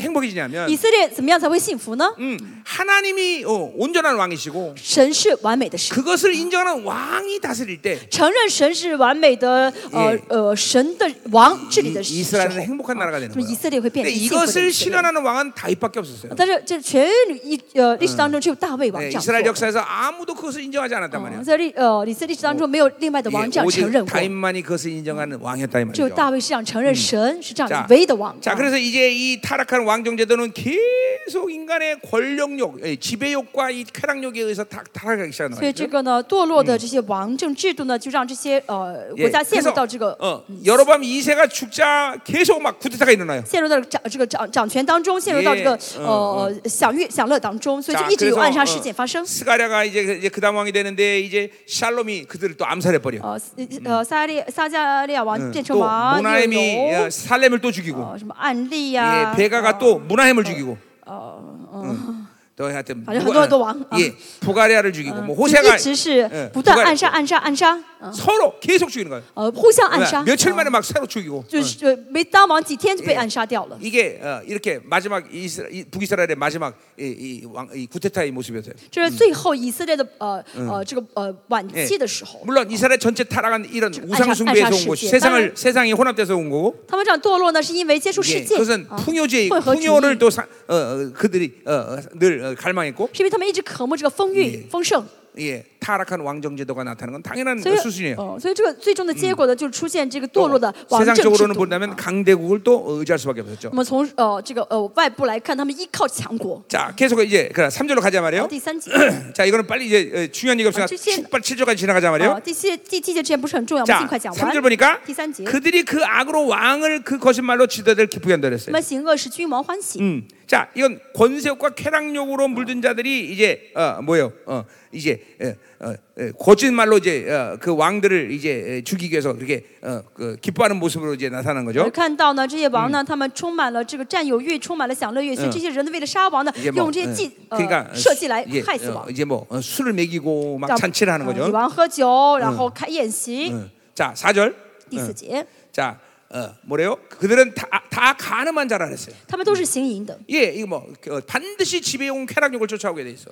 행복해지냐면
以色列嗯怎么样才会幸福呢？
음, 하나님이 어, 온전한 왕이시고
神是完美的神。
그것을 인정하는 왕이 다스릴 때
承认神是完美的，呃
예
呃，神的王治理的
이,
时候
이스라엘은 ， 행복한 나라가 되는
就
거예요.
以色列会变
근데
成幸福的
이것을
以色列
실현하는 왕은 다윗밖에 없었어요.
但是这全历呃历史当中只有大卫王
네,
这样做
이스라엘 。 역사에서 아무도 어, 그것을 인정하지 않았단
嗯
말이에요.
在历呃以色列历史当中没有另外的
예,
王这样承认
오직
过，
다윗만이 그것을 인정하는 왕이었다 이
只有
말이죠.
大卫是这样承认神是这样
자,
唯一的王。
자,
啊
그래서 이제 이 타락한 왕정제도는 계속 인간의 권력욕, 예, 지배욕과 이 쾌락욕에 의해서 타, 타락하기
所以这
시작합니다.
个呢，堕落的这些王政制度呢，就让这些呃
그
国家陷入到这个
예, 어, 여러밤 2세가 죽자 계속 막 쿠데타가 일어나요.
陷入到掌这个掌掌权当中，陷入到这个
예
呃享乐享乐当中，所以
자
就一直有
그래서
暗杀
어,
事件发生。
스가랴가 이제 그- 이제 그다음 왕이 되는데 이제 샬롬이 그들을 또 암살해 버려.
呃呃，撒利撒加利亚王变成
또
王，又
모나엠이
有
예, 살렘을 또 죽이고
呃什么案例
예,
呀，
베가가 또 문하햄을 죽이고. 응. 또 하여튼
어, 아니,
누가-
또 왕. 어. 아.
예, 부가리아를 죽이고 뭐
就
호세가
一直是
嗯
不断
不管
暗杀暗杀暗杀，嗯
서로 계속 죽이는 거예요. 그러니까
呃互相暗杀，
며칠
嗯
만에 막 새로 죽이고.
就是呃没当王几天就被暗杀掉了
응. 。 이게 어, 이렇게 마지막 이스라, 이 북이스라엘의 마지막 이, 이 왕, 이 구테타의 모습이었어요.
这是最后以色列的呃呃这个呃晚期的时候，
물론 이스라엘 전체 타락한 이런 우상
안사-
숭배에서 온
안사
것이
시기에
세상을
따른-
세상이 혼합돼서 온 거고.
他们这样堕落呢，是因为接触世
예,
界，
그것은
啊
풍요제
混合主义
풍요를 또 사, 어, 어, 그들이 어, 어, 늘 어, 갈망했고
是因为他们一直渴慕这个丰裕丰盛，
예, 타락한 왕정 제도가 나타나는 건 당연한
所以
수순이에요. 어,
呃所以这个最终的结果呢，就是出现这个堕落的王政制度。
세상적으로는 본다면 강대국을 또 의지할 수밖에 없었죠.
那么从呃这个呃外部来看，他们依靠强国。
자, 계속 이제 그래 3절로 가자
好
말이에요.
第三 节，
자, 이거는 빨리 이제 어, 중요한 얘기 없으니까
아, 어, 칠십-
축발 7절까지 지나가자
啊
말이에요.
第七第七节之前不是很重要，我们
자,
尽快讲完
3절 。 보니까
第三节，
그들이 그 악으로 왕을 그 거짓말로 지도자를 기쁘게 한다
那
그랬어요.
么行恶使君王欢喜。
음. 자, 이건 권세욕과 쾌락욕으로 물든 자들이 이제 어, 뭐예요? 어, 이제 예, 어, 예, 거짓말로 이제 어, 그 왕들을 이제 예, 죽이기 위해서 그렇게 어, 그 기뻐하는 모습으로 이제 나타난
我
거죠.
们呃看到呢，这些王呢，他们充满了这个占有欲，充满了享乐欲，所以这些人呢，为了杀王呢，
이제 뭐
用这些
예,
计呃
그러니까
设计来
예,
害死
어,
王，
이제 어, 뭐 어, 술을 먹이고 막
让
잔치를 하는
呃与
거죠.
王喝酒，然后开宴席。
어. 자, 4절.
第四节，
자, 어, 뭐래요? 그들은 다, 아, 다 가늠한 자라 그랬어요.
他们都是行淫的。
예, 이거 뭐 어, 반드시 지배용 쾌락욕을 쫓아오게 돼 있어.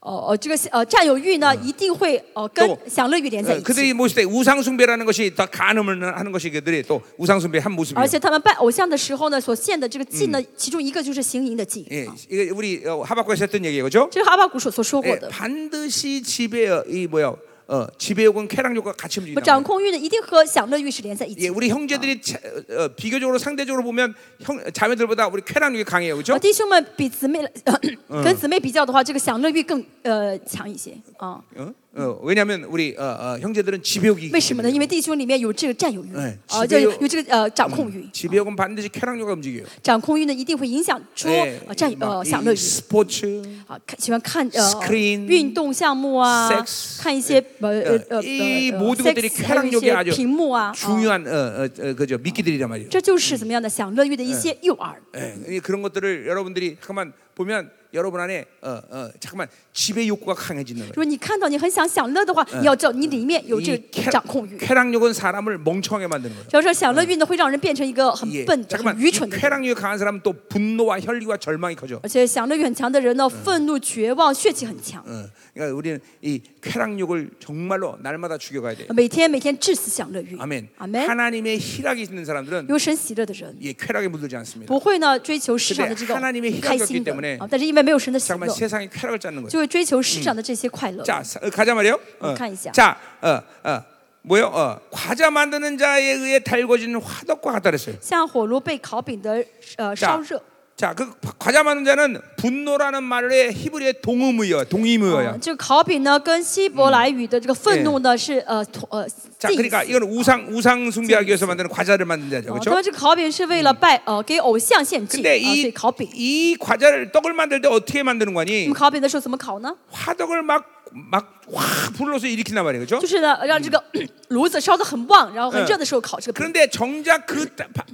哦哦，这个呃占有欲呢，一定会呃跟
또
享乐欲连在
어,
一起。
그들이 모실 때 우상 숭배라는 것이 다 가늠을 하는 것이 그들이 또 우상 숭배의 한
而
모습이에요.
且他们拜偶像的时候呢，所献的这个祭呢，其中一个就是行淫的祭。
예,
啊
이거 우리 어, 하박국에서 했던 얘기예요, 그렇죠?
这是阿巴古所所说过
예,
的。
반드시 지배 어, 이 뭐야, 어, 지배욕은 쾌락욕과 같이
那么
움직인다.
掌控欲呢，一定和享乐欲是连在一
예,
起的。
우리 형제들이 차- 어, 비교적으로 상대적으로 보면 형, 자매들보다 우리 쾌락욕이 강해요, 그렇죠?
啊，弟兄
嗯
们比姊妹呃跟姊妹比较的话，这个享乐欲更呃强一些啊。
어? 어, 왜냐하면 우리 어, 어, 형제들은 집욕이
为什么呢？因为弟兄里面有这个占有欲
哎，
啊，
这
就
边有嗯
有这个呃掌控欲，
집욕은 반드시 쾌락욕가 움직여요.
掌控欲呢一定会影响出
예
呃占有
막
呃
이
享乐欲。
스포츠,
啊，看喜欢看呃
Screen
运动项目啊
Sex 哎
看一些呃呃呃呃
이
呃
모든 것들이
sex 还有一
쾌락욕에아주
些屏幕啊，啊
중요한 어, 어, 어, 그죠 미끼들이란 말이에요.
这就是怎么样的享乐欲的一
嗯
些诱饵。
예, 이 그런 것들을 여러분들이 잠깐만 보면 여러분 안에 어, 어, 잠깐만 집의 욕구가 강해지는
如
거예요.
果你看到你很想享乐的话，
嗯
你要知道你里面有这
이
个掌控欲。
쾌락욕은 사람을 멍청하게 만드는 거예요.
主要是享乐欲呢，会让人变成一个很
예,
笨的、很
잠깐만
愚
이
蠢的人。
쾌락욕이 강한 사람은 또 분노와 혈리와 절망이 커져.
而且享乐欲很强的人呢，愤怒、绝望、血气很强，
어, 그러니까 우리는 이 쾌락욕을 정말로 날마다 죽여가야 돼.
每天每天致死享乐欲。
아멘.
阿门。
하나님의 희락이 있는 사람들은
有神喜乐的人，
예, 쾌락에 물들지 않습니다.
不会呢追求世上的这种
근데하나님의희락이었기
开心的
때문에
啊，但是因为没有神的喜乐
잠깐만 ， 세상에 쾌락을 찾는 거예요.
就会追求世上的这些快乐。
자, 사- 어, 가자 말이요. 어.
북한 이시야.
자, 어, 어, 뭐요? 어, 과자 만드는 자에 의해 달궈지는 화덕과 같다 그랬어요.
像火炉被烤饼的呃烧
자,
热，
자, 그 파- 과자 만드는 자는 분노라는 말의 히브리의 동음의어, 동의무어야.
嗯这个烤饼呢跟希伯来语的这个愤怒呢是呃同呃
자,
近义
그러니까
词。
이건 우상 우상 숭배하기 위해서 만드는 과자를 만드는 자죠,
啊他们
그렇죠?
这个烤饼是为了拜呃给偶像献祭啊，
근데
所以
이
烤饼。
이 과자를 떡을 만들 때 어떻게 만드는
那
거니?
么烤饼的时候怎么烤呢？
화덕을 막막확 불러서 일으킨단 말이에요, 그렇죠?
就是呢让这个
嗯
炉子烧得很旺，然后很热的时候烤这个饼。
그런데 정작 그, 따- 바-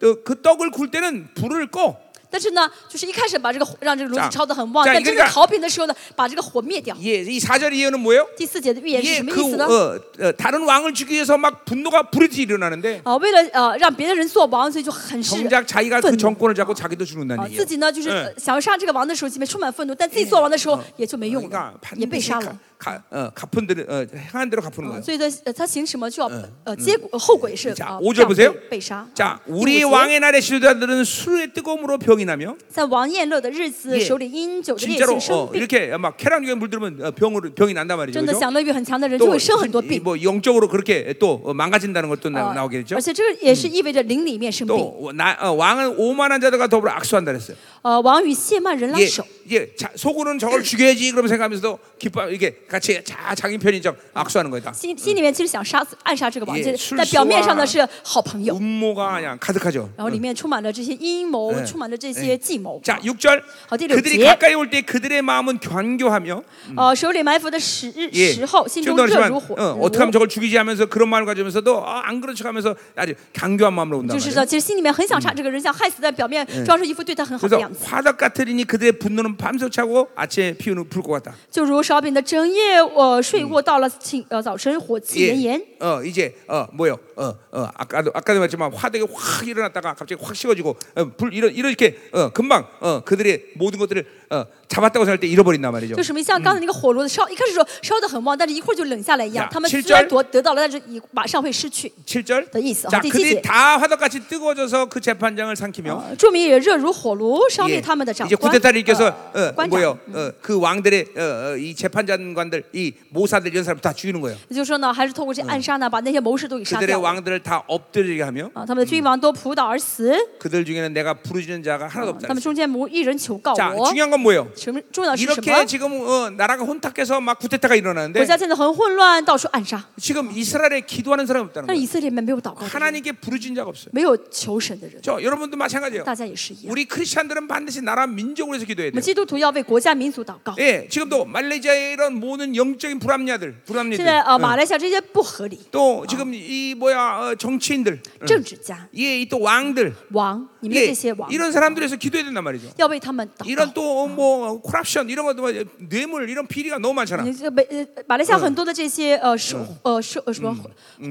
또 그 떡을 굴 때는 불을 꺼.
但是呢，就是一开始把这个火让这个
这
炉子
样
烧得很旺，
这样
但
一个
真的
一个
烤饼的时候呢，把这个火灭掉。
예, 이 4절 이해는 뭐예요?
第四节的预言是
예,
什么
그
意思呢？
어, 어, 다른 왕을 죽이기 위해서 막 분노가 불이 일어나는데
啊，为了呃让别的人做王，所以就很是
정작 자기가 그
愤怒
정권을 잡고 자기도
啊，
죽는다는
自
얘기예요.
己呢就是
嗯
呃想要杀这个王的时候，里面充满愤怒，但自己做王的时候也就没用
그러니까
了，也被
반드시
杀
가,
了。
가, 어, 갚은 대로 어, 행한 대로 갚는 거예요.
所以呢，呃他行什么就要
嗯
呃结果后果也是
자
啊
오절
这样被
보세요
被杀。
자,
第五
우리
节
왕의 날에 지도자들은 술의 뜨거움으로 병이 나며
在王宴乐的日子，
예
手里因酒的烈
진짜로
性
어,
生病，
이렇게 막 쾌락욕에 물들면 어, 병으로 병이 난단 말이죠.
真的
그죠?
享乐欲很强的人就
또
会生很多病。
뭐 영적으로 그렇게 또 어, 망가진다는 것도 나,
啊
나오게 되죠.
而且这个也是意味着灵里面生病。
또 나, 어, 왕은 오만한 자들과 더불어 악수한다 그랬어요.
呃，王与谢曼人拉
예,
手，
예, 자, 속으로는 저걸 죽여야지 그러면 생각하면서도 기뻐 이렇게 같이 자, 자기 편인 척 악수하는 거다.
心心里面其实想杀死暗杀这个王，
也
就是是但表面上呢
说
是好朋友，
음모가 그냥 가득하죠.
然后里面充满了这些阴谋，充满了这些计谋。
자, 6절
어디로
그들이
지?
가까이 올 때 그들의 마음은 견교하며
呃，手里埋伏的时日
예,
时候，心中
더
热
하지만 어,
如火。哦
어떻게 하면 저걸 죽이지 하면서 그런 마음을 가지면서도 아, 안 그런 척하면서 아주 강교한 마음으로 온다
就是
말이에요.
呢，其实心里面很想杀这个人，想害死，但表面装出一副对他很好的
그래서
样子。
화덕 같으리니 그들의 분노는 밤새 차고 아침에 피우는 불 것 같다.
就如烧饼的整夜，我睡过到了寝呃早晨，火气炎炎。
어, 이제 어, 뭐요? 어, 어, 아까도 아까도 말했지만 화덕이 확 일어났다가 갑자기 확 식어지고 어, 불 이런 이렇게 어, 금방 어, 그들의 모든 것들을 어, 잡았다고 생각할 때 잃어버린단 말이죠.
就什么像刚才那个火炉子烧，一开始说烧得很旺，但是一会儿就冷下来一样
呀。
他们
其
虽
实
然
这
夺得到了，但是一马上会失去。
7절.
더 있어.
자,
어디
그들이
있지?
다 화덕같이 뜨거워져서 그 재판장을 삼키며
呃著名也热如火炉，烧
예,
灭他们的长
이제
官。
구데타를 일으켜서
呃
어,
官长
뭐요? 어, 그 왕들의 어, 어, 이 재판장관들, 이 모사들 이런 사람 다 죽이는 거예요.
也就是说呢，还是通过这暗杀呢，把那些谋士都给杀
그들의
掉了。
왕들을 다 엎드리게 하며
啊，他们的君王都仆倒而死，啊
그들 중에는 내가 부르짖는 자가 하나도
他
없다.
们中间无一人求告
자,
我。
중요한 건 뭐예요?
什么重要的是什么
이렇게 ？ 지금 어, 나라가 혼탁해서 막 구테타가
国
일어나는데
家现在很混乱，到处暗杀，
지금 이스라엘에 기도하는 사람이 없다는
但是
거예요.
以色列里面没有祷告的人，
하나님께 부르짖은 자가 없어요.
没有求神的人，
저 여러분도 마찬가지예요.
大家也是一样。
우리 크리스천들은 반드시 나라 민족으로 해서 기도해야
我们
돼요.
基督徒要为国家民族祷告。
예, 지금도 말레이시아의 이런 모든 영적인 불합리들,
现在
불합리들,
呃，马来西亚这些不合理
또 지금 이 뭐야 어, 정치인들,
政治家
예, 이또 왕들,
王，你们
예,
这些王
이런 사람들에서 기도해야 된단 말이죠.
要为他们祷
이런
告。
또 뭐 코랍션 이런 것도 뭐 뇌물 이런 비리가 너무 많잖아.
你这北呃马来西亚很多的这些呃收呃收呃什么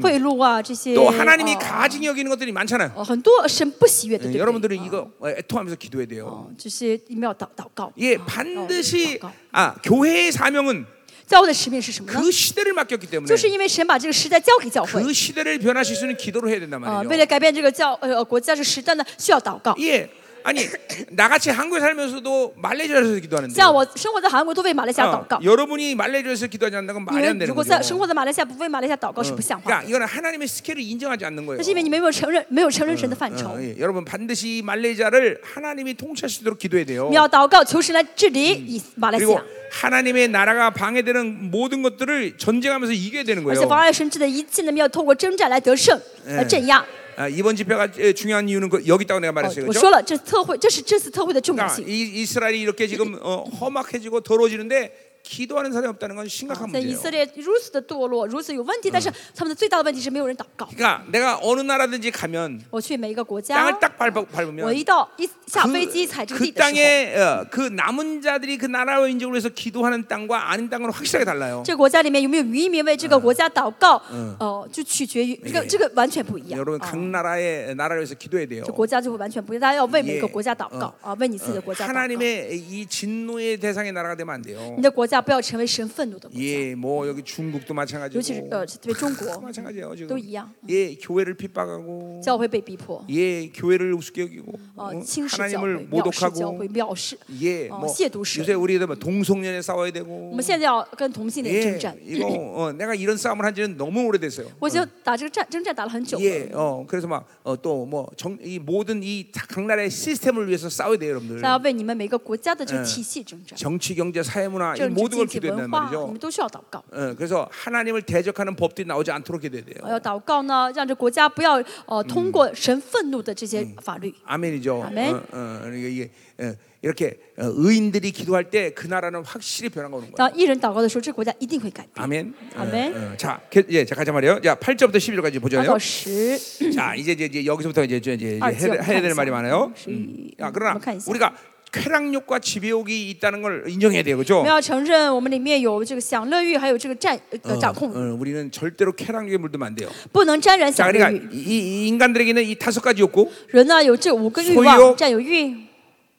贿赂啊这些
또 하나님이
呃
가증히 여기는 것들이 많잖아요.
呃很多神不喜悦的，
예,
对嗯不对？
여러분들은 이거 애통하면서 기도해야 돼요.
哦这些你们要祷祷告。
예,
要
반드시
祷告。
아 교회의 사명은
教会的使命是什么呢？
그 시대를 맡겼기 때문에
就是因为神把这个时代交给教会
그 시대를 변화시키는 기도를 해야 된단 말이에요.
啊、呃为了改变这个教呃国家这个时代呢，需要祷告。
예. 아니 나같이 한국에 살면서도 말레이시아에서 기도하는데
像我生活在韩国，都为马来西亚祷
어,
告。
여러분이 말레이시아에서 기도하지 않는 건
你
말이
们
안
如
되는
果
거죠.
在生活在马来西亚，不为马来西亚祷告是不像话。
그러니까 이거는 하나님의 스케일을 인정하지 않는 거예요.
那是因为你们没有承认，没有承认神的范畴。
어, 예. 여러분 반드시 말레이시아를 하나님이 통치하시도록 기도해야 돼요.
你要祷告，求神来治理以马来西
그리고
亚，
하나님의 나라가 방해되는 모든 것들을 전쟁하면서 이겨야 되는
而且
거예요.
妨碍神治的一切呢，我们要透过征战来得胜，来镇压。
아, 이번 집회가 에, 중요한 이유는 그, 여기 있다고 내가
哦
말했어요.
我
그렇죠?
说了，这特会，这是这次特会的重要
그러니까
性。
이, 이스라엘이 이렇게 지금 어, 험악해지고 더러워지는데 기도하는 사람이 없다는 건 심각한
在以
문제예요.
色列如此的堕落，如此有问题，但是他们的最大的问题是没有人祷告。
그러니까 내가 어느 나라든지 가면
我去每一个国家
땅을 ，딱 밟아,
我
밟으면
一到一下飞机踩
그,
这个地
그
的时候，
땅에 어, 그 남은 자들이 그 나라와 민족을 위해서 기도하는 땅과 아닌 땅으로 확실하게 달라요.
这国家里面有没有渔民为这个国家祷告，哦，就取决于这个这个完全不一样。
여러분
啊
각 나라의 나라를 위해서 기도해야 돼요.
这国家就会完全不一样，大家要为每
예
个国家祷告啊，为你
嗯
自己的国家祷告。
하나님의 이 진노의 대상의 나라가 되면 안 돼요.
你的国家不要成为神愤怒的国家，
예, 뭐 여기 중국도
尤其是
마찬가지고
呃，特别 中国
마찬가지예요
都
지금.
一样，
예, 교회를 핍박하고
教会被逼迫，
예, 교회를 우습게 여기고
呃
어? ，
轻视教会、
하나님을
藐视教
모독하고
会、藐视。
예,
어,
뭐
시해도시.
요새 우리들 뭐 동성연애 싸워야
我
되고
们现在要跟同性恋征
예,
战，
이거 어, 내가 이런 싸움을 한지는 너무 오래됐어요.
我已经打这个战征战打了很久了。
예, 어, 그래서 막또뭐이 모든 이 각 나라의 시스템을 위해서 싸워야 돼요,
大家
여러분들.
为你们每个国家的这个体系征战，
정치, 경제, 사회, 문화 음. 이
政
모든
治、
걸
经济、
기도했단
文化，你
말이죠.
们都需要祷告。
어, 그래서 하나님을 대적하는 법들이 나오지 않도록 해야
呃
돼요.
要祷告呢，让这国家不要呃通过神愤怒的这些法律。
아멘이죠.
아멘.
어, 어, 그러니까 이게 어, 이렇게 어, 의인들이 기도할 때 그 나라는 확실히 변화가 오는 거예요.
当一人祷告的时候，这国家一定会改变。
아멘. 어,
아멘.
어, 자, 게- 예, 자 가자 말이요. 자, 8절부터 11절까지
八
보잖아요. 아,
到十，
자, 이제 이제, 이제 여기서부터 이제 이제, 이제
二
해야,
节我
될-
们
해야
看一
될
下
말이 많아요.
十一，
야,
我
그러나
们看一下。
우리가 쾌락욕과 지배욕이 있다는 걸 인정해야 돼요, 그렇죠?
我们要承认，我们里面有这个享乐欲，还有这个占
嗯
呃掌控欲，
어, 우리는 절대로 쾌락욕에 물들면 안 돼요.
不能沾染
자,
享乐
그러니까
欲。
이, 이 인간들에게는 이 다섯 가지 욕구,
人呢有这五个欲
所有
望：占有欲、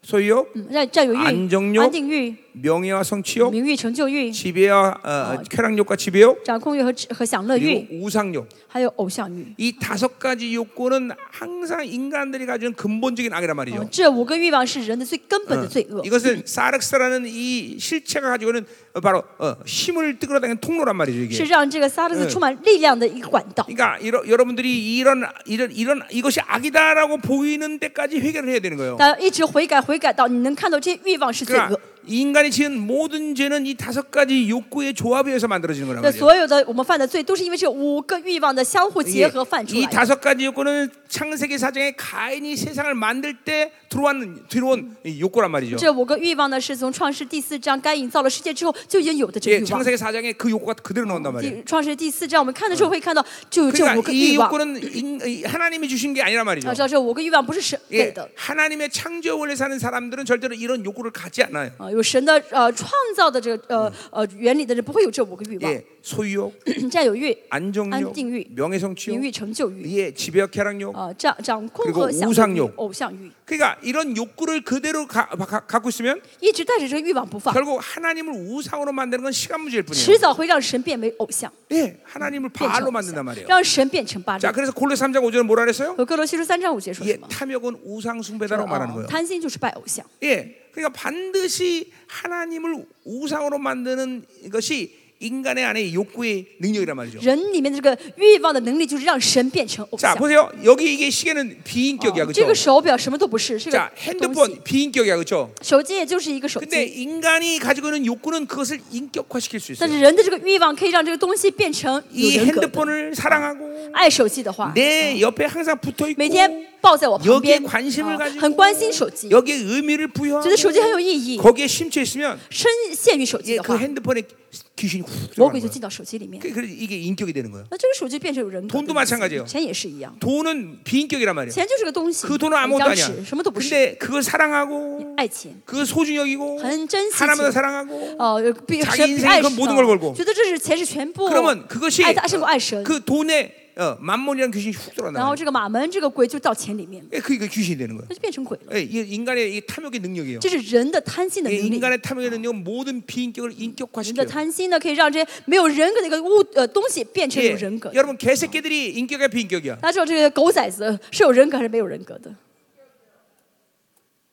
소유욕,
嗯，占占有欲、
安정욕
安定欲、
명예와 성취욕,
名誉、成就欲、
지배와 어, 쾌락욕과 지배욕,
掌控欲和和享乐欲，
그리고 우상욕.
还有偶像欲。
이 다섯 가지 욕구는 항상 인간들이 가진 근본적인 악이란
嗯
말이죠.
这五个欲望是人的最根本的罪恶。
어, 이것은 사르스라는 이 실체가 가지고 있는 바로 어, 힘을 뜨거라다는 통로란 말이죠 이게.
是让这个撒勒斯充满力量的一个管道。
그러니까 이러, 여러분들이 이런 이런 이런 이것이 악이다라고 보이는 데까지 회개를 해야 되는 거예요.
大家一直悔改，悔改到你能看到这些欲望是罪
그러니까
恶。
인간이 지은 모든 죄는 이 다섯 가지 욕구의 조합에 의해서 만들어지는 거란
那
말이에요.
所有的我们犯的罪，都是因为这五个欲望的相互结合犯出
이
来的。
다섯 가지 욕구는 창세기 사장에 가인이 세상을 만들 때 들어온 들어온 이 욕구란 말이죠.
这五个欲望呢，是从创世第四章该隐造了世界之后就已经有的这
예,
欲望。
창세기 사장에 그 욕구가 그대로 나온단 말이에요.
第创世第四章，我们看的时候会看到，就有这
그러니까
五个
이
欲望。
욕구는 인- 이 하나님이 주신 게 아니란
要
말이죠.
知道这五个欲望不是神给
예,
的，
하나님의 창조 원리 사는 사람들은 절대로 이런 욕구를 갖지 않아요.
啊，有神的呃创造的这个呃呃原理的人不会有这五个欲
예,
望：
소유욕,
占有欲、
안정욕,
안정욕,
명예성취욕,
名誉、成就欲、
예, 지배와 쾌락욕.
呃掌掌
그리
控
고
和享
우상욕
受欲、偶像欲。
그러니까 이런 욕구를 그대로 가- 가- 갖고 있으면
一直带着这个欲望不放，
결국 하나님을 우상으로 만드는 건 시간 문제일
迟
뿐이에요.
早会让神变为偶像，
예, 하나님을
变成
바알로
偶
만든단
像
말이에요.
让神变成巴
자
力。
그래서 골로 3장 5절은 뭐라 그랬어요?
有哥罗西书三章五节说什
예,
么？
탐욕은 우상 숭배다라고 말하는 거예요.
贪心就是拜偶像，
예, 그러니까 반드시 하나님을 우상으로 만드는 것이 인간의 안에 욕구의 능력이란 말이죠.
人里面的这个欲望的能力就是让神变成偶像
자 。 보세요, 여기 이게 시계는
哦
비인격이야,
这
그렇죠?
个手表什么都不是，是
자
个东
핸드폰
西。
비인격이야, 그렇죠?
手机也就是一个手
근데
机，
인간이 어, 가지고 있는 욕구는 그것을 인격화시킬 수
但
있어요.
是人的这个欲望可以让这个东西变成
이
有人格的。
핸드폰을 사랑하고
爱手机的话，
내 옆에 항상 붙어 있고
每天抱在我旁
여기에
边，
관심을
啊
가지고
很关心手机，
여기에 의미를 부여하고
觉得手机很有意义，
거기에 심취해 있으면
深陷于手机
예,
的话
그 ， 핸드폰에 귀신이 훅 들어가는
魔鬼就
거예요.
进到手机里面。
그- 그래서 이게 인격이 되는 거예요.
那这个手机变成有人格
돈도
的
마
东西
찬가지예요
钱也是一样，
돈은 비인격이란 말이에요.
钱就是个东西，
그 돈은
一
아무것도 예, 아.
张
아니야.
纸，什么都不是。
근데 그걸 사랑하고
爱钱，
그걸 소중히 여기고
한 짠씩
하나님을
지금.
사랑하고
哦、比
자기
神
인생에
比爱
그
神
모든걸걸고
觉得这是钱是全部，
그러면 그것이
爱他胜过爱神。
그 돈에 어, 만몬이라는 귀신이 훅
然
들어간다.
后这个马门这个鬼就到钱里面了，
그게 그 귀신이 되는 거예요.
那就变成鬼了。
예, 이게 인간의 이 탐욕의 능력이에요.
这是人的贪心的
예,
能力。
인간의 탐욕의 능력은 모든 비인격을
人的
인격화시켜요.
贪心呢，可以让这些没有人格的一个物呃东西变成
예,
有人格的。
여러분 개새끼들이 인격이야 비인격이야?
大家知道这个狗崽子是有人格还是没有人格的？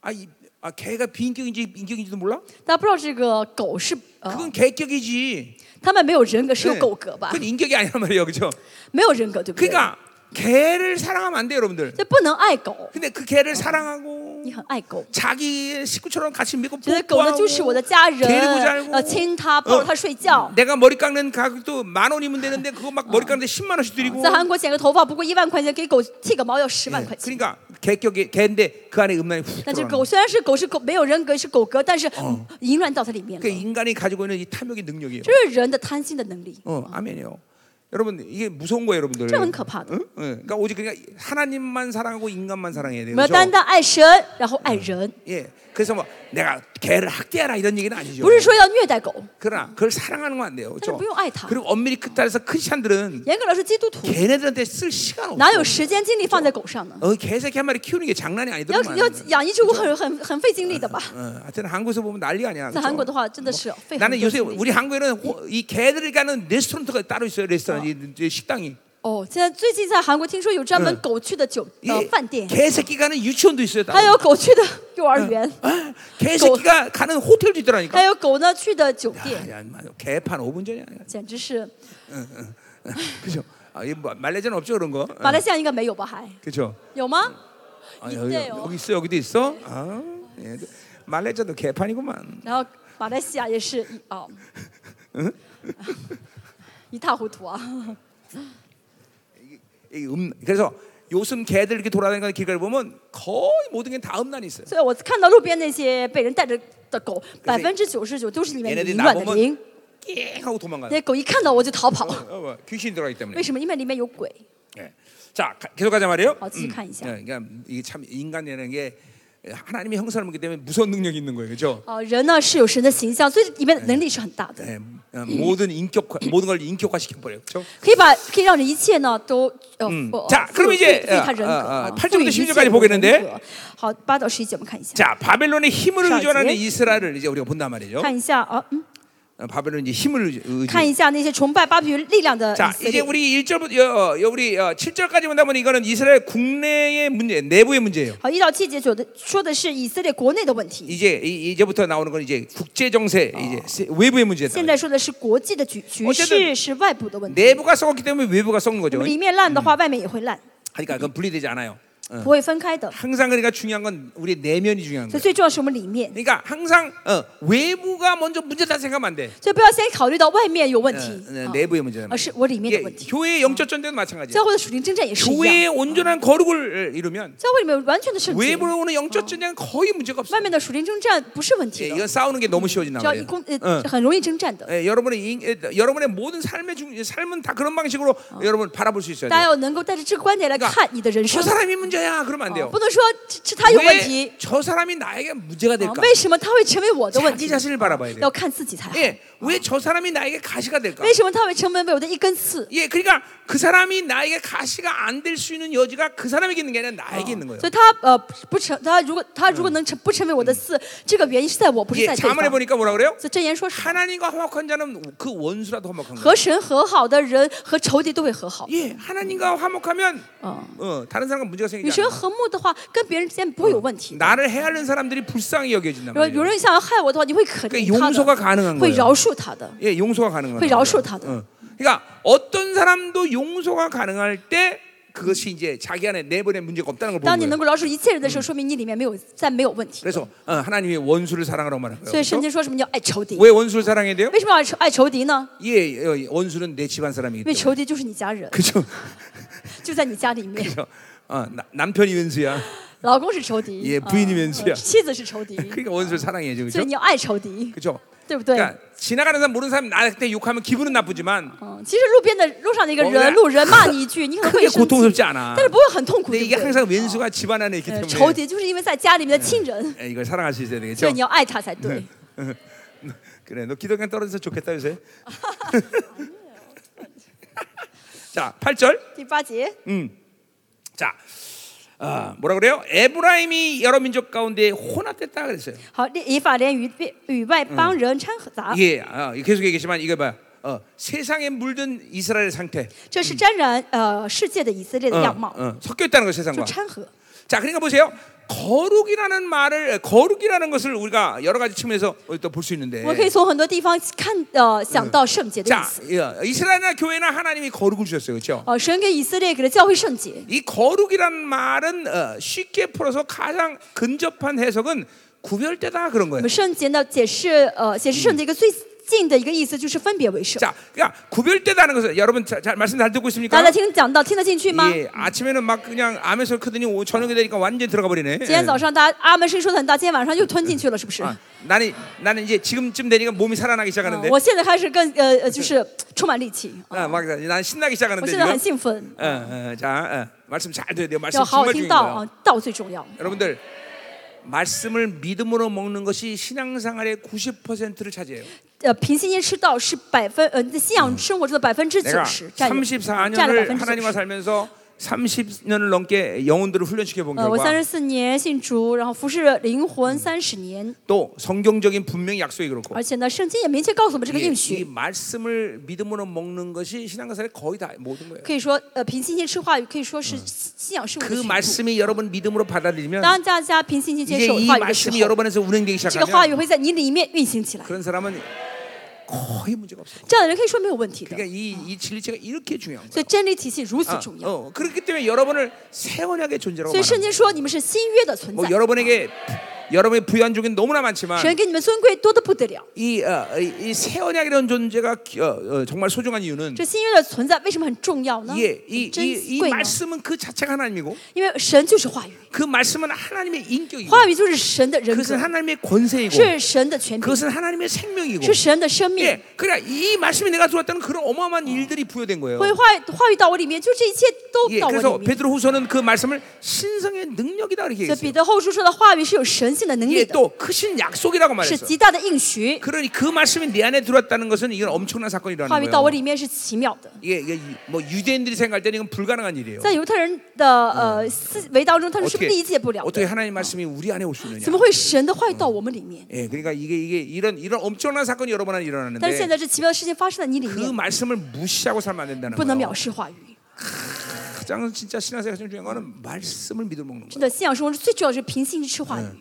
아, 이, 아 개가 비인격인지 인격인지도 몰라?
大家不知道这个狗是呃，
그건 개격이지.
他们没有人格，是有
네.
狗格吧？
그건 인격이 아니란 말이에요, 그렇죠?
没有人格，对不对？
그러니까 개를 사랑하면 안 돼요, 여러분들.
所以不能爱狗，
근데 그 개를 사랑하고
你很爱狗，
자기 식구처럼 같이 믿고
觉得狗呢就是
뽀뽀하고
我的家人
데리고자알고 ， 어,
呃，亲它，抱着它睡觉。
내가 머리 깎는 가격도 만 원이면 되는데 그거 막 머리 깎는데 10만 원씩 드리고
在韩国剪个头发不过一万块钱，给狗剃个毛要十万块钱。
그러니까 개격이 개인데 그 안에 음란이 훅 들어가는
但哎这哦
거야.
狗虽然是狗，是狗没有人格，是狗格，但是淫乱到它里面了
그 。 인간이 가지고 있는 이 탐욕의 능력이에요.
这是人的贪心的能力，
어, 아멘이요. 여러분 이게 무서운 거예요, 여러분들.
这很可怕的。
응? 응. 그러니까 오직 그러니까 하나님만 사랑하고 인간만 사랑해야
我
돼요.
们要
그죠?
单单爱神，然后爱人，
예. 그래서 뭐 내가 개를 학대하라 이런 얘기는 아니죠.
不是说要虐待狗。
그러나 그걸 사랑하는 건 안 돼요. 그렇죠?
사실 무용 아이다.
그리고 엄밀히 그따라서 크리스천들은
严格来说，基督徒
걔네들한테 쓸 시간
哪有
없어.
时间精力放在狗上呢？
어, 개새끼 한 마리 키우는 게 장난이
要
아니더만.
要养一只狗很很很费精力的吧？
어, 하여튼 한국에서 보면 난리가 아니야.
在
그렇죠?
韩国的话，真的是费很
나는
多
요새
精力。
우리 한국에는 호- 이 개들을 가는 레스토랑트가 따로 있어요. 레스토랑 이- 이 식당이.
哦，现在最近在韩国听说有专门狗去的酒
이
呃饭店，
개새끼 가는 유치원도 있어요. 따로.
还有狗去的 幼儿园，
아, 개새끼가 가는 호텔도
还
있더라니까.
有狗呢去的酒店，
야, 야, 인마, 개판 5분 전이야.
简直是
그죠? 아, 이 마- 말레이시아는 없죠 그런 거. 어,
马来西亚应该没有吧？还
그죠?
有吗？嗯哦
아, 여기,
있대요.
여기 있어 여기도 있어. 아, 예. 말레이시아도 개판이구만.
然后马来西亚也是一哦， 嗯一塌糊涂啊！
이 음, 그래서 요즘 개들 이렇게 돌아다니는 길가를 보면 거의 모든 게 다 음란이 있어요.
所以我看到路边那些被人带着的狗，百分之九十九都是里面有淫乱的灵。
깽 하고 도망가요.
那狗一看到我就逃跑，
어, 뭐, 귀신이 들어가기
为
때문에.
什么？因为里面有鬼。
예. 자, 가- 계속 가자 말이에요.
好，继续看一
예,
下。
그러니까 이게 참 인간이라는 게 하나님의 형상이기 때문에 무서운 능력이 있는 거예요. 그렇죠?
哦，人呢是有神的形象，所以里面的能力是很大的，
예, 어, 모든 인격 모든 걸 인격화 시켜 버려요. 그렇죠?
可以把可以让人一切呢都呃赋
자그럼
赋予
이제
赋予他人格
어
啊
어，팔
赋
절부터
予一切
십일절까지보겠는데
人格好，八到十一节我们看一下，
자, 바벨론의 힘을
자,
의존하는
이제-
이스라엘을 이제 우리가 본단 말이죠.
看一下啊，嗯，
어, 바벨론 이제 힘을 의지-
看
의존.
一下那些崇拜巴比伦力量的以
자
色
이제
列。
우리 1절부터 여, 여, 우리 어, 7절까지 본다면 이거는 이스라엘 국내의 문제 내부의 문제예요.
好，一到七节说的说的是以色列国内的问题，
이제 이, 제부터 나오는 건 이제 국제 정세 이제 세- 외부의 문제다.
现在说的是国际的局局
어쨌
势是外部的问题，
내부가 썩었기 때문에 외부가 썩는 거죠.
我们里面烂的话，外面也会烂，
그러니까 그건 분리되지 않아요.
不会分开的。
항상 그러니까 중요한 건 우리 내면이 중요한
所以
거예요.
最重要是我们里面，
그러니까 항상 어, 외부가 먼저 문제다 생각하면 안 돼.
所以不要先考虑到外面有问
어,
题
어, ，
啊
내부의 문제다.
而是我里面的
이게
问题。
교회의 영적 전쟁도 마찬가지예요.
教会的属灵征战也是一样，
교회의 온전한 거룩을 이루면
教会里面有完全的圣洁，
외부로 오는 영적 전쟁은 거의 문제가 없어요.
外面的属灵征战不是问
예,
题的，
이건 싸우는 게 너무 쉬워진다
只要
말이에요.
一攻呃
응
很容易征战的。
예, 여러분의 인- 예, 여러분의 모든 삶의 중, 삶은 다 그런 방식으로 여러분 바라볼 수 있어야
大家
돼요.
要能够带着这个观点来看你的人生
저 ， 사람이 문제야. 그러면 안
啊
돼요.
不能说是是他有问
왜
题，
저 사람이 나에게 문제가
啊
될까?
为什么他会成为我的问题
자기 ？ 자신을 바라봐야 돼요.
要看自己才好。
예, 왜 저 사람이 나에게 가시가 될까?
为什么他会成为我的一根刺？
예, 그러니까 그 사람이 나에게 가시가 안 될 수 있는 여지가 그 사람에게 있는 게 아니라 나에게 있는 거예요.
所以他呃不成，他如果他如果能成不成为我的刺，这个原因是在我，不是
예,
在对
자문해
方。
보니까 뭐라 그래요?
所以真言说是
하나님과 화목한 자는 그 원수라도 화목한 거예요.
和神和好的人和仇敌都会和好。
예, 하나님과 화목하면
嗯，
어, 다른 사람과 문제가
与
생기지
神
않아.
和睦的话，跟别人之间不会有问题。
나를 헤아리는 사람들이 불쌍히 여겨진단
如果有
말이에요.
人想要害我的话，你会可怜
그러니까
他
용서가
的，
가능한
会
거예요.
饶恕他的。
예, 용서가 가능한
그
거예요.
饶恕 다들.
응. 그러니까 어떤 사람도 용서가 가능할 때 그것이 이제 자기 안에 내부의 문제가 없다는 걸
当
보는
你
거예요.
能够饶恕一切人的时候，说明你里面没有再没有问题。
그래서 어, 하나님이 원수를 사랑하라고 말한 거예요.
所以
그렇죠?
圣经说什么叫爱仇敌？
왜 원수를 사랑해야 돼요?
为什么要爱仇敌呢？
예, 예, 원수는 내 집안
因
사람이기
为
때문에.
仇敌就是你家人，
그죠?
就在你家里面。
어, 나- 남편이 원수야.
老公是仇敌，
예
啊
부인이면수야
呃妻子是仇敌，
그러니까 원수를 사랑해야죠.
所
그죠?
以你要爱仇敌，
그죠?
对不对？
그러니까 지나가는 사람 모르는 사람 나한테 욕하면 기분은 나쁘지만
嗯，其实路边的路上的一个
我们俩
人，路人骂你一句，你可能会
크게
生气，
고통스럽지 않아.
但是不会很痛苦，
근데
对
이게 네,
不对？
항상 왼수가 집안 안에 있기
呃仇
때문에
敌就是因为在家里面的亲人，
예, 이걸 사랑할 수 있어야
所
되겠죠?
以你要爱他才对。
그래 너 기독교 떨어져서 좋겠다 요새 자 8절
第八节，
자 아, 뭐라 그래요? 에브라임이 여러 민족 가운데 혼합됐다 그랬어요
好，以法莲与与外邦人掺杂，
이게 아, 계속 얘기했지만 이거 봐 어, 세상에 물든 이스라엘 상태
这是沾染呃世界的以色列
어,
的样貌，
嗯 어, 섞여 있다는 거
就
세상과
掺和。
자 그러니까 보세요 거룩이라는 말을 어, 거룩이라는 것을 우리가 여러 가지 측면에서 어, 또 볼 수 있는데.
我们可以从很多地方看呃想到圣洁的意
자,
思。
예, 이스라엘이나 교회나 하나님이 거룩을 주셨어요, 그렇죠?
呃，神给以色列给了教会圣洁。
이 거룩이란 말은 어, 쉽게 풀어서 가장 근접한 해석은 구별되다 그런
我
거예요.
们圣洁呢解释呃解释圣洁一个最近的一个意思就是分别为圣。
자, 그러니까 구별되다는 것은 여러분 자, 자, 말씀 잘 듣고
大
있습니까?
家听讲到听得进去吗？
예, 아침에는 막 그냥 아멘소리 크더니 오- 저녁에 되니까 완전 히 들어가 버리네.
今天早上大家阿门声说的很大，今天晚上又吞进去了，是不是？
아, 나는 나는 이제 지금쯤 되니까 몸이 살아나기 시작하는데,
我现在开始更呃呃，就是充满力气，哦
아, 막 나는 신나기
我
시작하는데
现在很
지금.
兴奋，
어, 어, 자, 어, 말씀 잘 들어야 돼요. 말씀
要好好
정말
听
중요해요.
到啊，道最重要。
여러분들 말씀을 믿음으로 먹는 것이 신앙생활의 90%를 차지해요.
呃，凭信心吃道是百分呃，你的
嗯
信仰生活中的百分之九
내가
十，占有占了
34년을
百分之九
하나님과
十。
살면서 30년을 넘게 영혼들을 훈련시켜 본
呃，我三
결과
十四年信主，然后服侍灵魂三十年，
또 성경적인 분명히 약속이 그렇고
而且呢，圣经也明确告诉我们这个
이게
应
이
许，
말씀을 믿음으로 먹는 것이 신앙생활의 거의 다 모든 거예요.
可以说呃，凭信心吃话语，可以说是信信仰生活的
그
全部。
말씀이 여러분 믿음으로 받아들이면
当大家凭信心接
이제
受
이
话语的时
말씀이
候，
여러분에서 운행되기
这个话
시작하면
语会在你里面运行起来。
그런 사람은 거의 문제가 없어요.
这样的人可以啊说没有问题的。
그러니까 이, 이 진리체가 이렇게 중요한 거예요.
所以真理体系如此
아,
重要。
어, 그렇기 때문에 여러분을 새 언약의 존재라고
所以
말합니다.
圣经说你们是新约的存
뭐
在，
여러분에게 여러분의 부여한 종이 너무나 많지만
神给你们尊贵多得不得了。
이 이새 언약이라는 존재가 어, 어, 정말 소중한 이유는
这新约的存在为什么很重要呢？
예, 이,
很
이,
珍
이
贵呢？
말씀은 그 자체가 하나님이고
因为神就是话语，
그 말씀은 하나님의 인격이고
话语就是神的人
그것은
格，
하나님의 권세이고
是神的权柄，
그것은 하나님의 생명이고
是神的生命。
예, 그러니까 이 말씀이 내가 들어왔다는 그런 어마어마한 일들이 부여된 거예요.
会话话语到我里面，就这一切
예,
都到我
그래서
里面。
베드로 후서는 그 말씀을 신성의 능력이다 이렇게
所以彼
얘기했어요.
得后书说的话语是有神性的能
예,
力的，
또 크신 약속이라고
是
말했어요.
极大的应许。
그러니 그 말씀이 내 안에 들어왔다는 것은 이건 엄청난 사건이
话
일어나는
语到
거예요.
我嗯里面是奇妙的，
이게, 이게 이- 뭐 유대인들이 생각할 때는 이건 불가능한 일이에요.
在犹太人的呃思维当中，他们是
어떻게,
理解不了
어떻게
的。
하나님 말씀이 우리 안에 올 수 있느냐?
怎么会神的话语到我们里面？
예, 그러니까 이게 이게 이런 이런 엄청난 사건이 여러 번
但是现
일어나는데
在这奇妙的事情发生在你里
그
面，
말씀을 무시하고 살면 안 된다는
不能
거예요.
藐视话语。
가장 진짜 신앙생활 가장 중요한 거는 말씀을 믿어 먹는
真的，信仰生活中最重要的是凭信心吃话语。
거예요.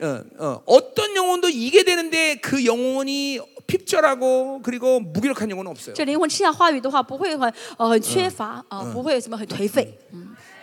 어, 어, 어떤 영혼도 이게 되는데 그 영혼이 핍절하고 그리고 무기력한 영혼은 없어요.
这灵魂吃下话语的话，不会很呃很缺乏啊，不会什么很颓废。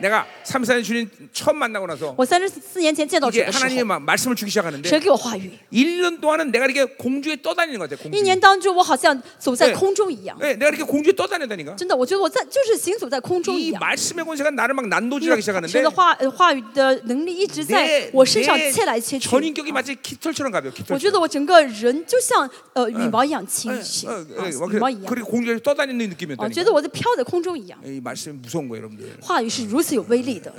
내가 삼사년 주님 처음 만나고 나서
我三十四年前见到主
이제
的时候
하나님의 ， 마- 말씀을 주기 시작하는데
神给我话语。
1년 동안은 내가 이렇게 공중에 떠다니는 것 같아요.
一
공중에.
年当中，我好像走在
对
空中一样，
네, 내가 이렇게 공중에 떠다닌다니까.
真的，我觉得我在就是行走在空中一
이
样。
말씀의 권세가 나를 막
因
난도질하기
为
시작하는데
神的话呃话语的能力一直在
내
我身上切来切
내,
去。
전인격이 마치 깃털처럼 가벼워.
我觉
깃털처럼.
得我整个人就像呃羽毛一样轻轻，
어,
啊
어, 막
羽
그래,
毛一样，
그렇게 공중에서 떠다니는
啊，
느낌이었다니까.
觉得我在飘在空中一样。
이 말씀이 무서운 거예요, 여러분들.
话语是如此有威力的，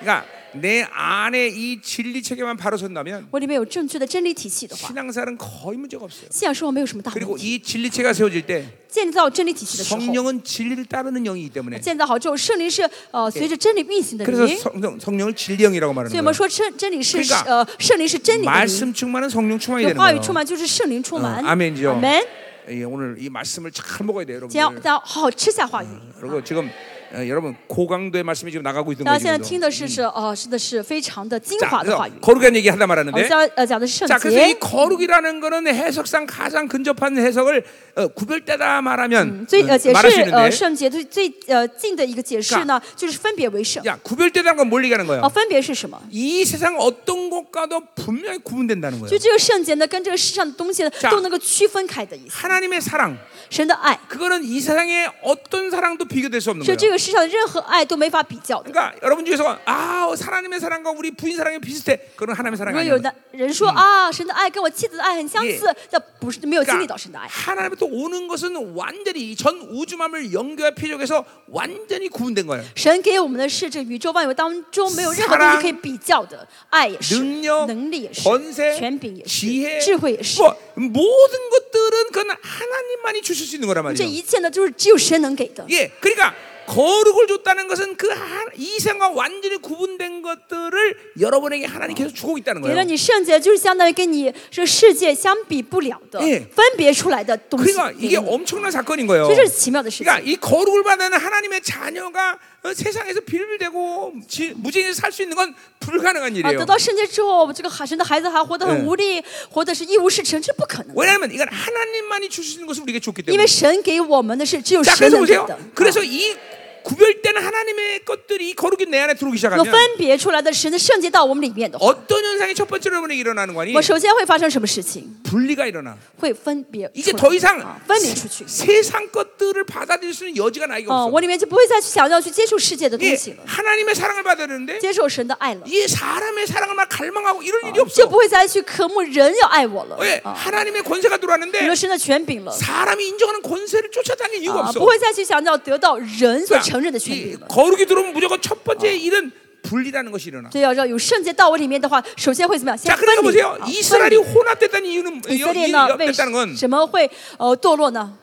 그러니까 내 안에 이 진리 체계만 바로 선다면
我里面有正确的真理体系的话，
신앙사는 거의 문제가 없어요.
信仰生活没有什么大问
그리고
题。
이 진리 체가 세워질 때
建立到真理体系的时候，
성령은 진리를 따르는 영이기 때문에
建造好之后，圣灵是呃随着真理运行的灵
그래서 ， 성령 성령을 진리 영이라고
所
말하는
以我们
거예요.
说真真理是
그러니까
呃圣灵是真理的灵，
말씀 충만은 성령 충만이
对
되는
话语
거예요.
充满就是圣灵充满。
아멘이죠
嗯阿门。
예, 오늘 이 말씀을 잘 먹어야 돼요,
今天
여러분들.
大家好好哦吃下话语。
그리고 지금 어, 여러분 고강도의 말씀이 지금 나가고 있는
大
거예요.
家现在
지금도.
听的是是哦，真的是非常的精
자,
华的话
그래서
语。
거룩한 얘기 하다
我们
말았는데
讲呃讲的是
자,
圣
그래서 이
洁，
거룩이라는 거는 해석상 가장 근접한 해석을 어, 구별되다 말하면
最呃
어,
解
말할 수
释
있는데
呃圣洁最最呃近的一个解释呢，就是分别为圣。
야, 구별되다는 건 뭘 얘기하는
哦，
거예요?
分别是什么？
이 세상 어떤 것과도 분명히 구분된다는
就
거예요.
这个圣洁呢，跟这个世上的东西呢
자
都能够区分开的意思。
하나님의 사랑
神的爱
그거는 이 세상의 어떤 사랑도 비교될 수 없는
是这
거예요.
个世上的任何爱都没法比较的。
그러니까 여러분 중에서 아 하나님의 사랑과 우리 부인 사랑이 비슷해. 그건 하나님의
如
사랑이
果有
아니에요.
男人说啊，神的爱跟我妻子的爱很相似，那不是没有经历
그러니까
到神的爱。
하나님의 또 오는 것은 완전히 이전 우주만을 연결 피족에서 완전히 구분된 거예요.
神给我们的是这宇宙万有当中没有任何东西可以比较的，爱也是，
능력,
能力也是，
권세,
权柄也是，
지혜,
智慧也是。
뭐, 모든 것들은 그건 하나님만이 주실 수 있는 거란
这
말이에요.
一切呢，就是只有神能给的。
예, 그러니까 거룩을 줬다는 것은 그 하- 이생과 완전히 구분된 것들을 여러분에게 하나님 계속 주고 있다는
给了
거예요.
你圣洁，就是相当于跟你这世界相比不了的
哎，
分别出来的东西
그러니까 。
给
이게
了你
엄청난 사건인 거예요.
所以这是奇妙的事情
그러니까 。이 거룩을 받는 하나님의 자녀가 어, 세상에서 빌빌대고 지- 무진히 살 수 있는 건 불가능한
啊，
일이에요.
得到圣洁之后，这个海神的孩子还活得
嗯
很无力，活得是一无是处，这不可能的。
왜냐하면 이건 하나님만이 주실 수 있는 것을 우리에게 줬기
因
때문에.
为神给我们的是只有
자,
神
그래서
能给
보세요.
的。
그래서 이 구별되는 하나님의 것들이 이 거룩이 내 안에 들어오기
有
시작하면
分别出来的神的圣洁到我们里面的话，
어떤 현상이 첫 번째로 여러분에게 일어나는 거니?
我首先会发生什么事情？
분리가 일어나.
会分别出
이제
来
더 이상
啊分离
세-
出去。
세상 것들을 받아들일 수 있는 여지가 나에게
哦、
없어.
我里面就不会再去想要去接触世界的东
이게
西了，
하나님의 사랑을 받아야 되는데
接受神的爱了，
이 사람의 사랑을 막 갈망하고 이런 일이
就
없어. 뭐- 어.
不会再去渴慕人要爱我了。
왜?
啊，
하나님의 권세가
有
들어왔는데
了神的权柄了，
사람이 인정하는 권세를 쫓아다니는 이유가
啊，
없어. 뭐
不会再去想要得到人所
그러니까
承认的权
이
柄了。
거룩이 들어오면 무조건 첫 번째 일은 분리라는 것이 일어나.
所以要要有圣洁到我里面的话，首先会怎么样？先
자,
分
그러니까
离。
보세요.
啊分
이스라엘이
离
혼합됐다는 이유는
以色列呢，为
됐다는 건 이
什么会呃堕落呢？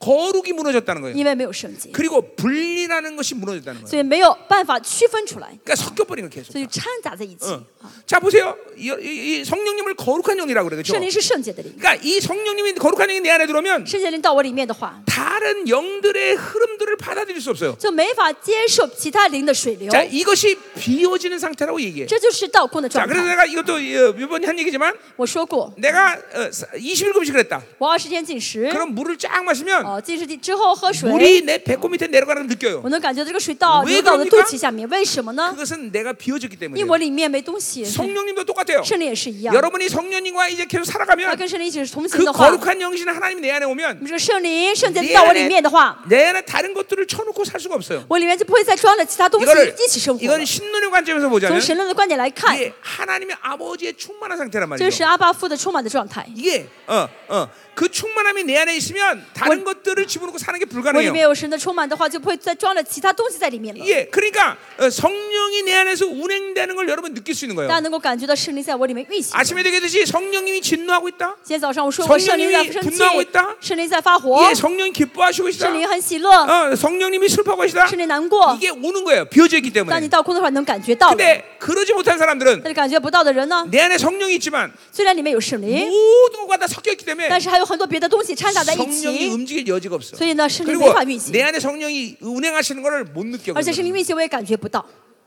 거룩이 무너졌다는 거예요.
因为没有圣洁，
그리고 분리라는 것이 무너졌다는 거예요.
所以没有办法区分出来，
그러니까 섞여버린 거 계속.
所以掺杂在一起。
어. 자, 보세요. 이, 이- 이 성령님을 거룩한 영이라고 그래요. 그렇죠?
圣灵是圣洁的灵，
그러니까 이 성령님이 거룩한 영이 내 안에 들어오면
圣洁灵到我里面的话，
다른 영들의 흐름들을 받아들일 수 없어요.
就没法接受其他灵的水流，
자, 이것이 비워지는 상태라고 얘기해.
这就是倒空的
자,
状
그래서
态。
내가 이것도 어, 이번에 한 얘기지만
我说过，
내가 어, 20일 금식을 했다.
我二十天进食，
그럼 물을 쫙 마시면
哦，进食之后喝水，
물이 내 배꼽 밑에 내려가는 걸 느껴요.
我能感觉这个水到
왜
流到我的
그럽니까
肚脐下面，为什么呢？
그것은 내가 비워졌기
因
때문에.
为我里面没东西。
성령님도 똑같아요.
圣灵也是一样，
여러분이 성령님과 이제 계속
要
살아가면
跟圣灵一起同行
그
的话，我
거룩한 영신 하나님 내 안에 오면
们这个圣灵圣洁
내
到我里面
안에,
的话，
내 안에 다른 것들을 쳐놓고 살 수가 없어요.
我里面就不会再装了其他东西
이거를
一起生活了
이건 。 신론의 관점에서 보자면
从神论的观点来看，
이게 하나님의 아버지의 충만한 상태란
这是
말이죠.
阿巴父的充满的状态。
이게 어어그 충만함이 내 안에 있으면 다른 것들을 집어넣고 사는 게
我里面
불가능해요.
有神的充满的话，就不会再装了其他东西在里面了。
예, 그러니까 어, 성령이 내 안에서 운행되는 걸 여러분 느낄 수 있는
大家
거예요.
能够感觉到圣灵在我里面运行。
아침에 되겠듯이 성령님이 진노하고 있다.
今天早上我说过，
성령님이
圣灵在生气
분노하고있다 ，
圣灵在发火，
예, 성령이 기뻐하시고 계시다.
圣灵很喜乐，
어, 성령님이 슬퍼하고 계시다.
圣灵难过。
이게 오는 거예요. 비어져 있기
当你
때문에.
到空的话，能感觉到的。
근데 그러지 못한 사람들은
但是感觉不到的人呢，
내 안에 성령이 있지만
虽然里面有圣
예?
灵，
모든 것과 다 섞여 있기 때문에
但是还有很多别的东西掺杂在一
성령이
起，
움직일 여지가 없어.
所以呢，圣灵没
그리고
法运行
내 ， 안에 성령이 운행하시는 것을 못 느껴.
而且圣灵运行我也感觉不到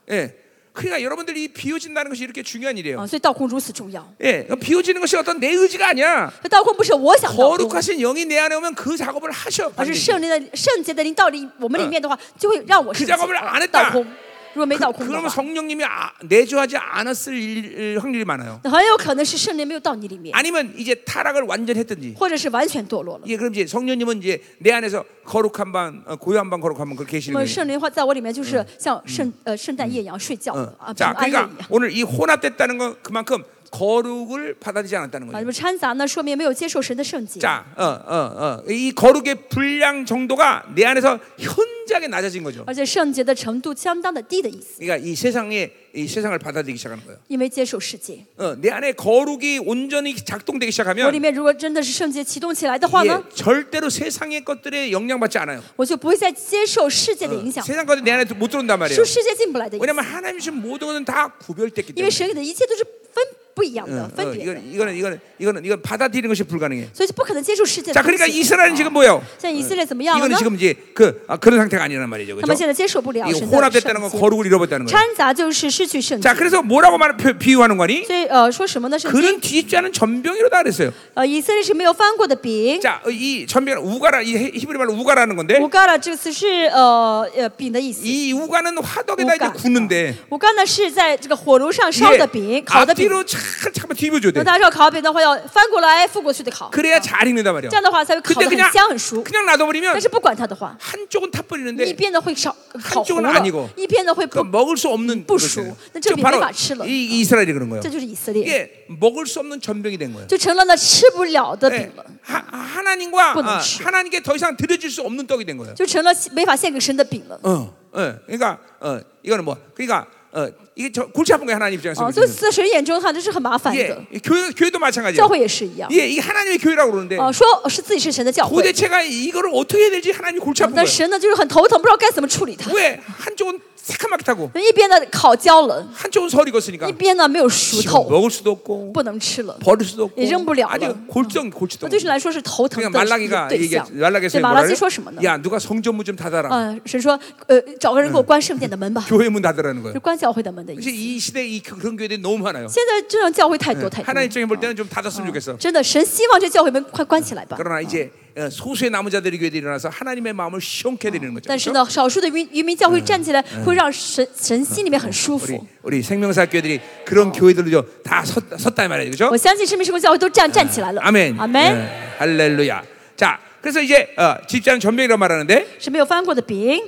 예. 그러니까 여러분들이 비워진다는 것이 이렇게 중요한 일이에요.
啊。所以倒空如此重要。
예. 비워지는 것이 어떤 내 의지가 아니야.
这倒空不是我想倒空，
거룩하신 영이 내 안에 오면 그 작업을 하셔.
而是
반드시.
圣灵的圣洁的灵到里我们里面的话，就会嗯让我
그
圣洁
작업을안했다
倒空。如果没倒
그,
空的
그러면
话，
성령님이 아, 내주하지 않았을 일- 확률이 많아요.
那很有可能是圣灵没有到你里面，
아니면 이제 타락을 완전히 했든지.
或者是完全堕落了。
예, 그럼 이제 성령님은 이제 내 안에서 거룩한 반, 어, 고요한 반, 거룩한 반 그렇게
那
계시는
么
거예요.
圣灵的话，在我里面就是像圣呃圣诞夜一样睡觉
어.
啊，平
자,
安夜一
그러니까
样。
오늘 이 혼합됐다는 건 그만큼 거룩을 받아들이지 않았다는
啊，
거예요.
那么掺杂呢，说明没有接受神的圣洁。
자, 어, 어, 어. 이 거룩의 분량 정도가 내 안에서 현저하게 낮아진 거죠.
而且圣洁的程度相当的低的意思，
그러니까 이 세상에 이 세상을 받아들이기 시작하는 거예요.
因为接受世界。
어, 내 안에 거룩이 온전히 작동되기
我里
시작하면
面如果真的是圣洁启动起来的话
이게
呢，
절대로 세상의 것들에 영향받지 않아요.
我就不会再接受世
아,
界的影响，
세상 것들 내 안에 못 들어온단 말이에요.
受世界进不来的影响。
왜냐면 하나님 신 모든 것은 다 구별됐기
因为
때문에.
神给的一切都是分不一样
어,
的、
어,
分别的
이건, ， 이거는 이거는 이거는 이건 받아들이는 것이 불가능해.
所以就不可能接受世界的
자
东
그러니까
西。啊
이스라엘은 지금 뭐요?
像以色列怎么样了
이거는
呢？
지금 이제 그 아, 그런 상태가 아니란 말이죠.
他们现
그렇죠?
在接受不了
이
神的圣
혼합됐다는 건
洁，
거룩을 잃어버렸다는 거예요.
掺杂就是失去圣洁
자 。 그래서 뭐라고 말 표- 비유하는 거니?
所以呃，说什么呢？圣经
그는 뒤집지 않은 전병이로다 그랬어요.
呃，以色列是没有翻过的饼。
자, 이 전병은 우가라 이 히- 히브리 말로 우가라는 건데
五嘎了这个词是呃呃饼的意思。
이 우가는 화덕에다 이제
우가. 어.
굽는데
五嘎呢是在这个火炉上烧
이게
的饼，烤的饼。
앞뒤로 참 잠깐 뒤집어줘야
那
돼.
大家要烤饼的话，要翻过来覆过去的烤。
그래야 잘 익는단 말이야.
这样的话才会烤
근데
得很
그냥
香很熟。
그냥 놔둬버리면
但是不管它的话，
한쪽은
一
타버리는데
边的会烤
한
烤糊
쪽은아니고
了，一边的会
그
不，
먹을 수 없는
음, 부수.
그것이에요.
근데
지금
저기
바로
내가 칠러.
이, 이 이스라엘이 그런 거예요.
这就是以色列，
이게 먹을 수 없는 전병이 된 거예요.
就成了那吃不了的
예,
饼了，
하, 하나님과
뿌는
아,
씨.
하나님께 더 이상 드려질 수 없는 떡이 된 거예요.
就成了没法献给神的饼了。
어, 예, 그러니까 어, 이거는 뭐, 그러니까 어, 이게 저 골치 아픈 거예요 하나님
啊，
입장에서.
所以在神眼中的话，这是很麻烦
예,
的。
교회 교회도
教
마찬가지예요.
会也是一样，
예, 이게 하나님의 교회라고 그러는데
啊，说是自己是神的教会，
도대체가 이거를 어떻게 해야 될지 하나님 골치 아픈
但
거예요.
神呢就是很头疼，不知道该怎么处理它。
왜 한쪽은 새카맣게 타고
一边呢烤焦了，
한쪽은 설 익었으니까
一边呢没有熟
지금
透，
먹을 수도 없고
不能吃了。
버릴 수도 없고
이런 분량.
아주 골정 골치도
那对神来说是头疼
그러니까
的一
말라기가
个对
이게
象。
말라기에서
对马拉基说什么呢？
야 누가 성전문 좀 닫아라
嗯，神说，呃，找个人给我关圣殿的门吧，
교회 문 닫으라는 거예요
就嗯关教会的门的意思。
사실 이 시대에 이 교- 그런 교회들이 너무 많아요
现在这种教会太多太
하나님 입장에
多
볼
了，
때는 좀 닫았으면 좋겠어
真的，神希望这教会门快关起来吧。
그러나 이제 어, 소수의 남은 자들이 교회에 일어나서 하나님의 마음을 시원케 드리는 거죠
但是
그렇죠?
呢，少数的渔渔民教会站起来，会让神神心里面很舒
우리,
服。
우리 생명사 학교들이 그런 교회들로 다 섰, 섰다 이 말이에요 그렇죠?
我相信生命圣光教会都站站起来了。
아멘
嗯阿门。
예, 할렐루야 자 그래서 이제 어, 집장 전병이라고 말하는데
是没有翻过的饼。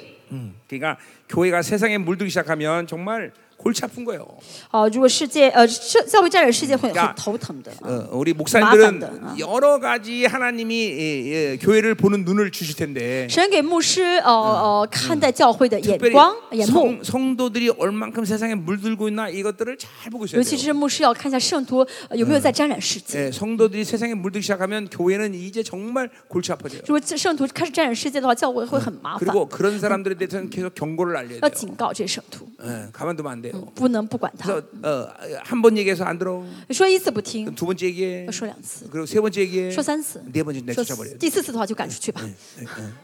그러니까 교회가 세상에 물들기 시작하면 정말 골치 아픈 거예요.
哦，如果世界呃社教会沾染世界会
呀
很头疼的。
어, 우리
마산다, 어.
목사님들은 여러 가지 하나님이 예, 예, 교회를 보는 눈을 주실 텐데
神给牧师呃呃看待教会的眼
특별히
光眼目，
성, 성도들이 얼만큼 세상에 물들고 있나 이것들을 잘 보고 있어야
尤其
돼요.
是牧师要看一下圣徒呃有没有在沾染世界。
예, 성도들이 세상에 물들기 시작하면 교회는 이제 정말 골치 아파져요.
如果圣徒开始沾染世界的话，教会会很麻烦，
그리고 그런 사람들에 대해서는 계속 경고를 알려야
要
돼요.
警告这些圣徒，
예, 가만두면 안 돼요.
不能不管他。
그래서 한 번 얘기해서 안 들어.
说一次不听，
두 번째 얘기해.
要说两次，
그리고 세 번째 얘기해.
说三次，
네 번째 내
说
쫓아버려야 예, 돼.
第四次的话就赶出去吧，
응,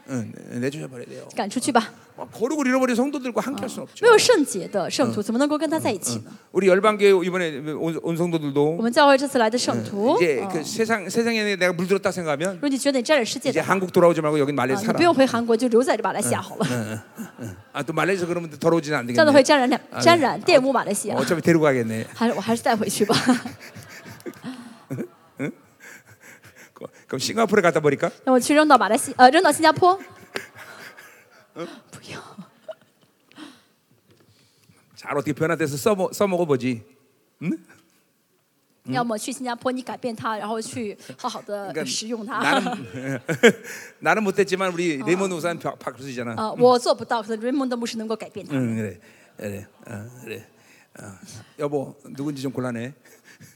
응, 내쫓아버려야 돼요.
赶出去吧。
막 거룩을 잃어버린 성도들과 함께할 수는
没
없죠.
有圣洁的圣徒怎么能够跟他在一起呢？
우리 열방교회 이번에 온, 온
我
성도들도
们教会这次来的圣徒，
이제
嗯
그 세상 세상에 내가 물들었다
如
생각하면
果你觉得你沾染世界
이제
的话，
한국 돌아오지 말고 여긴 말레이시
啊，你
예. 살아.
不用回韩国，就留在马来西亚好了。
아또 말레이시 그러면 또 더러워지는 안
这样的会
되겠네.
沾染两沾染玷污马来西亚
어, ， 어차피 데리고 가겠네.
还是我还是带回去吧。
그- 그럼 싱가포르에 갖다 버릴까?
让我去扔到马来西呃扔到新加坡，不要
잘 어떻게 변화돼서 써먹 써먹어 보지.
要么去新加坡你改变它，然后去好好的
그러니까
使用 它。
나는 나는 못했지만 우리 레몬 우산 박수지잖아.
呃，我做不到，可能 Raymond 的牧师能够改变它。
응 그래 그래 어, 그래 어, 여보 누군지 좀 곤란해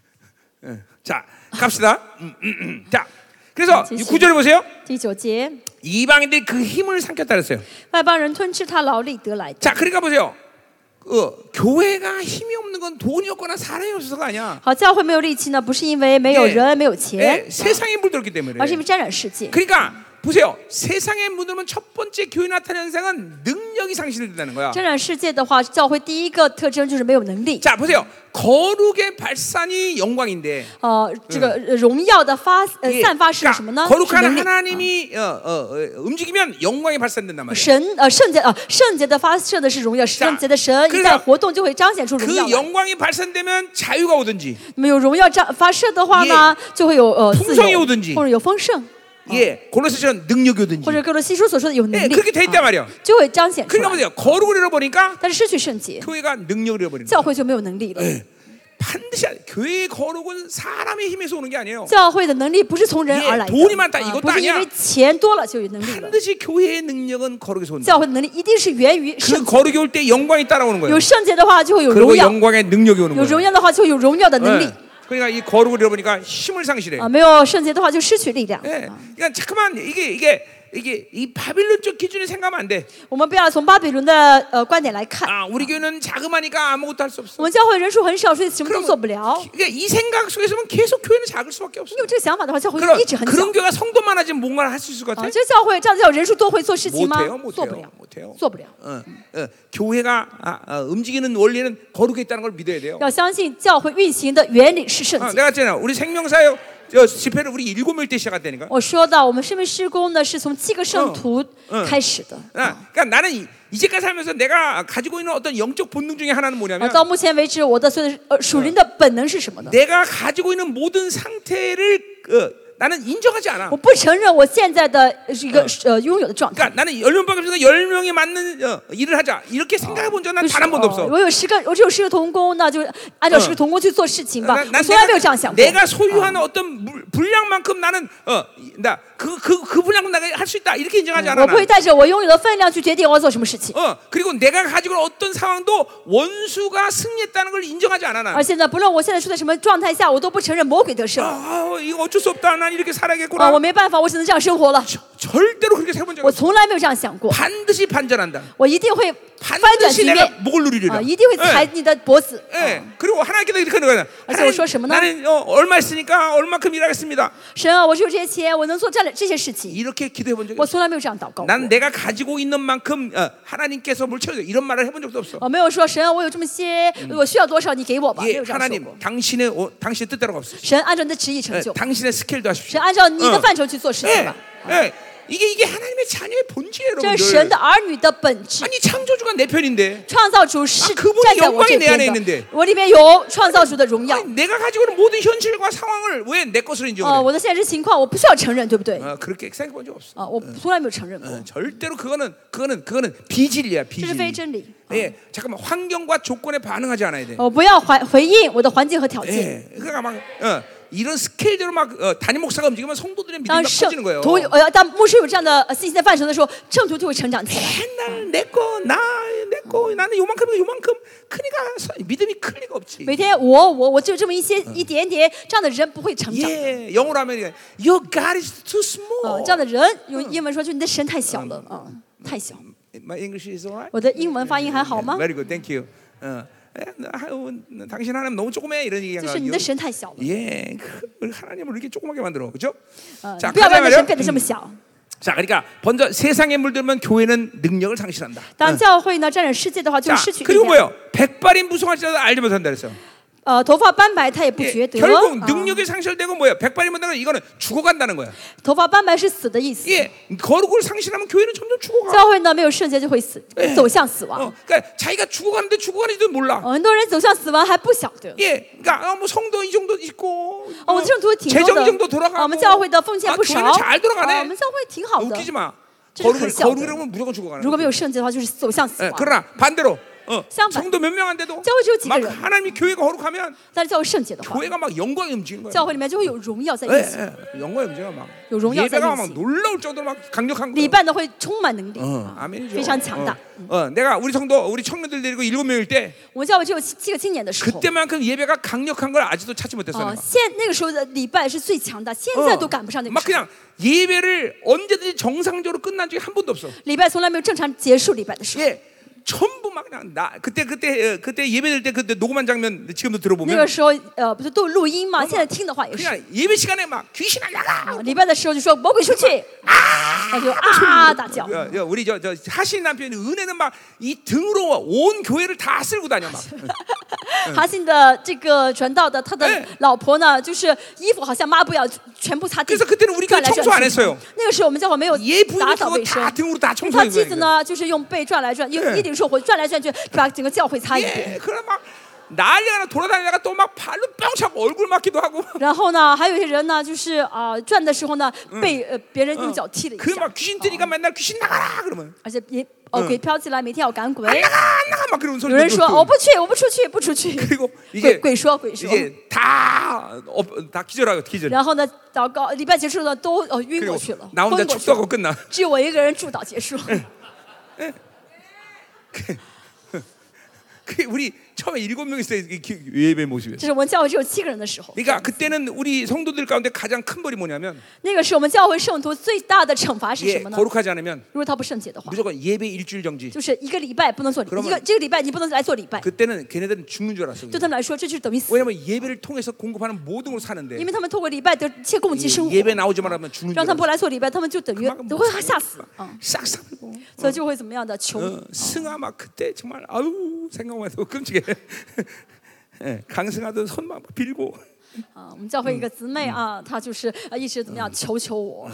응. 자 갑시다 음, 음, 음. 자 그래서
진심.
구절을 보세요
第九节，
이방인들이 그 힘을 삼켰다 그랬어요
外邦人吞吃他劳力得来的。
자 그러니까 보세요 어, 교회가 힘이 없는 건 돈이 없거나 사람이 없어서가 아니야
好，教会没有力气呢，不是因为没有
예
人、没有
예,
钱，
세상에 물들었기 때문에
而是因
그래.
为沾染世界。
그러니까 보세요 세상에 물들면 첫 번째 교회 나타나는 현상은 능력이 상실된다는 거야
沾染世界的话，教会第一个特征就是没有能力。
자 보세요 거룩의 발산이 영광인데
呃，这个呃荣耀的发呃
이게
散发是
그러니까
什么呢？是
거룩한
能力。
하나님이 어, 어, 어, 움직이면 영광이 발산된단 말이에요.
神呃圣洁呃圣洁的发射的是荣耀，圣洁的神
그래서
一旦活动就会彰显出荣耀
그
来。
영광이 발산되면 자유가 오든지
那么有荣耀彰发射的话呢，就会有呃
풍성이
自由
오든지
或者有丰盛，
예, 골로새처럼 능력이 오든지
或者各罗西书所说的有能
예,
力，
그렇게 돼 있단
啊
말이에요.
就会彰显出
그러니까
来。
보세요. 거룩을 잃어버리니까
但是失去圣洁，
교회가 능력을 잃어버리는 거예요.
教会就没有能力了。
반드시 알- 교회의 거룩은 사람의 힘에서 오는 게 아니에요.
教会的能力不是从人
예
而来的，
돈이많다
啊
이것도
不是因
아니야
为钱多了就有能力 了。
반드시 교회의 능력은 거룩에서 온다.
教会的能力一定是源于
그
圣洁，
거룩이 올 때 영광이 따라오는
有
거예요.
圣洁的话就会有荣
그리고
耀，哎
영광의 능력이 오는
有荣
거예요.
耀的话就会有荣耀的能力
예. 그러니까 이 거룩을 잃어버리니까 힘을 상실해.
啊，没有圣洁的话就失去力量。
예. 그러니까 잠깐만 이게 이게 이게 이 바빌론적 기준에 생각하면 안 돼.
我们不要从巴比伦的呃观点来看，
아, 우리 교회는 자그마니까 아무것도 할 수 없어.
我们教会人数很少，所以什么都
그럼-
做不了。
그러니까 이 생각 속에서는 계속 교회는 작을 수밖에 없어.
你有这个想法的话，教会
그런
一直很小。
그런 교회가 성도만 하지 뭔가를 할 수 있을 것
啊，
같아?
这教会这样的教会人数多会做事情吗
못해요, ？
做不了
못해요, ， 못해요.
做不了。
어, 어, 교회가 아, 아, 움직이는 원리는 거룩에 있다는 걸 믿어야 돼요.
要相信教会运行的原理是圣
아,
洁。
내가 했잖아. 우리 생명사역 저 집회를 우리 일곱 명일 때 시작했다니까. 어,
我说到我们生命施工呢，是从七个圣徒
嗯
开始的。
아, 그러니까 나는 이- 이제까지 하면서 내가 가지고 있는 어떤 영적 본능 중에 하나는
啊，
뭐냐면
到目前为止，我的所有的
嗯
呃属灵的本能是什么呢？
내가 가지고 있는 모든 상태를 어, 나는 인정하지 않아.
我不承认我现在的呃是一
嗯
个呃拥有的状态。
그러니까 나는 열명밖에 없으니까 열 명에 맞는 어, 일을 하자 이렇게 생각해 본 적은
就是
난단한 번도
哦
없어.
我有十个，我只有十个童工，那就按照十个童工去做事情吧。
나-
我
난
从来没有这样想
내가,
过。
내가 소유하는 어떤 물- 분량만큼 나는 어, 그, 어나그그그 분량만 내가 할 수 있다 이렇게 인정하지 않아.
我不会带着我拥有的分量去决定我要做什么事情。
어, 그리고 내가 가지고 있는 어떤 상황도 원수가 승리했다는 걸 인정하지 않아. 나는.
而现在，不论我现在处在什么状态下，我都不承认魔鬼得胜
아,
啊！
아, 이거 어쩔 수 없다. 난 이렇게 살아야겠구나.
我没办法，我只能这样生活 了。
절대로 그렇게 세본 적
我
없어.
从来没有这样想过，
반드시 반전한다.
我一定会翻转
반드시
局
내가
面
목을 누리리라.
啊！一定会
예.
踩你的脖子。啊
예. 그리고 하나님께서 이렇게 하는 거야.
아,
하나님,
그래서 说什么呢?
나는 어, 얼마 있으니까 얼마큼 일하겠습니다.
神啊，我是有这些钱，我能做这这些事情，
이렇게 기도해 본 적이
我
없어.
从来没有这样祷告过。
난 내가 가지고 있는 만큼 어, 하나님께서 뭘 채워줘. 이런 말을 해본 적도 없어.
我没有说神啊，我有这么些，
嗯
我需要多少你给我吧，没
예,
有这样说过
하나님 。 당신의 어, 당신의 뜻대로 없어.
神按照你的旨意成
예,
就，
당신의 스케일도 하십시오.
神按照你的
어.
范畴去做事情
예,
吧。
예. 이게 이게 하나님의 자녀의 본질이에요,
这是神
여러분들.
的儿女的本质。
아니 창조주가 내 편인데
创造主是
哎啊可不
站在我
영광이
这
내
边
안에있는데
的，我里面有创造主的荣耀
아니, 。 내가 가지고 있는 모든 현실과 상황을 왜 내 것으로
哦，
인정해?
我的现实情况我不需要承认，对不对？
어, 그렇게 생각해 본 적 없어. 어,
啊，我从来没有承认过，
절대로 그거는 그거는 그거는 비질리야
这是
비질.
非真理。
예, 잠깐만 환경과 조건에 반응하지 않아야 돼.
我哦不要回回应我的环境和条件。
예, 그러니까 막 어, 이런 스케일대로 막 어, 단임 목사가 움직이면 성도들의 믿음이
当
막
圣
커지는 거예요.
徒有呃，当牧师有这样的呃信心的范畴的时候，圣徒就会成长起来。
맨날 내 거, 나, 내 거, 나는 요만큼, 요만큼. 그러니까 서- 믿음이 클 리가 없지.
每天我我我就这么一些一点点，这样的人不会成长。
예, 영어로 하면 이게, your God is too
嗯
small. ，
这样的人用英文说，就你的神太小了，啊，太小。
My English is alright. 음,
我的英文发音还好吗？
Very good, thank you. 어, 예, 나- 아유, 나- 당신 하나님 너무 조그매 이런
就
얘기가
是你
나와요.
的神太小
嗯
了，
예, 그 하나님을 이렇게 조그맣게 만들어, 그죠
呃，你
자,
不要
가자
让你的
말이야.
神变得这么小。
자, 그러니까 먼저 세상에 물들면 교회는 능력을 상실한다.
当教会呢占领世界的话，就
자,
会失去力
그리고
量。
뭐요? 백발인 무성할지라도 알지 못한다 그랬어.
呃，头发斑白，他也不
예,
觉得。
결국
啊
능력이 상실되고 뭐야? 백발인 못하는 이거는 죽어간다는 거야.
头发斑白是死的意思。
예, 거룩을 상실하면 교회는 점점 죽어가.
教会呢没有圣洁就会死，走向死
어,
亡。
그러니까 자기가 죽어가는데 죽어가는지도 몰라.
呃很多人走向死亡还不晓得。
예, 그러니까 아, 뭐 성도 이 정도 있고, 뭐
哦，我们圣徒挺
재정
多
이 어,
的
정도 ，
啊
돌아가고,
我们教会的奉献
아,
不少，
교회는 잘
啊，我
돌아가네.
们教会挺好的。
웃기지 마.
这是
거룩을
很小的。
거룩이라면 무조건 죽어가는.
如果没
거야.
有圣洁的话，哎就是走向死
예,
亡。
그러나 반대로 어,
쌍반.
성도 몇 명한데도
저거 저거 지금
막
이거.
하나님이 교회가 거룩하면
但是教会圣洁的话，
교회가 막 영광이 움직인 거야.
教会里面就会有荣耀在
예,
一起，
예, 영광이 움직여 막
요荣耀
예배가 막
在一起。
놀라울 정도로 막 강력한
礼
거야.
拜呢会充满能力，
어,
啊
아멘이죠.
非常强大。
어, 어, 내가 우리 성도 우리 청년들 데리고 일곱 명일 때
我们教会只有七七个青年的时候，
그때만큼 예배가 강력한 걸 아직도 찾지 못했어.
啊，
내가.
现那个时候的礼拜是最强大，现
어,
在都赶不上那个
막
时候。
그냥 예배를 언제든지 정상적으로 끝난 적이 한 번도 없어.
礼拜从来没有正常结束礼拜的时候。
예. 전부 막 그냥 나 그때 그때 어, 그때 예배 될 때 그때 녹음한 장면 지금도
那
들어보면
个时候，呃，不是都有录音吗？现在听的话也是，
그냥 예배 시간에 막 귀신아 나가.
啊礼拜的时候就说魔鬼出去，那就啊大叫。
야, 야, 우리 저, 저 하신 남편이 은혜는 막 이 등으로 온 교회를 다 쓸고 다녀 막.
哈信的这个传道的他的
哎
老婆呢，就是衣服好像抹布一样，全部擦地。
그래서 그때는 우리 교회
转来
청소 안
转去
했어요. 。
那个时候我们教会没有
얘 예, 부인이
打扫
그거
卫生
다 。 등으로 다
他
청소해
妻子
거예요.
呢，就是用被转来转，用
哎
一顶圣火转来转去，把整个教会擦一遍。
예, 그럼 막 난리가 나 돌아다니다가 또 막 발로 뿅 차고 얼굴 맞기도 하고.
然后呢，还有一些人呢，就是啊、转的时候呢，被呃别人用脚踢了一
그
下，
막 귀신 뜨니까 맨날 귀신 나가라 그러면
而且也哦鬼飘起来，每天要赶鬼。
안 나가 안 나가 막 그러는
有人
소리
说我不去，我不出去，不出去。
그리고
鬼
이게
鬼说鬼说，
이게 다, 어, 다 기절하고 기절.
然后呢，祷告礼拜结束了都哦晕过
그리고
去了，
나
昏
혼자
过去了
축도하고 。 끝나.
只有我一个人祝祷结束。
그게 우리 처음에 일곱 명 있을 때 기- 예배 모습이었어.
这是我们教会只有七个人的时候，
그러니까 그때는 우리 성도들 가운데 가장 큰 벌이 뭐냐면
那个是我们教会圣徒最大的惩罚是
예,
什么呢？
거룩하지 않으면
如果他不圣洁的话，
무조건 예배 일주일 정지.
就是一个礼拜不能做礼
그러면
一个这个礼拜你不能来做礼拜，
그때는 걔네들은 죽는 줄 알았어.
对他们来说这就是等于死，
왜냐면 예배를 통해서 공급하는 모든 걸
因
사는데 음,
为他们透过礼拜得切供给生活，
예배 나오지만 하면 죽는 줄
让他们
알았어.
不来做礼拜，他们就等于都会吓死啊、嗯
싹 사고.
所以就会怎么样的求。
어, 승아 막 그때 정말 아유 생각만 해도 끔찍해. 예, 강승아도 손 막 빌고.
啊，我们教会一个姊妹啊，她就是啊一直怎么样求求我。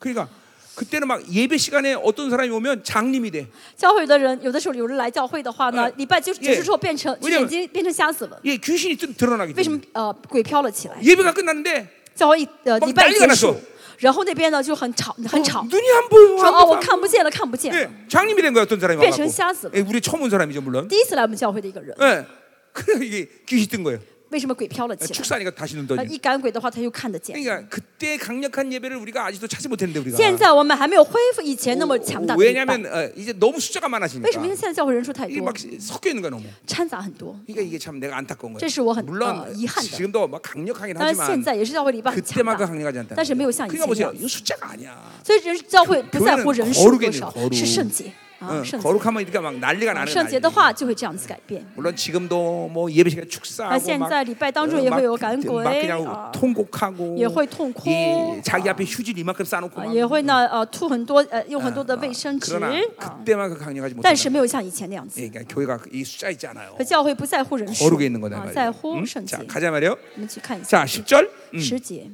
그러니까 그때는 막 예배 시간에 어떤 사람이 오면 장님이 돼.
教会有的人有的时候有人来教会的话呢，礼拜结束结束之后变成
为什么
眼睛变成瞎子了，
예, 귀신이 드- 드러나기
为什么
때문에.
呃鬼飘了起来？
예배가 끝났는데
教会一呃
帮
礼
你打
拜
一个
结
来
束
说，
然后那边呢就很吵很吵，
눈이 안 보여.
说哦我
안 보여.
看不见了看不见了。
예, 장님이 된 거야 어떤 사람이 와갖고.
배신 샤스.
예, 우리 처음 온 사람이죠 물론.
第一次来我们教会的一个人，
예. 그래 이게 귀신 뜬 거예요.
为什么鬼飘了起来？
축사하니까 다시 눈
呃
떠지.
一赶鬼的话，他又看得见。
그러니까 그때 강력한 예배를 우리가 아직도 찾지 못했는데
现
우리가
在我们还没有恢复以前那么强大的礼拜。
왜냐하면 어, 이제 너무 숫자가
为什么
많아지니까
现在教会人数太
이게
多
막 ， 섞여 있는 거야 너무.
掺杂很多？
그러니까 이게 참 내가 안타까운 거야.
这是我很-
물론
어, 遗憾的。
지금도 막 강력하긴
当然现
하지만
在也是教会礼拜很强
그때만큼
大，
강력하지 않다.
但是没有像以前
그러니까 보세요, 이 숫자가 아니야.
所以人教会不在乎人数多少
거룩이네，거룩
是圣洁
응,
啊，圣洁。
거룩하면 그러니까 막 난리가 나는
圣洁
거야.
的话就会这样子改变。
물론 지금도 뭐 예배 시간
那
축사하고
现
막
在礼拜当中
어,
也
막,
会有
그-
赶鬼
막 ， 그냥 아.
啊
통곡하고 아,
也会痛哭，
예, 자기 앞에 휴지를 이만큼 싸놓고
啊
막,
也会呢呃吐很多呃用很多的
어,
卫生纸
그러나
啊，
그때만큼 강력하지
但是
아. 못한다
没有像以前那样子。
예, 그러니까 교회가 이 숫자 있잖아요
和教会不在乎人数
거룩에 있는 거다
啊，
말이에요
在乎
음?
圣洁。
자 가자 말이요
我们去看一
자
下
10절
十节，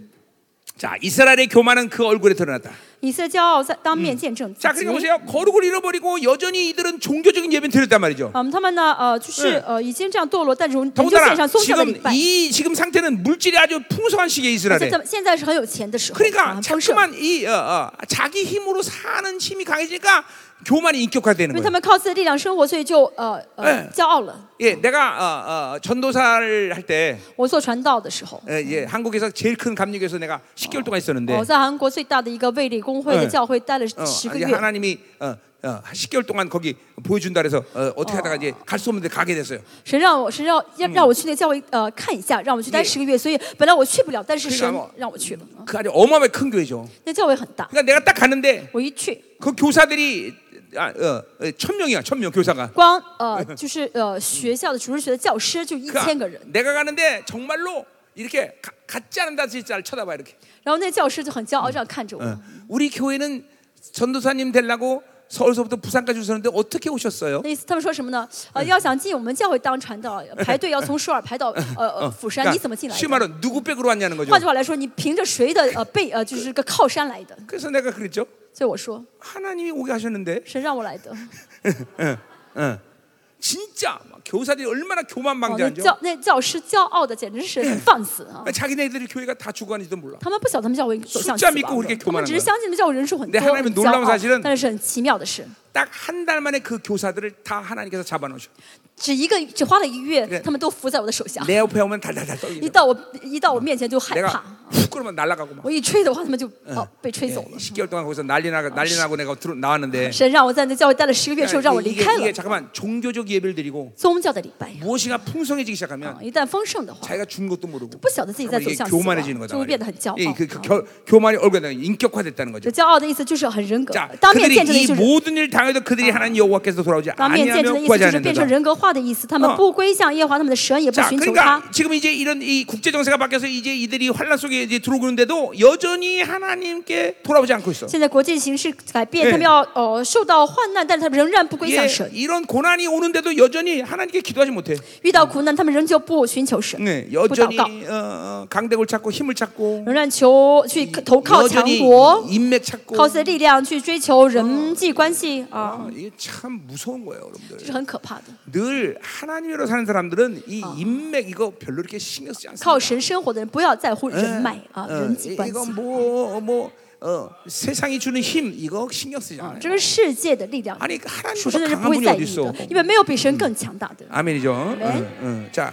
자 이스라엘의 교만은 그 얼굴에 드러났다
以色列骄傲在当
嗯
面见证自
자
己啊
그러니까 。 보세요 거룩을 잃어버리고 여전히 이들은 종교적인 예배를 드렸단 말이죠
嗯，他们呢，呃，就是
嗯
呃，已经这样堕落，但仍仍旧
더군다나
献上宗教的礼
지금
拜。
이 지금 상태는 물질이 아주 풍성한 시기에
而且
이스라엘에
咱们现在是很有钱的时候，啊
그러니까
很丰盛，
자꾸만 이 어, 어, 자기 힘으로 사는 힘이 강해지니까 교만이
因
인격화되는
为他
거예요.
们靠自己的力量生活，所以就呃呃
嗯
骄傲了。
예, 내가 어, 어, 전도사를 할 때
我做传道的时候，
예, 한국에서 제일 큰 감리교에서 내가 10개월 동안 있었는데
我哦在韩国最大的一个卫理公会的
嗯
教会待了
어,
十个
이제
月，
하나님이 어, 어, 10개월 동안 거기 보여준다 그래서 어, 어떻게 하다가 이제 갈 수 없는데 가게 됐어요.
神让我神让
嗯
让让我去那个教会呃看一下，让我去待
예
十个月，所以本来我去不了，但是神
그러니까뭐
让我去了。啊
그 아주 어마어마하게 큰 교회죠.
那教会很大，
그러니까 내가 딱 갔는데
我一去，
그 교사들이 아, 어, 어, 천 명이야, 천 명 교사가.
光呃就是呃学校的主日学的教师就一千个
그러니까
人，
내가 가는데 정말로 이렇게 가, 같지 않은다 진짜를 쳐다봐 이렇게.
然后那教师就很骄傲这样看着
嗯
我。
우리 교회는 전도사님 되려고 서울서부터 부산까지 오셨는데 어떻게 오셨어요?
那意思他们说什么呢？呃，要想进我们教会当传道，排队要从首尔排到呃呃釜山，你怎么进来
쉽게 그러니까
的？
말은 누구 백으로 왔냐는 거죠.
换句话来说，你凭着谁的呃背呃就是个靠山来的？
그래서 내가 그랬죠.
所以我说，
하나님이 오게 하셨는데
神让我来的。
진짜 막 교사들이 얼마나
哦，那
교만방자한지
教那教师骄傲的简直是很放肆
哎
啊！
그러니까 자기네들이 교회가 다 죽어가는지도 몰라.
他们不晓得他们教会走向死
숫자믿고
亡
그렇게
了，
교만한
他们只是
거야
相信的教会人数很
내
多，
하나님의
很
놀라운사실은
骄傲。但是很奇妙的是，
딱 한 달 만에 그 교사들을 다 하나님께서 잡아놓으셔.
只一个只花了一
네
月，他们都伏在我的手下。
내 옆에 오면 달달달 떨리죠.
一到我一到我面前就害
내가
怕，
훅 그러면 날아가고 막.
我一吹的话，他们就哦被吹
예,
走了。
10개월 동안 거기서 난리 나고 난리 나고 내가 들어 나왔는데
神让我在那教会待了十个月之后，让我
그러니까
离
이게,
开
이게
了
잠깐만 종교적 예배를 드리고
宗教的礼拜。
무엇이가 풍성해지기 시작하면
啊一旦丰盛的话，
어. 자기가 준 것도 모르고
不晓得自己在
그러면
走
이게
向死
교만해지는 거다
亡，就会变得很
말이에요.
骄
예,
傲。
그, 그 겨- 교만이 얼굴에 다 인격화됐다는
这
거죠
骄傲的意思就是很人格
자 ，
当面见证的
그들이 어. 이
意思就是。
모든 일 당해도 그들이 하나님 여호와께서 돌아오지
当面见证
아니하며
的意思
구하지
就是变成
않는다
人格化的意思，他们
嗯
不归向耶和华他们的神，也不
자
寻求他
그러니까 。 지금 이제 이런 이 국제 정세가 바뀌어서 이제 이들이 환란 속에 이제 들어오는데도 여전히 하나님께 돌아오지 않고 있어
现在国际形势改变，
예
他们要呃受到患难，但是他们仍然不归
예,
向神。
이런 고난이 오는데도 여전히 하나님께 기도하지 못해
遇到苦难，他们仍旧不寻求神，
네,
不祷告，
여전히 어, 어, 강대국을 찾고 힘을 찾고
仍然求去投靠强
여전히
国，
인맥 찾고
靠自己的力量去追求人际关系啊，
아, 이게 참 무서운 거예요
这
여러분들
是很可怕的。
늘 하나님으로 사는 사람들은 이 인맥 이거 별로 이렇게 신경 쓰지
靠
않습니다.
神生活的人，不要在乎人脉
예,
啊，
어,
人际
이-
关系
이거 。 뭐, 뭐 어, 세상이 주는 힘 이거 신경 쓰지
啊
않아요.
这个世界的力量，
아니 그
属神
하나님보다
的人
강한
不会
분이
在
어디
意
있어?
的，因为没有比神更强大的。
아멘이죠.
네.
응, 응. 자,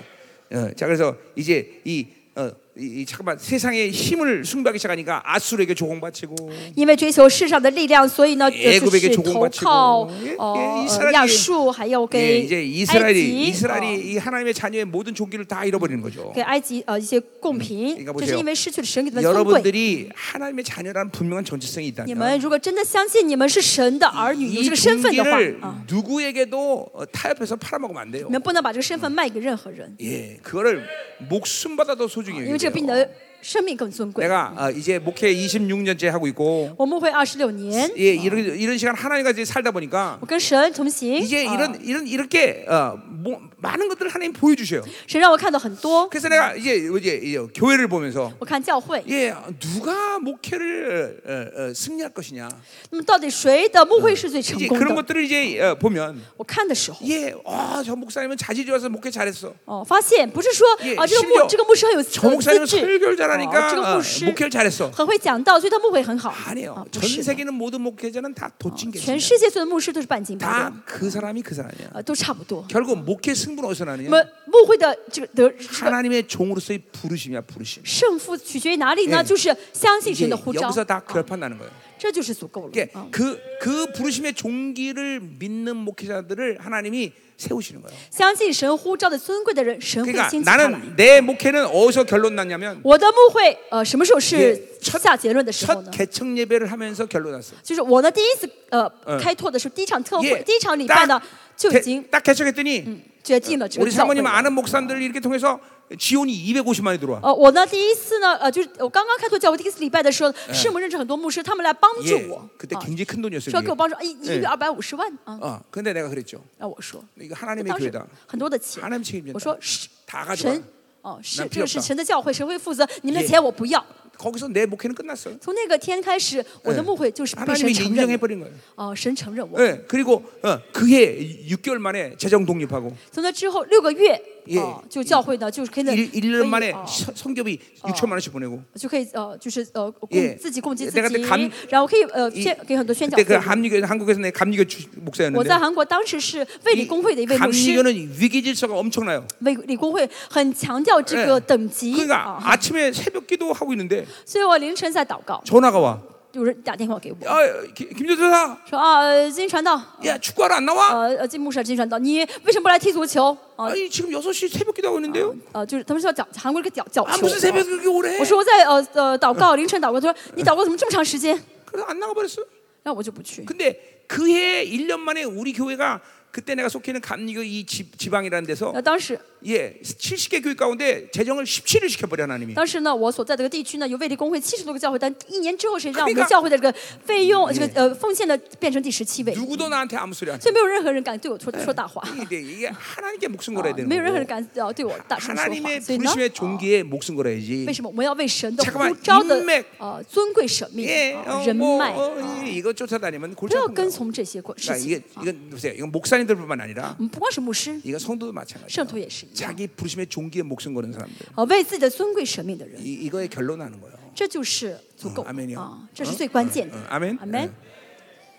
어, 자 그래서 이제 이, 어, 이, 이 잠깐만 세상의 힘을 숭배하기 시작하니까 아수르에게 조공바치고
因为追求世上的力量，所以呢，
예
呃
굽
就
에게
是
조공
投
바치고
靠
예
呃
예이스라엘이
呃亚述，还有
예,
给
이제 어.
埃
이스라엘이
及，
이스라엘이
呃
이 하나님의 자녀의 모든 종기를 다 잃어버리는 거죠.
给埃及呃一些贡品
그러니까보세요 ，
这是因为失去了神给他们尊贵。
여러분들이 하나님의 자녀라는 분명한 정체성이
你
있다면
们如果真的相信你们是神的儿女，有
이
这个身份的话
종기를
啊，
누구에게도 어, 타협해서 팔아먹으면 안 돼요.
你们不能把这个身份卖给任何人，
예, 그거를 목숨보다 더 소중히
因为这
여기세요.
比你的生命更尊贵。
내가 어, 이제 목회 26년째 하고 있고
我们会二十六年，
예, 이런 이런 시간 하나님과 이제 살다 보니까
我跟神同行，
이제
啊
이런 이런 이렇게 어, 뭐, 많은 것들을 하나님 보여주셔요.
神让我看到很多。
그래서 내가 이제 이제, 이제 교회를 보면서
我看教会，
예, 누가 목회를 어, 어, 승리할 것이냐.
那么到底谁的牧会是最成
이제
功
그런
的？
것들을 이제 어, 보면
我看的时候，
예, 아, 저 목사님은 자질 좋아서 목회 잘했어.
哦，发现不是说
예
啊，这个
실력
牧这个牧师很有
저
呃
목사님은
资质，
설교를
哦这个
잘하니까
牧
어,
师
목회를 잘했어.
很会讲道，所以他牧会很好。
아니에요. 아,
哦不
전
是的
세계는 모든 목회자는 다 도찐
全
개신이야.
世界所有的牧师都是半斤八两，
다그 사람이 그 사람이야.
呃，都差不多。
결국 목회 승부는 어디서
那么
나느냐?
牧会的这个得这个
하나님의 종으로서의 부르심이야 부르심.
胜负取决于哪里呢？
예
就是相信神
이제 어.
的呼召，
여기서 다
啊
결판나는 거예요.
这就是足够了
이게 。
啊
그 그 부르심의 종기를 믿는 목회자들을 하나님이 세우시는 거예요.
相信神呼召的尊贵的人，神会
그러니까
先起他来。
나는 내 목회는 어디서 결론 났냐면
我的牧会，呃，什么时候是
예 첫
下结论的时候
첫
呢？
개척 예배를 하면서 결론 났어.
就是我呢，第一次呃
嗯
开拓的时候，第一场特会，
예,
第一场礼拜呢
딱 ，
就
개-
已经
딱 개척했더니
决定了这个
우리
教会
사모님
了。
아는 목사님들 이렇게 통해서 지원이 250만이 들어와.
呃，我呢第一次呢，呃，就是我刚刚开拓教会第一次礼拜的时候，师母认识很多牧师，他们来帮助
예,
我，
그때
啊，
굉장히 큰 돈이었어요.
说要给
그게.
我帮助，哎一一个月
예
二百五十万啊，
어, 근데 내가 그랬죠.
让我说，
이거 하나님의
当时
교회다.
很多的钱
하나님책임진다 ，
我说是
다 가져와.
神。哦，是
난
这个
필요없다
是神的教会，神会负责。你们的
예
钱我不要。
거기서 내 목회는 끝났어요. 예.
从那个天开始，我
嗯
的牧会就是被神
하나님이
承认
인정해
了。
버린 거예요.
哦，神承认我。
예, 그리고 어, 그해 6개월 만에 재정 독립하고
从那之后六个月，
예
哦，就教会呢，就是可以呢，
일, 1년
可以
만에
哦
서- 성교비 6천만 원씩 보내고
就可以呃，就是呃，供
예
自己供给自
내가그때
己
감 ，
然后可以呃，
이
宣给很多宣教
그때 그
会。
감리교 한국에서 내 감리교 주-
我在
목사였는데
韩国当时是卫理
이
公会的一位牧师，
감리교는 위기 질서가 엄청나요.
卫理公会很强调这个
예
等级
그러니까
哎啊，
아침에 새벽 기도 하고 있는데
所以我凌晨在祷告，
전화가 와.
有人打电话给我，
야, 김조사,
说啊，呃金传道，
야 축구하러 안 나와?
呃呃，金牧师，金传道，你为什么不来踢足球？啊，
아니 지금 6시 새벽 기도 하고 있는데요.
呃，就是他们说脚韩国一个脚脚
아
球
무슨 ， 새벽 그렇게 오래?
我说我在呃呃祷告，凌晨祷告，他说你祷告怎么这么长时间？
그래서 안 나가 버렸어.
然后我就不去。
근데 그해 1년 만에 우리 교회가 그때 내가 속해 있는 감리교 이 지, 지방이라는 데서
那当时，
예 70개 교회 가운데 재정을 17을 시켜버려 하나님이.
当时呢，我所在这个地区呢，有卫理公会七十多个教会，但一年之后，谁让我
그러니
们
까
教会的这个费用，这个呃奉献的变成第十七位，
누구도 나한테 아무 소리 안 해.
所以没有任何人敢对我说说大话，
이게, 이게 하나님께 목숨
啊
걸어야 되는
没有任何人
거고.
敢呃对我大声说
하나님의
话。所以呢，
부르심의
啊
종기에 목숨 걸어야지.
为什么我们要为神的
잠깐만
呼召的
인맥
呃尊贵舍命
예,
啊
어,
人
뭐
脉，
어, 이- 이거 쫓아다니면
不
골치
要
아픈
跟
거예요.
从这些过事
그러니까
情
이게 。 이건 보세요. 이건 목사님들뿐만 아니라
我们不光是牧师，
이건 성도도 마찬가지예요.
圣徒也是一样，
자기 부르심의 종기에 목숨 거는 사람들.
呃，为自己的尊贵舍命的人，
이, 이거에 결론하는 거예요.
这就是足够
嗯阿门哟
啊，这是最关键的
어, 。 아멘.
阿门。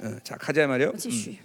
어, 어, 자 가자 말이요.
我继续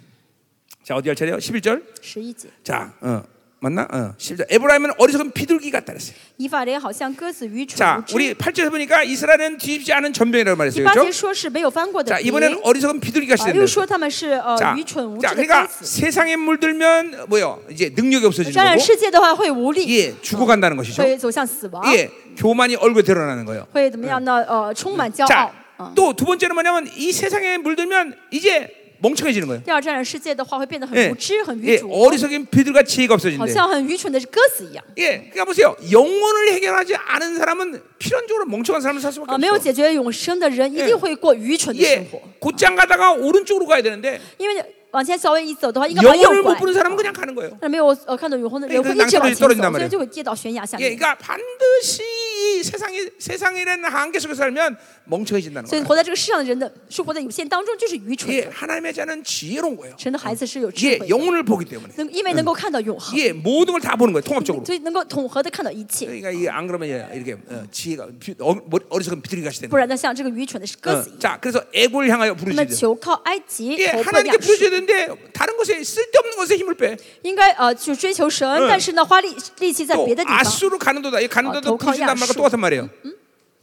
자 어디 할 차례요? 11절.
十一节。
자, 어, 맞나? 어, 10절. 에브라임은 어리석은 비둘기 같다 그랬어요.
以法莲好像鸽子愚蠢无
자,
知。
우리 8절에서 보니까 이스라엘은 뒤집지 않은 전병이라고
第
말했어요.
八节
그렇죠?
说是没有翻过的
자,
鼻，
이번에는 어리석은 비둘기 같이
啊
된다.
又说他们是
자,
呃愚蠢无
자,
知的鸽
그러니까
子。
세상에 물들면 어, 뭐요? 이제 능력이 없어지는
沾染
거고,
世界的话会无力，
예, 죽어간다는 것이죠.
会走向死亡，
예, 교만이 얼굴에 드러나는 거예요.
会怎么样呢？呃，充满骄傲
자, 。
嗯
또 두 번째는 뭐냐면 이 세상에 물들면 이제 멍청해지는 거예요.
第二，沾染世界的话会变得很
예,
无知、很愚
예,
蠢，
어리석은 비둘기가 지혜가
好
없어진대.
像很愚蠢的鸽子一样。
예, 그러니까 보세요. 영혼을 해결하지 않은 사람은 필연적으로 멍청한 사람을 살 수밖에
啊，没有
없어.
解决永生的人一定会过愚蠢的生
예,
活，
곧장 가다가 오른쪽으로 가야 되는데
因为往前稍微一走的话，应该往右
영혼을 못
拐。
보는 사람은 그러니까 그냥 가는 거예요.
但没有呃看到永恒的
예
人会
그냥
一直往前走，
떨어진단말이에요
所以就会跌到悬崖下
예,
面。
그러니까 반드시 이 세상에 세상이라는 한계 속에 살면 멍청해진다는
所以
거예요.
活在这个世上的人的生活在有限当中就是愚蠢
예,
的。
하나님의 자는 지혜로운 거예요.
神的孩子是有智
예,
慧的，
영혼을 보기 때문에.
能因为能够看到永恒。
예, 모든 걸 다 보는 거예요. 통합적으로.
所以能够统合的看到一切，
그러니까 이게 안 그러면 예, 이렇게 어, 지혜가 비- 어, 머리- 어리석은 비둘기 같이 되는
不然呢，像这个愚蠢的是鸽子
거예요. 어,
一样。
자, 그래서 애골 향하여
那么
부르짖어.
求靠埃及
예,
头破亚
하나님께
述，
부르짖어야 되는데 다른 것에 쓸데없는 것에 힘을 빼.
应该呃去追求神，但是呢花力力气在
또
别的地方。
그러니까 아수로 가는 도다. 이 가는
어,
도도
더욱
부르짖는단 말과
아수.
똑같은 말이에요.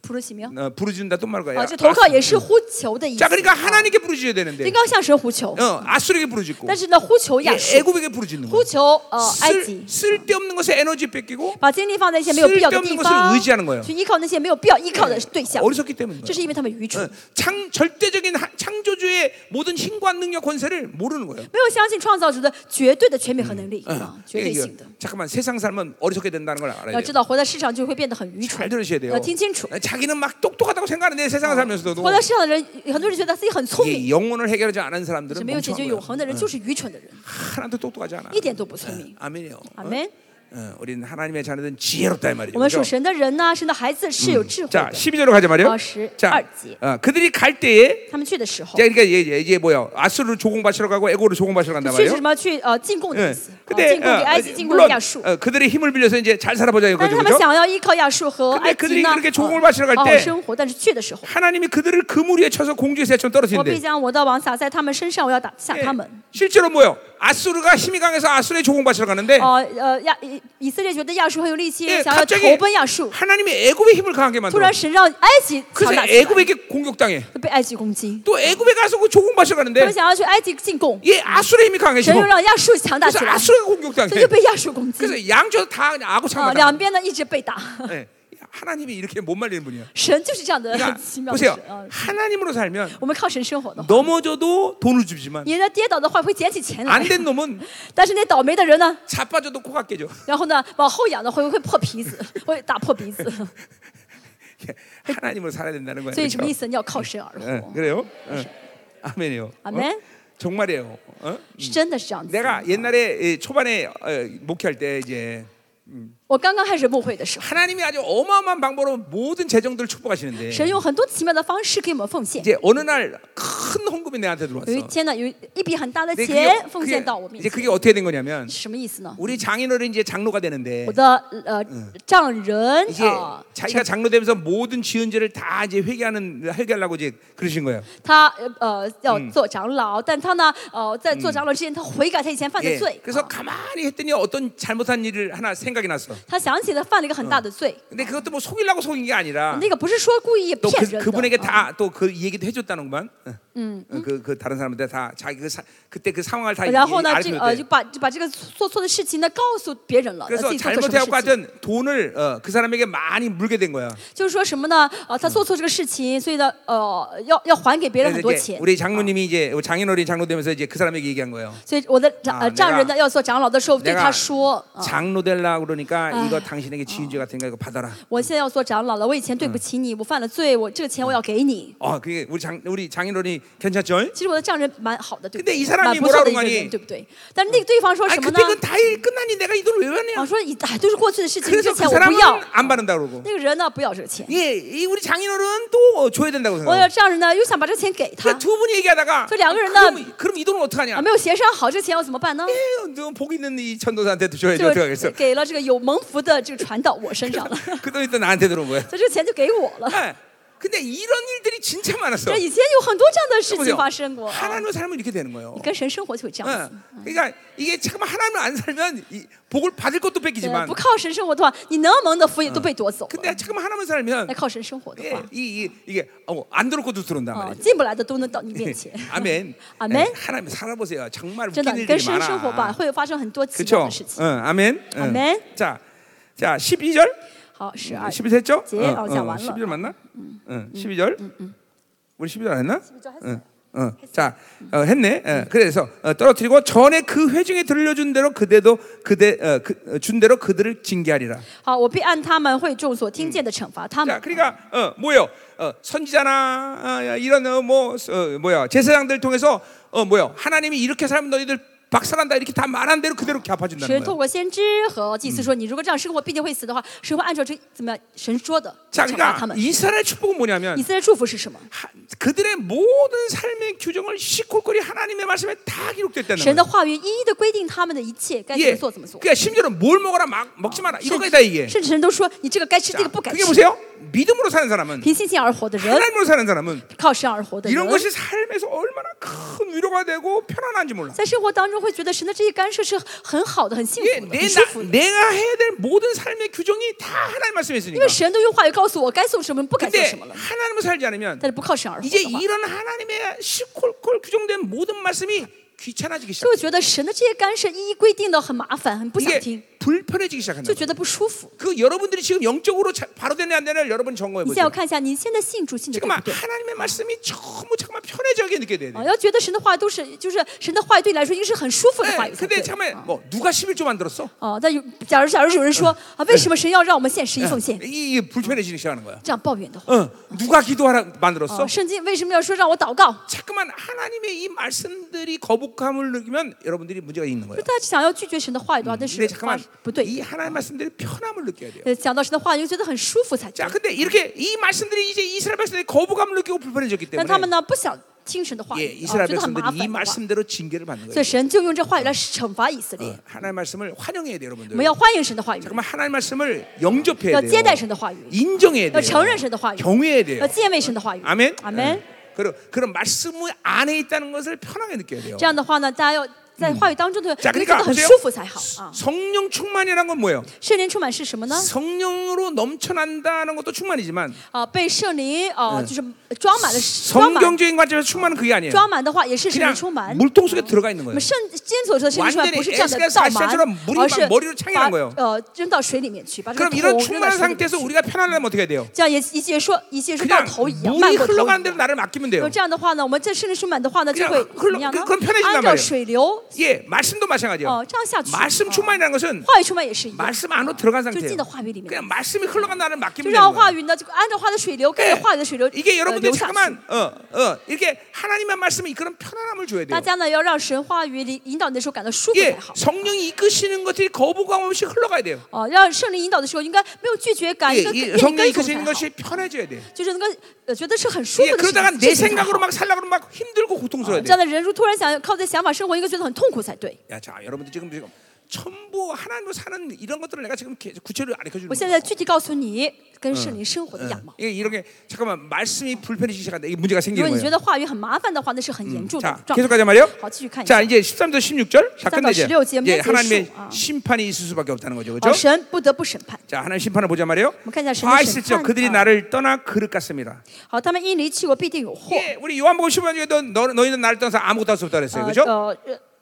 普罗西苗
어, 부르짖는다 똑 말과.
啊，这投靠
아수. 그러니까
也是呼求的意思。
자, 그러니까
啊
하나님께 부르짖어야 되는데.
应该向神呼求，
어, 아수르에게 부르짖고.
但是呢呼求
예,
亚述，
애굽에게 부르짖는 어, 거.
呼求呃埃及
쓸 ， 쓸데없는 것에 에너지 뺏기고
把精力放在一些没有必要的地
쓸데없는것을의지하는거예
方，
요
去依靠那些没有必要依
그
靠
嗯
的对象。
어리석기 때문에.
这是因为他们愚蠢
어, ，창 절대적인 하- 창조주의 모든 힘과 능력 권세를 모르는 거예요.
没有相信创造主的绝对的权柄和能力啊，
이게-
绝对
이게-
性的。
잠깐만 세상 삶은 어리석게 된다는 걸
要
아, 알아야
知
돼요.
道活在世上就会变得很愚
잘 ，
蠢
들으셔야 어, 돼요.
要听清楚。
어, 자기는 막 똑똑하다고 생각하는데 세상을 살면서도
活在世上的人，很多人觉得自己很聪
이게
明，
영혼을 해결하지 않은
是
사람들은
没有解
멍청한
决永
거예요.
恒的人就是愚蠢的人，
하나도 뭐 똑똑하지 않아.
一点都不聪明。
아멘이요. 어?
아멘.
어, 우리는 하나님의 자녀들은 지혜롭다 이 말이죠.
我们属
그죠?
神的人呢，神的孩子是有智慧
자,
的。
12절로 가자 말이요.
어, 시-
자,
알지.
어, 그들이 갈 때에
他们去的时候
자 ， 그러니까 이제, 이제 뭐야? 아수르를 조공받으러 가고 에고를 조공받으러 간단
去是
말이에요.
什么？去呃进贡的意
예.
思，呃
근데
进贡
어,
给埃及，
어,
进贡给
물론
亚述。
어, 그들의 힘을 빌려서 이제 잘 살아보자
但是
이거죠.
他们
그렇죠?
想要依靠亚述和埃及呢，
그들이 그렇게 조공을
呃
받으러 갈
好好
때
生活，但是去的时候，
하나님이 그들을 그물 위에 쳐서 공주의 새처럼
我必
떨어뜨린대.
将我的王撒在他们身上，我要打下
예.
他们。
실제로 뭐요? 아수르가 힘이 강해서 아수르의 조공받으러 가는데
呃呃，亚以以色列觉得亚述很有力气
예, ，
想要
갑자기
投奔亚述，
하나님이 애굽의 힘을 강하게
突
만들어.
然神让埃及强
그래서
大起来，
애굽에게 공격당해.
被埃及攻击。
또 애굽에 가서 그 조공받으러
他
가는데
们想要去埃及进贡，
얘 아수르의 힘이
神
강해지고
又让亚述强大
그래서
起来，
아수르가
这
공격당해.
就被亚述攻击。
그래서 양쪽 다 그냥 아고 참마다.
啊，两边呢一直被打，
예. 하나님이 이렇게 못 말리는 분이야.
神就是这样的 很
그러니까
奇妙的神
보세요.
啊。
하나님으로 살면
我们靠神生活的话，
넘어져도 돈을 주지만
你呢跌倒的话会捡起钱
안
来，
된 놈은
但是那倒霉的人呢，
자빠져도 코가 깨져.
然后呢往后仰的会 会破皮子，会打破 鼻子。
하나님으로 살아야 된다는 거예요.
所以什么意
그렇죠?
哎思？你要嗯靠神而
예,
活，
그래요? 예. 아멘이요.
아멘.
어? 정말이에요. 어?
是真的是这样子。
내가 옛날에 예, 초반에 어, 목회할 때 이제
我刚刚开始牧会的时候，
하나님이 아주 어마어마한 방법으로 모든 재정들을 축복하시는데
神用很多奇妙的方式给我们奉献。
이제 어느 날 큰 헌금이 내한테
有一
들어왔어.
天呢，有一笔很大的
근데
钱
그게,
奉献到我
그게
面
이제
前，
그게 어떻게 된 거냐면
是什么意思呢？
우리 장인어른 이제 장로가 되는데
我的呃
嗯
丈人
아, 이제
啊，
자기가 장로 되면서 모든 지은 죄를 다 이제 회개하는 회개하려고 이제 그러신 거예요.
他呃要
嗯
做长老，但他呢呃在做长老之前，他悔改他以前犯
예,
的罪，
그래서
啊
가만히 했더니 어떤 잘못한 일을 하나 생각이 났어.
他想起了犯了一个很大的罪，
근데 그것도 뭐 속이려고 속인 게 아니라
那个不是说故意
또
骗
그,
人的啊
그분에게 。다 음, 또 그 얘기도 해줬다는구만. 그그 다른 사람한테 다 자기 그 사, 그때 그 상황을 다
啊然后呢，这个呃
알려줬대.
就把就把这个做错的事情呢告诉别人了，呃自
그래서
己做错什么
잘못해갖고
事情，
하여튼 돈을 어, 그 사람에게 많이 물게 된 거야.
就是说什么呢？啊，他做
嗯
错这个事情，所以呢，呃，要要还给别人很
그래서
多
이제
钱。
우리 장로님이 이제 장인어른 장로 되면서 이제 그 사람에게 얘기한 거예요.
所以我的长
啊
呃丈人呢要做长老的时候，对
내가
他说，啊
장로 되려 그러니까 이거 당신에게 지은 죄 같은 거 이거 받아라.
嗯我现在要做长老了，我以前对
嗯
不起你，我犯了罪，我这个钱我要给你。
어, 그게 우리 장 우리 장인어른이 괜찮죠?
其实我的丈人蛮好的，对不
근데이
对？
사람이
蛮不错的一
뭐라고
个
하니
人，对不对？但哎是那个对方说
아니
什么
그때
呢？
그건 다 일 끝나니 내가 이 돈을 왜 받냐?
啊，说以哎都是过去的事情，
그래서
这
그
钱我不
사람은
要。
안 받는다 그러고.
那个人呢不要这个钱，
예, 이 우리 장인어른 또 어, 줘야 된다고
我的
생각해요.
丈人呢又想把这个钱给他，
그러니까
啊
두 분이 얘기하다가 어,
저 양은
그럼, 그럼 이 돈은 어떡하냐?
没有协商好，这个钱要怎么办呢？
에휴, 너복 있는 이 전도사한테 줘야지
就
어떡하겠어.
给了这个有蒙福的这个传到我身上 了，
그 돈이 또 나한테 들어온 거야.
所以这个钱就给我了。
예, 근데 이런 일들이 진짜 많았어.
这以前有很多这样的事情发生过。啊
하나님을 살면 이렇게 되는 거예요.
你跟神生活就会这样
예,
子。
그러니까 이게 지금 하나님을 안 살면 이 네, 복을 받을 것도
对
뺏기지만
不靠神生活的话，你能蒙的福也都被夺走了
근데 。 지금 하나님을 살면
那靠神生活的
예,
话，
이, 이, 이게 어, 안 들어올 것도 들어온단
啊，
말이에요.
进不来的都能到你面前。
아멘.
아멘.
예, 하나님 살아보세요. 정말
真的
웃긴 ，
你啊跟
일들이
神生活吧，
많아.
会发生很多奇
그렇죠?
妙的事情。
응, 아멘. 응.
아멘.
자, 자 12절.
好，十二，
12절 했죠?
제, 어, 자, 음. 완료.
12절 맞나? 응, 12절. 우리 12절 안 했나?
12절 음. 했어요. 음.
응. 어, 자, 어, 했네. 어, 그래서 어, 떨어뜨리고 전에 그 회중에 들려준 대로 그대도 그대 어, 그, 어, 준 대로 그들을 징계하리라.
好，我必按他们会众所听见的惩罚他
자,
们。
그러니까 어, 뭐요? 어, 선지자나 아, 야, 이런 어, 뭐 어, 뭐야 제사장들 통해서 어, 뭐요? 하나님이 이렇게 살면 너희들 박살난다 이렇게 다 말한 대로 그대로 갚아준다는
神
거예요.
透过先知和祭司说，你如果这样生活，必定会死的话，神会按照这怎么样神说的
자,
惩罚他
그러니까
们。
이스라엘 축복은
以
뭐냐면
色列祝福是什么？
하, 그들의 모든 삶의 규정을 시콜거리 하나님의 말씀에 다
神
기록됐다는
的
거예요.
话语一一的规定他们的一切，该怎
예,
么做怎么做。
그러니까 심지어는 뭘 먹어라 막 먹지 마라
甚
이거까지 다 얘기해.
至甚至神都说，你这个该吃，这
자,
个不该嗯
그게
吃。
보세요. 믿음으로 사는 사람은
凭信心而活的人，
하나님으로 사는 사람은
靠神而活的
이런
人，
것이 삶에서 얼마나 큰 위로가 되고 편안한지 몰라.
在生活当中会觉得神的这些干涉是很好的、很幸
예,
福的、
내
很舒服的，
나, 내가 해야 될 모든 삶의 규정이 다 하나님 말씀에
因
있으니까.
为神都用话语告诉我该做什么、不该做
근데
什么了。
하나님을 살지 않으면
但是不靠神而活
이제
的话，
이런 하나님의 시콜콜 규정된 모든 말씀이 귀찮아지기 시작.
就会觉得神的这些干涉一一规定的很麻烦，很不想听
이게 ， 불편해지기 시작한다.
就觉得不舒服。
그 여러분들이 지금 영적으로 자- 바로 되냐 안 되냐 여러분
你
점검해
现在
보세요.
要看一下，你现在信主信的对
지금 아,
不对？
하나님의 말씀이 어, 전부 잠깐만 편해지게 느껴야 돼.
啊，要觉得神的话都是就是神的话语对你来说应该是很舒服的话
네,
语才对
근데 。 잠깐만 뭐 누가 11조 만들었어?
哦，但有假如假如有人说啊，为什么神要让我们献十一奉献？
이게 불편해지기 시작하는 거야.
这样抱怨的话，
어, 누가 기도하라
哦，
만들었어?
圣经为什么要说让我祷告？
자꾸만 하나님의 이 말씀들이 거북함을 느끼면 여러분들이 문제가 있는 거예요.
大家想要拒绝神的话语的话，但
네
是
잠깐만
不对
이 하나님 말씀대로 편함을 느껴야 돼요.
呃，讲到神的话，你就觉得很舒服才对
자, 。 근데 이렇게 이 말씀들이 이제 이스라엘 백성들이 거부감을 느끼고 불편해졌기
但他们
때문에
呢，不想听神的话
예,
语，啊
이스라엘
觉得很
백성들이
麻
이
烦的话
말씀대로 징계를 받는
所以
거예요.
神就用这话语来惩罚以色列。
어, 하나님 말씀을 환영해야 돼요,
我
여러분들.
们要欢迎神的话语，
잠깐만 하나님 말씀을
要
영접해야
接待神
돼요.
的话语，
인정해야 돼요.
要承认神的话语，
경외해야 돼요.
要敬畏神的话语。
아멘.
阿门
예. 그런 그런 말씀의 안에 있다는 것을 편하게 느껴야 돼요.
这样的话呢，大家要在话语当中的，
자
你觉
그러니까
得很
보세요.
舒服才好啊。
성령 충만이라는 건 뭐예요?
圣灵充满是什么呢？
嗯 성령으로 넘쳐난다는 것도 충만이지만
啊，被圣灵啊，就是装满了，装
嗯
满
성경적인 관점에서 충만은 그게 아니에요.
装满的话也是圣
그냥
灵充满。
물통 속에 들어가 있는
我
거예요.
们圣经所说的圣灵充满
완전히
不是这样的
SKS
倒
가
满
시처럼물이막，
而是
머리로차게
把
난거예요
呃扔到水里面去，把这个
그럼
桶
이런
扔到
충만한
水里面
상태에서
去。
우리가 편안하면 어떻게 해야 돼요?
这样也一切说一切是到
그냥
头一样，漫
물이
过头一
흘러가는
样
대로 。 나를 맡기면
那
돼요.
这样的话呢，我们在圣灵充满的话呢，就
그냥
会
흘러
怎么样呢
그그럼편해진단？
按
말이에
照
요
水流，
예, 말씀도 마찬가지예요.
음. 어, 这样下去。哦
말씀 충만이라는 것은
话语充满也是一样，
말씀 안으로 들어간
就
상태예요.
进到话语里面，
그냥 말씀이 흘러간 나를
就
맡기면 되는
让话
거예요.
语呢，就按照话的水流，跟着话语的水流
이게
呃
여러분들
流下去。
잠깐만 어, 어, 이렇게 하나님의 말씀이 그런 편안함을 줘야
大
돼요.
家呢要让神话语引引导你的时候感到舒服
예,
才好。
성령이 이끄시는 것들이 거부감 없이 흘러가야 돼요.
哦，让圣灵引导的时候应该没有拒绝感，
예,
应
이
该跟愿意
성령이
跟从才
이끄시는
好。
것이 편해져야 돼.
就是那个呃觉得是很舒
예,
服的事情
그러다가
事
내
情才好
생각으로 막 살려고 그러면 막 힘들고 고통스러워야
这
돼.
样的人如突然想靠在想法生活，应该觉得很痛苦才对。
야, 자, 여러분들 지금 지금 첨부 하나님으로 사는 이런 것들을 내가 지금 개- 구체적으로 알려 주는
我
거예요.
现在具体告诉你跟圣灵生活的样貌。
이게 이렇게 잠깐만 말씀이 불편해지기 시작한다. 이게 문제가
如果
생기는
你觉
거예요.
得话语很麻烦的话，那是很严重的
자
状
계속
态。
가자 말이요.
好，继续看一下。
자 이제 13절 16절 자
어, 13절,
끝내자.
16절
이제 예, 하나님의
아.
심판이 있을 수밖에 없다는 거죠,
好，
그렇죠?
神不得不审判。
자 하나님 심판을 보자 말이요.
한번 가자, 주님
화
심판.
있을지어 그들이
아.
나를 떠나 그릇 같습니다.
好，他们因离弃我，必定有祸。
예, 우리 요한복음 15장 에너 너- 너희는 나를 떠나서 아무것도 할 수 없다 그랬어요,
呃
그렇죠?
呃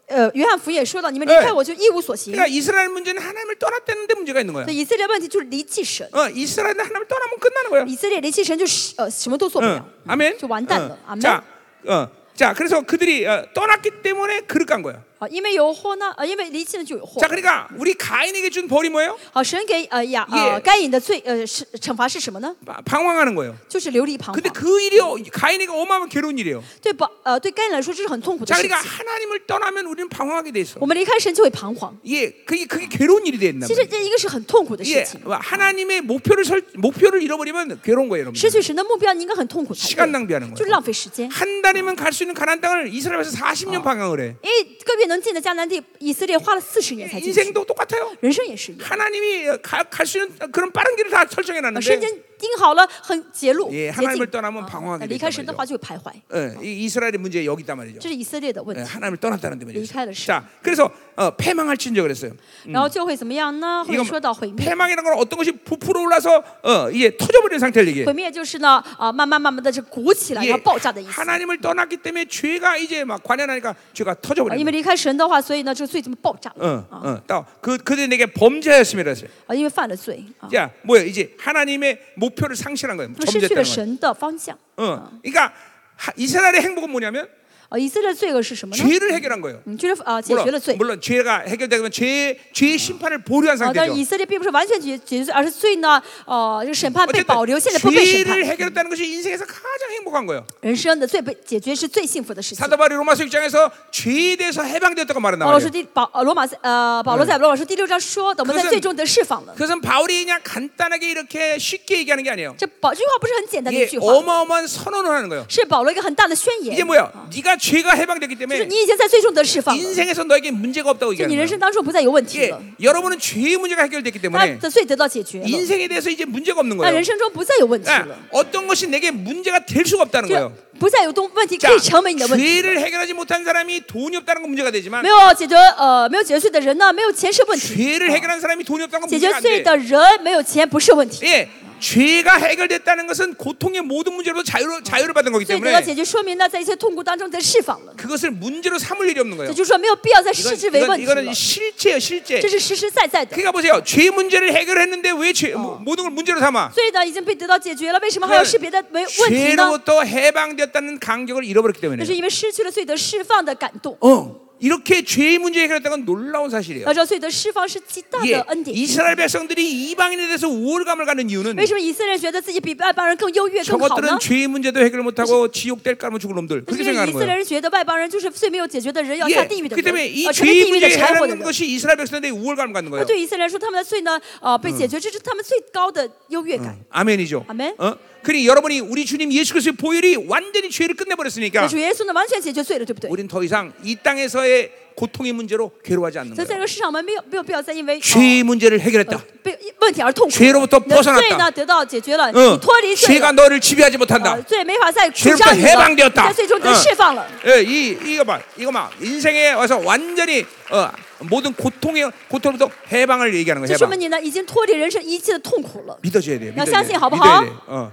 呃，约翰福音也说到，你们离
哎
开我就一无所行。
그러니까 이스라엘 문제는 하나님을 떠났다는데 문제가 있는 거야.
所以以色列问题就是离弃神，
어, 이스라엘은 하나님을 떠나면 끝나는 거야.
以色列离弃神就是呃什么都做不
어,
了，
아멘.
就完蛋
어,
了。阿门嗯
자, 。 어, 자, 그래서 그들이 어, 떠났기 때문에 그릇 간 거야.
好，因为有祸呢，呃，因为离弃了就有祸
자, 。 그러니까 우리 가인에게 준 벌이 뭐예요?
好，神给呃亚呃
예.
该隐的罪呃是惩罚是什么呢？
바- 방황하는 거예요.
就是流离彷徨
근데 。그 일이 어- 가인에게 어마어마한 괴로운 일이에요.
对保呃对该隐来说这是很痛苦的
자,
事情
그러니까 。 하나님을 떠나면 우리는 방황하게 돼 있어.
我们离开神就会彷徨，
예, 그게 그게 괴로운 일이 된다.
其实这一个是很痛苦的
예,
事情。
하나님의 목표를 설, 목표를 잃어버리면 괴로운 거예요,
失
여러분.
去神的目标，你应该很痛苦才
시간낭비하는거예
对
요 ，
就是浪费时间。
한 달이면 갈 수 있는 가나안 땅을 이스라엘에서 40년 방황을 해.
因为个别能进的迦南地，以色列花了四十年才进去，
인생도 똑같아요.
人生也是一样。
하나님이 갈 수 있는 그런 빠른 길을 다 설정해
呃圣
놨는데
经定好了很捷路
예
捷
하나님을
径
떠나면방황하게
啊
된단
离开神的
말이죠
话就会徘徊，
예, 이 이스라엘의 문제 여기 있단 말이죠.
这是以色列的问
예,
题。
하나님을 떠났다는 데 문제.
미카엘 씨.
자, 그래서 어, 패망할진저 그랬어요.
然后就会怎么样
嗯
呢？会说到毁灭，
패망이라는 건 어떤 것이 부풀어 올라서 어, 이제 터져버리는 상태를 얘기해요.
毁灭就是呢啊，慢慢慢慢的这鼓起来，然后爆炸的意思。
예, 하나님을 떠났기 때문에 죄가 이제 막 관연하니까 죄가
啊因为
터져버려요.
离开神的话，所以呢这个罪怎么爆炸
어,
了？啊
어, 또그 그들이 내게 범죄하였음이라 했어요.
啊，因为犯了罪啊，
야, 뭐야 이제 하나님의 목표를 어. 상실한 거예요.
他们失去了
범죄했다는 거예요.
神的方向。
어, 그러니까 하- 이스라엘의 행복은 뭐냐면
啊，以色列的罪恶是什么呢？
죄를 해결한 거예요.
嗯，就是啊，解决了
물론,
罪。
물론 죄가 해결되면 죄 죄의 심판을 보류한
啊，
상태죠.
但是以色列并不是完全解解决罪，而是罪呢，呃，这个审判被保留，现在不被审
죄를
判。
해결했다는 것이 인생에서 가장 행복한 거예요.
人生的最被解决是最幸福的事情。
사도바리 로마서 6장에서 죄에 대해서 해방되었다고 말한단
保罗说
말이에요.
第保呃罗马斯呃保罗在罗马书第六章说，等
嗯
我们
可
在
是
最终得释放了。
그것은 바울이 그냥 간단하게 이렇게 쉽게 얘기하는 게 아니에요.
这保这句话不是很简单的一
이게
句话，
어마어마한 선언을 하는 거예요.
是保罗一个很大的宣
이게
言。
뭐야? 네가 죄가 해방되기
就是
때문에
你已经在最终得释放了，
인생에서 너에게 문제가 없다고
就你
얘기하는 거예요.
人生当中不再有问题
예,
了，
여러분은 죄의 문제가 해결됐기
他
때문에
的罪得到解决了，
인생에 대해서 이제 문제가 없는
那
거예요.
人生中不再有问题
아,
了，
어떤 것이 내게 문제가 될 수가 없다는
就
거예요.
不再有东问题
자,
可以成为你的问题。
죄를 해결하지 못한 사람이 돈이 없다는 건 문제가 되지만
没有解决呃没有解决罪的人呢，没有钱是问题；
죄를 해결한 사람이 돈이 없다는 건
解
어. 문제가
决
안 돼.
罪的人没有钱不是问题。
예, 죄가 해결됐다는 것은 고통의 모든 문제로부터 자유를 자유를 받은 거기
所以得到
때문에
解决，说明呢，在一些痛苦当中得释放了。
그것을 문제로 삼을 일이 없는 거예요.
这就是说，没有必要再视
이건,
之为问
이건,
题了。
이거는 실체예요, 실제.
这是实实在在的。
그러니까 보세요, 죄 문제를 해결했는데 왜 죄, 뭐, 모든 걸 문제로 삼아?
所以呢，已经被得到解决了，为什么还要是别的没问题呢？
죄로부터 해방되었다는 감격을 잃어버렸기
那
때문에.
是因为失去了罪得释放的感动。
어, 이렇게 죄의 문제 해결했다는 건 놀라운 사실이에요.
要知道罪得释放是极大的
예,
恩典。
이스라엘 백성들이 이방인에 대해서 우월감을 갖는 이유는
为什么以色列人觉得自己比外邦人更优越、更好呢
저것들은 ？ 죄의 문제도 해결 못하고 지옥 될까 하면 죽을 놈들
但
그렇게
是因为
생각하는
以色列
거예요.
人觉得外邦人就是罪没有解决的人要下
예,
地狱的
그
人
때문에 ，이
呃，成为
죄의
地狱的
문제
柴火的
해결하는
人。
것이 이스라엘 백성들의 우월감을 갖는
那
거예요.
对以色列来说，他们的罪呢，呃，被解决，这是他们最高的优越感。
아멘이죠.
아멘.
어? 그러니 여러분이 우리 주님 예수 그리스도의 보혈이 완전히 죄를 끝내버렸으니까
主耶稣呢，完全解决罪了，对不对？
우린 더 이상 이 땅에서의 고통의 문제로 괴로워하지 않는
所以在这
거예요.
个世上，我们没有没有必要再因为、呃
죄의 문제를 해결했다.
被问题而痛苦。
죄로부터
너
벗어났다
罪呢得到解决了，
응.
你脱离罪
어. 죄가
了，
너를 지배하지 못한다.
呃罪没法再
죄로부
捆
터
绑你
해방되었
了，
다
在最终得释放了。
예, 이 이거 봐, 이거 봐. 인생에 와서 완전히 어, 모든 고통의 고통부터 해방을 얘기하는
这
거예요.
说明
해방.
你呢已经脱离人生一切的痛苦了。
믿어줘야 돼요. 믿어줘야
나相信,
돼요.
好不好?
믿어야 돼요. 어.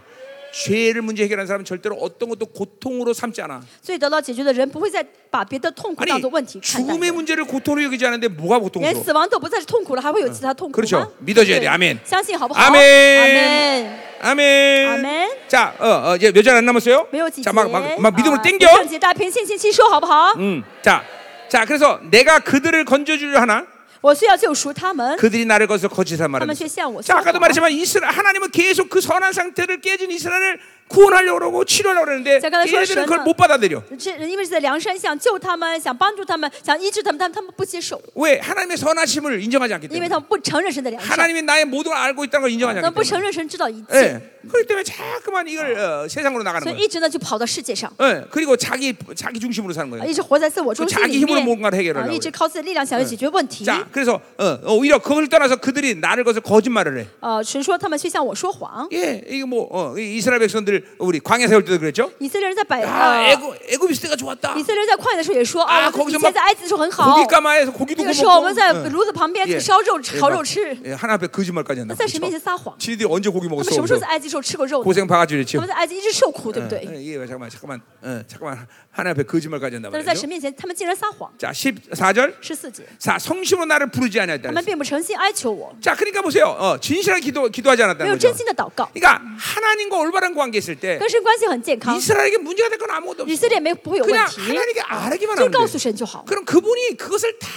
죄를 문제 해결하는 사람은 절대로 어떤 것도 고통으로 삼지 않아.
所以得到解决的人不会再把别的痛苦
아니
当做问题看待
죽음의
的，
문제를 고통으로 여기지 않는데 뭐가
连
고통스러워?
死亡都不再是痛苦了，还会有其他痛苦吗
그렇죠. ？ 믿어줘야 돼.
对
아멘.
相信好不好？
아멘.
阿
아멘.
아멘.
자, 어, 어 이제 몇 절 안 남았어요?
没有几节，
자, 막, 막, 막 믿음으로
啊
땡겨. 嗯
正解大家凭信心吸收好不好？
음, 자, 자, 그래서 내가 그들을 건져주려 하나.
我虽要救赎他们，
그들이 나를 거기서 거짓한 말을.
한번 실시하고
자 아까도
실수하고.
말했지만 이스라엘 하나님은 계속 그 선한 상태를 깨진 이스라엘을 구원하려고 그러고 치료하려고 그러는데
제가 다시
얘네들은 그걸
말씀드렸나?
못 받아들여.
这因为是在梁山想救他们，想帮助他们，想医治他们，但他们不接受，
왜 하나님의 선하심을 인정하지 않기
因为
때문에.
他们不承认神的良善，
하나님이 나의 모든 걸 알고 있다는 걸
他
인정하지
们
않기
不
때문에.
承认神知道一切，
예. 그렇기 때문에 자꾸만 이걸 어, 세상으로 나가는
所以
거예요.
一直呢就跑到世界上。
예. 그리고 자기 자기 중심으로 사는
啊
거예요.
一直活在自我中心
嗯 자기
里
힘으로뭔가를해결
面，
하려고
啊，一直
그래
靠自己的力量想要解决问题。
자, 그래서 어, 어, 오히려 그걸 떠나서 그들이 나를 거기서 거짓말을 해.
呃，神说他们却向我说谎。
예, 이게 뭐 어, 이 이스라엘 백성들 우리 광야 세울 때도 그랬죠.
以色列人在百
아
呃，
애굽 애굽 때가 좋았다.
以色列人在旷野的时候也说
哎啊
啊，
거기서
以前
막
在埃及的时候很好
고기 ， 까마에서 고기도 구워
那个时候我们
먹고.
在
응.
炉子旁边
예.
烧肉
예,
吃，烤肉
막,
吃。
예, 하나 앞에 거짓말까지 한다.
在神面前撒谎，
지들이 언제 고기
他们
먹었어?
什么时候
그래서.
在埃及时候吃过肉呢？
고생 바가지를
他
치고.
们在埃及一直受苦，对不对？
이게 왜 잠깐만 잠깐만 어, 잠깐만 하나 앞에 거짓말까지 한다
但是在
말이죠.
神面前，他们竟然撒谎。
자 14절
十四节，
자 성심으로 나를 부르지
他
않았다.
们并不诚心哀求我，
자 그러니까 보세요. 어, 진실한 기도 기도하지
没
않았다는
有真
거죠.
心的祷告，
그러니까 하나님과 올바른 관계 있을 때
跟神关系很健康，
이스라엘에게 문제가 될 건 아무것도
以
없어.
色列没不会有问
그냥
题，
하나님께 알기만
就
하면
告诉
돼.
神就好。
그럼 그분이 그것을 다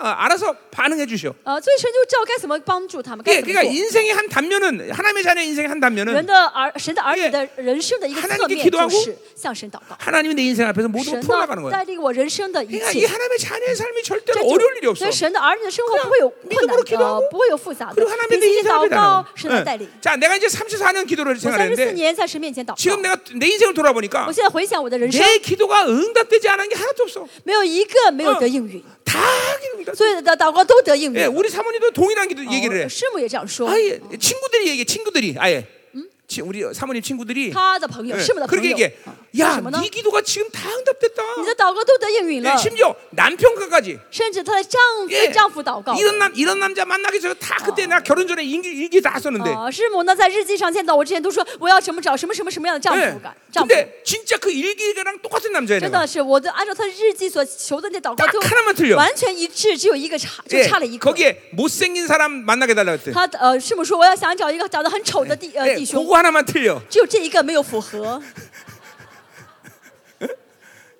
어, 알아서 반응해 주셔.
呃，所以神就知道该怎么帮助他们，
예,
该怎么
그러니까
做。
인생의 한 단면은 하나님의 자녀 인생의 한
人
단면은
的儿，神的儿
예
女的人生的一个
하나님
侧
께
面
기도하고
就是向神祷告。
하나님이 내 인생 앞에서 모든 걸
神哎
풀어나가는
呢，
거야.
带领我人生的一
그러니까 이
切，
하나님의 자녀의 삶이
这
절대로
就
어려울 일이
所
없어.
以神的儿女的生活不会有困
믿음으로
难
기도하고
的，不会有复杂的
그리고 。
凭
하나님의 내
信心
인생 앞에
祷告
그러니까 나가는 ，
神的带
거야.
领嗯
예. 。 자, 내가 이제 34년 기도를
我三十四
생각하는데
年在神面前祷
지금
告，
내가 내 인생을 돌아보니까
我现在回想我的人生，
내 기도가 응답되지 않은 게 하나도 없어.
没有一个没有
嗯
得应允，
다 응답.
所有的祷告都得应
예,
允。
우리 사모님도 동일한 기도 얘기를 해.
哦师母也这样说，
아예 친구들이 얘기해. 친구들이 아예. 지- 우리 사모님 친구들이
他的朋友，
예,
师母的朋
그렇게
友，
얘기해.
啊说
야,
什么呢
네 ？ 기도가 지금 다 응답됐다.
你的祷告都得应允了
예, ， 심지어 남편과까지.
甚至她的丈
예
夫丈夫祷告。
이런 남 이런 남자 만나기 전에 다 그때 나 결혼 전에 일기 일기 다 썼는데.
啊，师母呢，在日记上见到我之前都说我要什么找什么什么什么样的丈
예.
夫感，丈夫。
근데 진짜 그 일기랑 똑같은 남자야
真
내가.
的是，我的按照他日记所求的那祷告
딱하나만틀
就
려
完全一致，只有一个差，就
예,
差了一个。
거기에 못생긴 사람 만나게 달라 그랬대.
他呃，师母说我要想找一个长得很丑的弟呃
예,
弟兄，
그거 하나만 틀려.
只有这一个没有符合，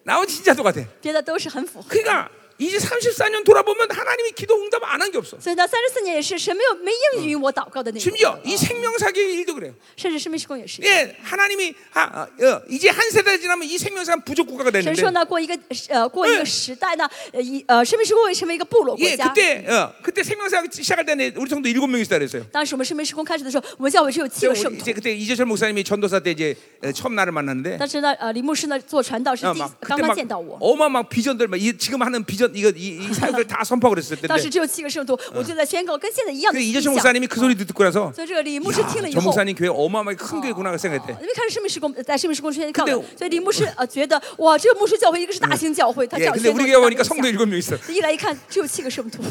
나머지 진짜 똑같아.
别的都是很符合。
그러니까 이제 34년 돌아보면 하나님이 기도 응답 안 한 게 없어.
所以呢，三十四年也是神没有没应允我祷告的那个，
심지어 이 생명사기 일도 그래요.
甚至生命施工也是。
예, 하나님이 하, 아, 어, 이제 한 세대 지나면 이 생명사는 부족 국가가
哎神
되는데.
说呢，过一个呃过一
嗯
个时代呢，呃一呃生命施工会成为一个部落国
예,
家。
그때 어, 그때 생명사기 시작할 때는 우리 성도 일곱 명이 있다 그랬어요.
当时我们生命施工开始的时候，我们教会只有七
제가
个
우리
圣
이제
徒。
그때 이재철 목사님이 전도사 때 이제 에, 처음 나를 만났는데
但是呢，呃，李牧师呢做传道是
어,
第
막
刚
그때
刚
막
见到我，
어마어마한 비전들 막 이, 지금 하는 비전 이거 이, 이 사역을 다 선포하고 그랬을
当
텐데
时只有七个圣徒，我就在宣告跟现在一样的
그
意向
이재철 。 목사님이 그 소리 듣고 나서
所以这个李牧师听了
야,
以
저
后，
목사님 교회 어마어마하게 큰 교회구나 생각했대
因为开始生命施工，在生命施工圈看
근데
了，所以李牧师呃觉得哇，这个牧师教会一个是大型教会，他这
예,
样
근데
宣
우리 교회
告就
보니까
大家
성도
都想
일곱 명 있어
一来一看只有七个圣徒，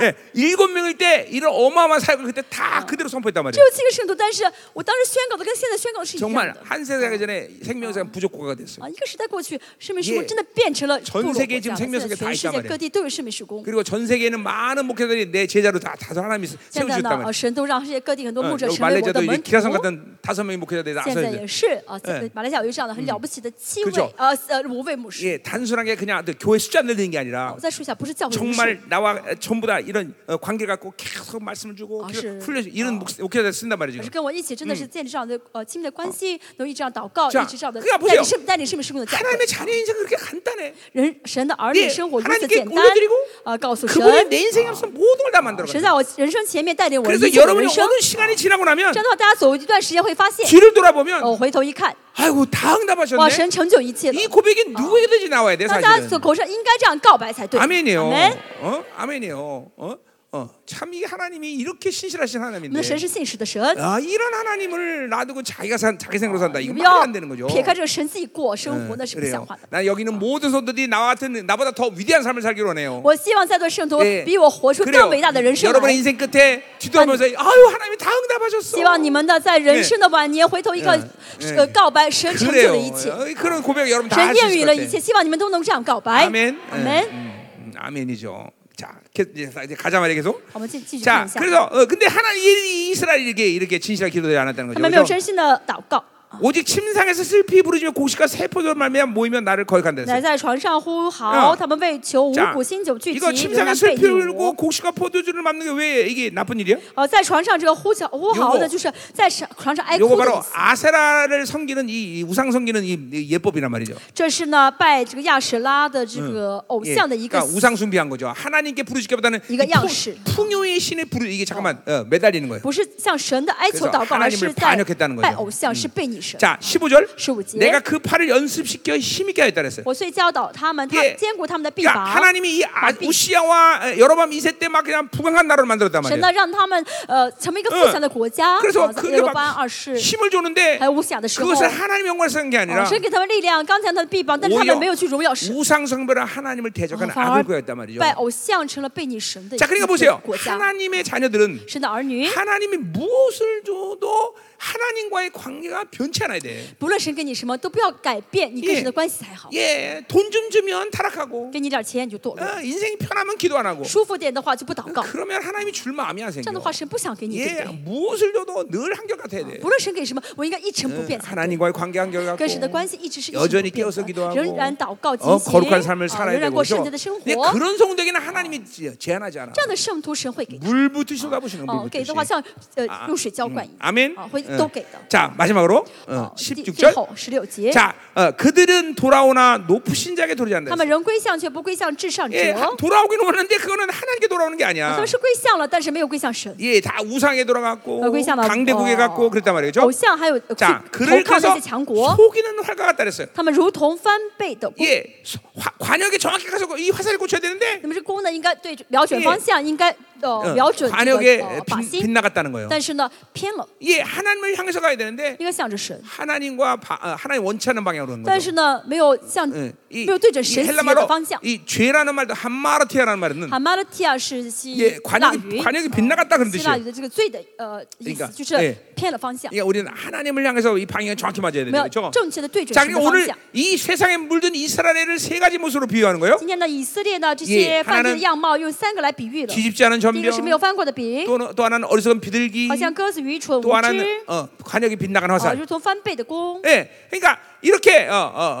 예, 일곱 명일 때 이런 어마어마한 사역을 그때 다 그대로 선포했단
只
말이에요.
有七个圣徒，但是我当时宣告的跟现在宣告的是一样
정말
的
한 세대가 전에 생명사가 부족고가 됐어요.
啊！一个时代过去，圣命施工
예
真的变成了
전
部落
세계에
国
지금
家了
생명사가
现在
다
全世
있단
界
말이에요
各地都有圣命施工。
그리고 전 세계에는 많은 목회자들이 내 제자로 다 다들 하나님이
现在呢，
세우셨단
啊，
말이에요.
神都让世界各地很多
어,
牧者
여기
成为我
말레이자도
的
이제
门徒。
기라성 같은 다섯 어? 명의 목회자들이
现在
나서는데
也是啊，在
嗯
马来西亚有这样的很了不起的七
그죠
位呃呃五位牧师。
예, 단순하게 그냥 교회 숫자 늘리는 게 아니라
我再说一下，不是教会牧师
정말 나와 전부 다 이런 어, 관계 갖고 계속 말씀을 주고
아,
계속
실-
훈련 이런 목- 목회자들 쓴단 말이죠.
而是跟我一起，真的是建立这样的呃亲密的关系，能一直这样祷告，
자
一直这样啊的
그냥보세요
带领圣带领圣命施工的教会。
하나님의 자녀 인생 그렇게 간단해.
人神的儿女
예
生活如
하나님께
此简单
올려드리고
啊！告诉神，
그분이 내 인생에 앞서 모든 걸 다 만들어.
神在我人生前面带领我一
그래서
切的人
여러분이
生。
어느 아, 시간이 지나고 나면
这样的话，大家走一段时间会发现，
뒤를 돌아보면
我回头一看，
아이고 다
哇，
응답하셨네.
神成就一切了
이 。 고백이 누구에게든지 아. 나와야 돼
那大家
사실은.
所口上应该这样告白才对。
그 아멘이요.
阿门哦
어? 아멘이요. 어? 어. 참 이게 하나님이 이렇게 신실하신
我们
하나님인데.
的神是信实的神，
아, 이런 하나님을 놔두고 자기가 산 자기 생으로 산다.
你
이거
们
말이
要
안 되는 거죠. 예,
撇开这个神自己过生活，那是不
그래요.
像话的。
난 여기는 모든 성도들이 나와 같은 나보다 더 위대한 삶을 살기로 하네요.
我希望在座圣徒
예.
比我活出
그래요.
更伟大哦嗯的人生
여러분의
来。
인생 끝에 뒤돌아보면서 아유 하나님이 다
希
응답하셨어.
望你们呢，在人生的晚年回头一个
예
呃告白神成就
그래요.
的一切，
어, 그런 고백 여러분
神
다 할수
验
있을
允
것
了一切。
같아요.
希望你们都能这样告白。
아멘.
阿门
예, 。 음, 음, 아멘이죠. 자, 계속 이제 자, 이제 가자 말이 계속.
好我们继继续看
자,
一下，
그래서 어, 근데 하나님 이- 이- 이스라엘 이렇게 이렇게 진실한 기도를 안 했다는
他
거죠.
们没有
그래서
真心的祷告，
오직 침상에서 슬피 부르짖며 곡식과 세포들 말미암아 모이면 나를 거역한다.
乃
했어요.
在床上呼嚎，
嗯
他们为求五
자
谷新酒聚集，
이거
仍然
침상에
被
슬피 울고
辱。
곡식과 포도주를 맘는 게 왜 이게 나쁜 일이야?
呃，在床上这个呼叫呼嚎
요거
的，就是在床上哀
요거
哭的
바로
意思。
아세라를 섬기는 이, 이 우상 섬기는 이, 이 예법이란 말이죠.
这是呢，拜这个亚什拉的这个偶
예,
像的一个
그러니까 우상 숭배한 거죠. 하나님께 부르짖기보다는
이거
이
양식.
풍- 풍요의 신에 부르 이게 잠깐만 어, 매달리는 거예요.
不是向神的哀求
그래서
祷告，而是
하나님을
在
반역했다는거죠
拜偶像，是背逆神。
자, 15절.
15 절.
내가 그 팔을 연습시켜 힘있게 하였다 그랬어요.
我遂教导他们，他
예
兼顾他们的臂
그러니까
膀。
하나님이 이 아, 우시야와 어, 여로밤 이세 때 막 그냥 부강한 나라를 만들었단
神
말이에요.
呢，让他们呃成为一个富强的国家。
그래서
啊耶
그게
罗班二
막
世
힘을 줬는데
还有乌西亚的时候，
그것을 하나님 영광에서 한게
啊
아니라
神给他们力量，刚强他的臂膀，但是他
오히려
们没有去荣耀神，
우상 성별은 하나님을
啊
대적하는
反
악을
而
구했단 말이죠.
拜偶像成了背逆神的一
자, 그러니까
个
보세요.
国家。
하나님의 자녀들은
神的儿女，
하나님이 무엇을 줘도 하나님과의 관계가 변치 않아야 돼.
不论神给你什么，都不要改变你跟
예
神的关系才好。
예, 돈 좀 주면 타락하고,
给你点钱你就堕落，
어, 인생이 편하면 기도 안 하고.
舒服点的话就不祷告，这
그러면 하나님이 줄 마음이 안
样的
생겨.
话神不想给你，对
예,
不对？
무엇을 줘도 늘 한결같아야 돼. 어,
不论神给什么，我应该一成不变才对。
하나님과의 관계
跟神的
한결같고.
关系一直是一成不
여전히
变
깨어서
的，
기도하고
仍然祷告
어,
进行，
거룩한 삶을
啊
살아야
仍然
되고
过圣
그렇죠?
洁的生
예,
活。
그런 성도에게는 하나님이 제- 제한하지 않아
这样的圣徒神会给的，
물부터 쏟아부시는
哦，
물부터
给的话像呃
啊
用水浇灌一样，
아, 아멘
啊，会
예.
都给的。
자 마지막으로 어,
哦第最
16절
后十六节，
자 어, 그들은 돌아오나 높으신 자에게 돌지
他
않는다
们仍归向，却不归向至上者。
예, 하-
啊
돌아오긴 오는데 그거는 하나님께 돌아오는 게
他
아니야
们是归向了，但是没有归向神，呃
예, 다 우상에
어,
돌아갔고
그게 있잖아.
강대국에
어.
갔고 그랬단 말이죠
哦偶像还有呃去
자
投
그를
靠那
가서
些强国，
속이는 활과 같다 그랬어요
他们如同翻倍的弓。
예, 소- 화- 관역에 정확히 가서 이 화살을 고쳐야 되는데
那么这弓呢，应该对瞄准方向，应该呃
어,
瞄准这个
관역에
呃靶
빗-
心，
빗나갔다는 거예요
但是呢偏了，
예, 하나님을 향해서 가야 되는데
应该向着神。
하나님과 바, 어, 하나님 원치 않는 방향으로 가는
但
거죠.
是呢，没有向
예,
没有对准神喜悦的方向。
이 죄라는 말도 한마르티아라는 말은
哈马勒提亚是希
예,
腊
관역이
语，
관역이 빗나갔다 그런
希腊
뜻이에요.
语的这个罪的呃意
그러니
思
까
就是
예
偏了方向，
그러니까 우리는 하나님을 향해서 이 방향이 정확히 맞아야
没有
되죠.
正确的对准
자
神的
그러니까
方
오늘
向。
이 세상에 물든 이스라엘을 세 가지 모습으로 비유하는 거예요.
今天呢，以色列呢这些
예하나는
犯罪的样貌用三个来比喻了，
뒤집지 않은
第一个是
전병,
没有翻过的饼，
또, 또 하나는 어리석은 비둘기,
好像鸽子愚蠢无
또
知
하나는 ， 어, 관역이 빗나간
啊，
화살.
如同翻倍的弓。
예, 그러니까 이렇게 어, 어, 어,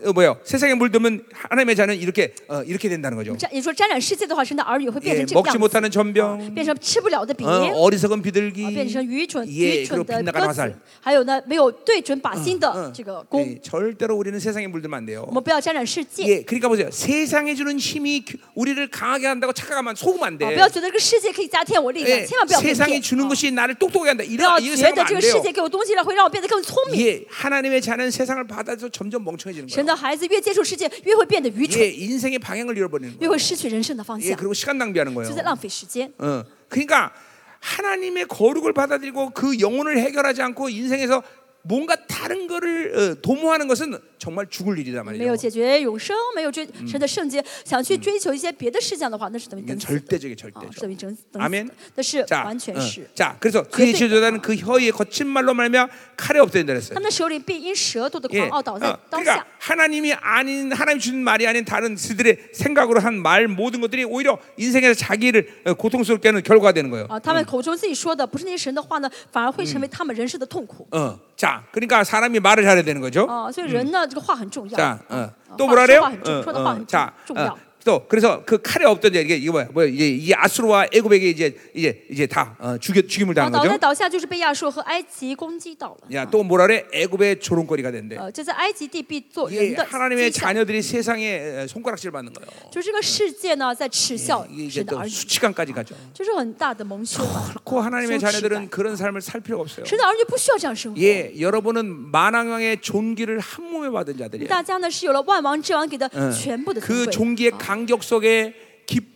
어, 어, 뭐요? 세상에 물들면 하나님의 자는 이렇게 어, 이렇게 된다는 거죠.
沾你说沾染世界的话，神的儿女会变
예,
成这个
먹지
样子，
못하는 전병,
变成吃不了的饼，
어, 리석은
啊，变
비둘기,
成愚蠢愚
예,
蠢
그리고 빗나간
的鸽子
화살. ，
还有呢没有对准靶心的这个弓。
예, 절대로 우리는 세상에 물들면 안 돼요.
我们不要沾染世界，
예, 그러니까 보세요. 세상에 주는 힘이 교- 우리를 강하게 한다고 착각하면 속으면 안
啊，
돼.
不要觉得这个世界可以加添我力量，
예,
千万不要被
세상이
骗。
주는
啊
것이 나를 똑똑하게 한다.
不要
이런
觉得
생각하면
这
안
个世
돼요.
界给我东西了，会让我变得更聪明。
예, 하나님의 자는 세상을 받아서 점점 멍청해지는
神
거예요.
的孩子越接触世界，越会变得愚蠢，
예, 인생의 방향을 잃어버리는
越
거예요.
会失去人生的方
예,
向，
그리고 시간 낭비하는
就
거예요.
在浪费时间。
어, 그러니까 하나님의 거룩을 받아들이고 그 영혼을 해결하지 않고 인생에서 뭔가 다른 거를 어, 도모하는 것은 정말 죽을 일이다
没
말이죠.
有解决永生，没有追神的圣洁，想去追求一些别的事项的话，那是等于等
이건
死的
절대적이
啊，
절대적.
是等于等等死
아멘.
的，那是啊嗯
자,
完全
어,
是。
자, 그래서 그의 지도자는 그 혀의 거친 말로 말며 칼에 엎드린다 그랬어요.
他们的手里必因舌头的
예,
狂傲倒在
어,
刀下
그러니까 。 하나님이 아닌 하나님 주는 말이 아닌 다른 그들의 생각으로 한 말 모든 것들이 오히려 인생에서 자기를 어, 고통스럽게 하는 결과가 되는 거예요.
啊，他们口中自己说的不是那些神的话呢，反而会成为他们人生的痛苦。
어, 자, 그러니까 사람이 말을 어, 잘해야 되는 거죠.
啊，所以人呢，这个话很重要。
자,
啊
어, 또
话
뭐라
说
그래요?
话很
어,
重，说的话
어,
很重
자,
重
어,
要。
또 그래서 그 칼에 없던 이게 이게 뭐야? 뭐 이제 이 아수르와 애굽에게 이제 이제 이제 다 어, 죽여 죽임을
然
당한
后倒在
거죠.
倒下就是被亚述和埃及攻击到了。
야, 또 뭐라 그래? 애굽의 조롱거리가 된대.
呃，这在埃及地必做
이게
人的讥
하나님의
笑，
자녀들이 세상에 손가락질 받는 거예요.
就这个世界呢在耻笑
이게 이제
神的
또
儿女，
수치감까지 가죠.
这是很大的蒙羞啊。
그 하나님의
羞耻感
자녀들은 그런 삶을 살 필요가 없어요.
神的儿女不需要这样生活。
예, 여러분은 만왕왕의 존귀를 한 몸에 받은 자들이에요.
大家呢是有了万王之王给的
嗯
全部的尊
그
贵
존귀의 간격 속에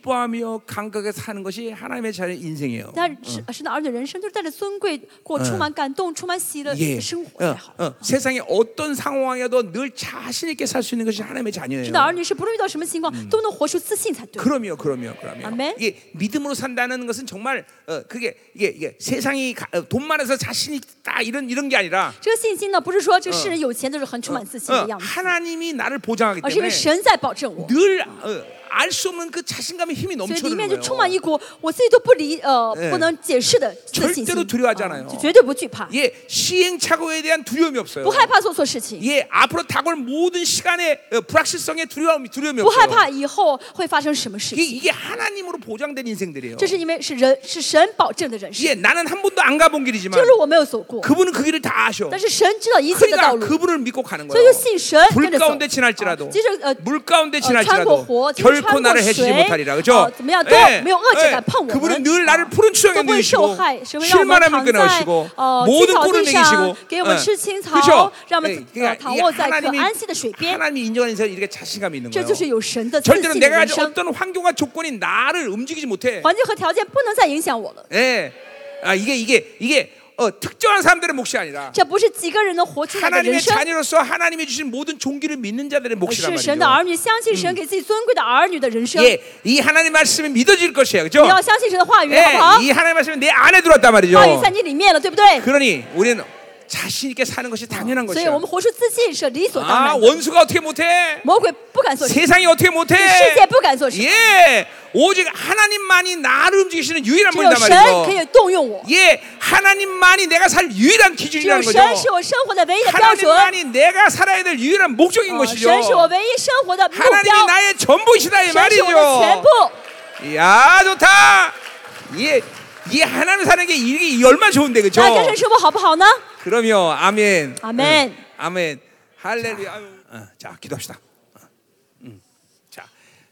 기뻐하며 감격에 사는 것이 하나님의 자녀 인생이에요.
但是是的，而且人生就是带着尊贵过，充满感动，充满喜乐
예,
的生活才好。
어, 어, 세상에 어떤 상황에도 늘 자신 있게 살 수 있는 것이 하나님의
是的，
자녀예요.
儿女是不论遇到什么情况都能活出自信才对。
그럼요, 그럼요, 그럼요.
아멘.
이게 믿음으로 산다는 것은 정말 어, 그게 이게, 이게 세상이 가, 어, 돈 많아서 자신 있다 이런 이런 게 아니라
这个信心呢，不是说这个世人有钱就是很充满自信
어,
的样子，
하나님이 나를 보장하기
而是因
때문에
为神在保证我，
늘 알 수 없는 그 자신감의 힘이
所以里
넘쳐드는
面就充
거예요.
满一股我自己都不理呃
예
不能解释的自信
절대로
心，
두려워하지않아요
就绝对不惧怕，
예, 시행착오에 대한 두려움이 없어요.
不害怕做错事情，
예, 앞으로 다가올 모든 시간에 어, 불확실성에 두려움이 두려움이
不害
없어요.
怕以后会发生什么事
이게,
情。
이게 하나님으로 보장된 인생들이에요.
这是因为是人是神保证的人生，
예, 나는 한 번도 안 가본 길이지만
这个路我没有走过，
그분은 그 길을 다 아셔.
但是神知道一切的道
그러니까
路。
그분을 믿고 가는
所
거예요.
以就信神
불
跟着走。
가운데 아, 지날지라도
啊即使呃
물 가운데
呃穿过
어, 지날지라도
火，即使
결코
穿过
나를
水，
해치지 못하리라 그죠?
呃怎么样都
예,
没有恶者
예.
敢碰我
그분은
们。
늘 나를 푸른
都
추양에
不会受
누이시고 뭐
害，神会让我们
쉴만한
躺
물결
在
넣으시고
呃青
모든
草地
꼴을
上
내기시고 ，
给我们吃青草，
그렇죠?
让我
예,
们呃
그러니까
躺
이
卧在可
하나님이
安息的水边。
하나님이 인정하는 인생은 이렇게 자신감이 있는
这
거예요
就是有神的自
절대로
信的
내가
人
가진
生，
어떤 환경과 조건이 나를 움직이지 못해
环境和条件不能再影响我了。
예. 아, 이게 이게 이게 어, 특정한 사람들의 몫이 아니라
这不是几个人能活出来的人
하나님의
生，
자녀로서 하나님이 주신 모든 종기를 믿는 자들의
而
몫이란
是神
말이죠
的儿女相信神给自己尊贵的儿女的人生。
예, 이 하나님 말씀이 믿어질 것이에요, 그렇죠?
你要相信神的话语，
예,
好不好？
이 하나님 말씀이 내 안에 들어왔단 아, 말이죠.
话语在你里面了，对不对？
그러니 우리는 자신 있게 사는 것이 당연한
所以
것이야.
我们活出自信是理所当
아,
然的。
원수가 어떻게 못해?
魔鬼不敢做事，
세상이 어떻게 못해?
세상이 못 敢做事.
예, 오직 하나님만이 나를 움직이시는 유일한
只有
분이란
神可
말이죠.
以动用我，
예, 하나님만이 내가 살 유일한
只有
기준이라는
神是
거죠.
我生活的唯一的标准，
하나님만이 내가 살아야 될 유일한 목적인
呃神是
것이죠.
我唯一生活的目
하나님이
标，
나의 전부시다 이
神是我的全
말이죠.
部。
이야 좋다. 이게 이게 하나님 사는 게 이게 얼마나 좋은데 그죠?
大家跟神生活好不好呢？
그럼요. 아멘.
아멘.
응, 아멘. 할렐루야. 아유. 어, 자 기도합시다. 어, 음. 자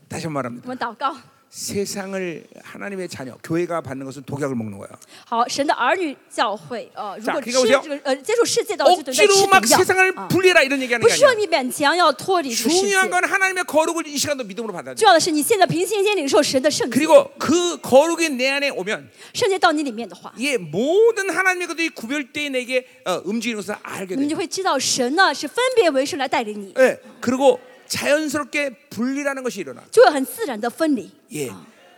다시 한 번
我
말합니다.
们祷告。
세상을 하나님의 자녀 교회가 받는 것은 독약을 먹는 거야.
好，神的儿女教会，呃，如
자
果
그러니
吃
까보세요
这个呃接触世界的话，就等于在
억지로 막
吃毒药
세상을 。
啊
분리해라 이런 얘기하는
不
게
是说
아니야.
你勉强要脱离这个世界，
중요한 건 하나님의 거룩을 이 시간도 믿음으로 받아들여.
重要的是你现在凭信心领受神的圣洁，
그리고 그 거룩이 내 안에 오면
圣洁到你里面的话，
이 모든 하나님의 것들이 구별된 내게 어, 움직이는 것을 알게
你们
돼.
就会知道神呢是分别为圣来带领你，
예, 그리고 자연스럽게 분리라는 것이 일어나.
就会很自然的分离。
예,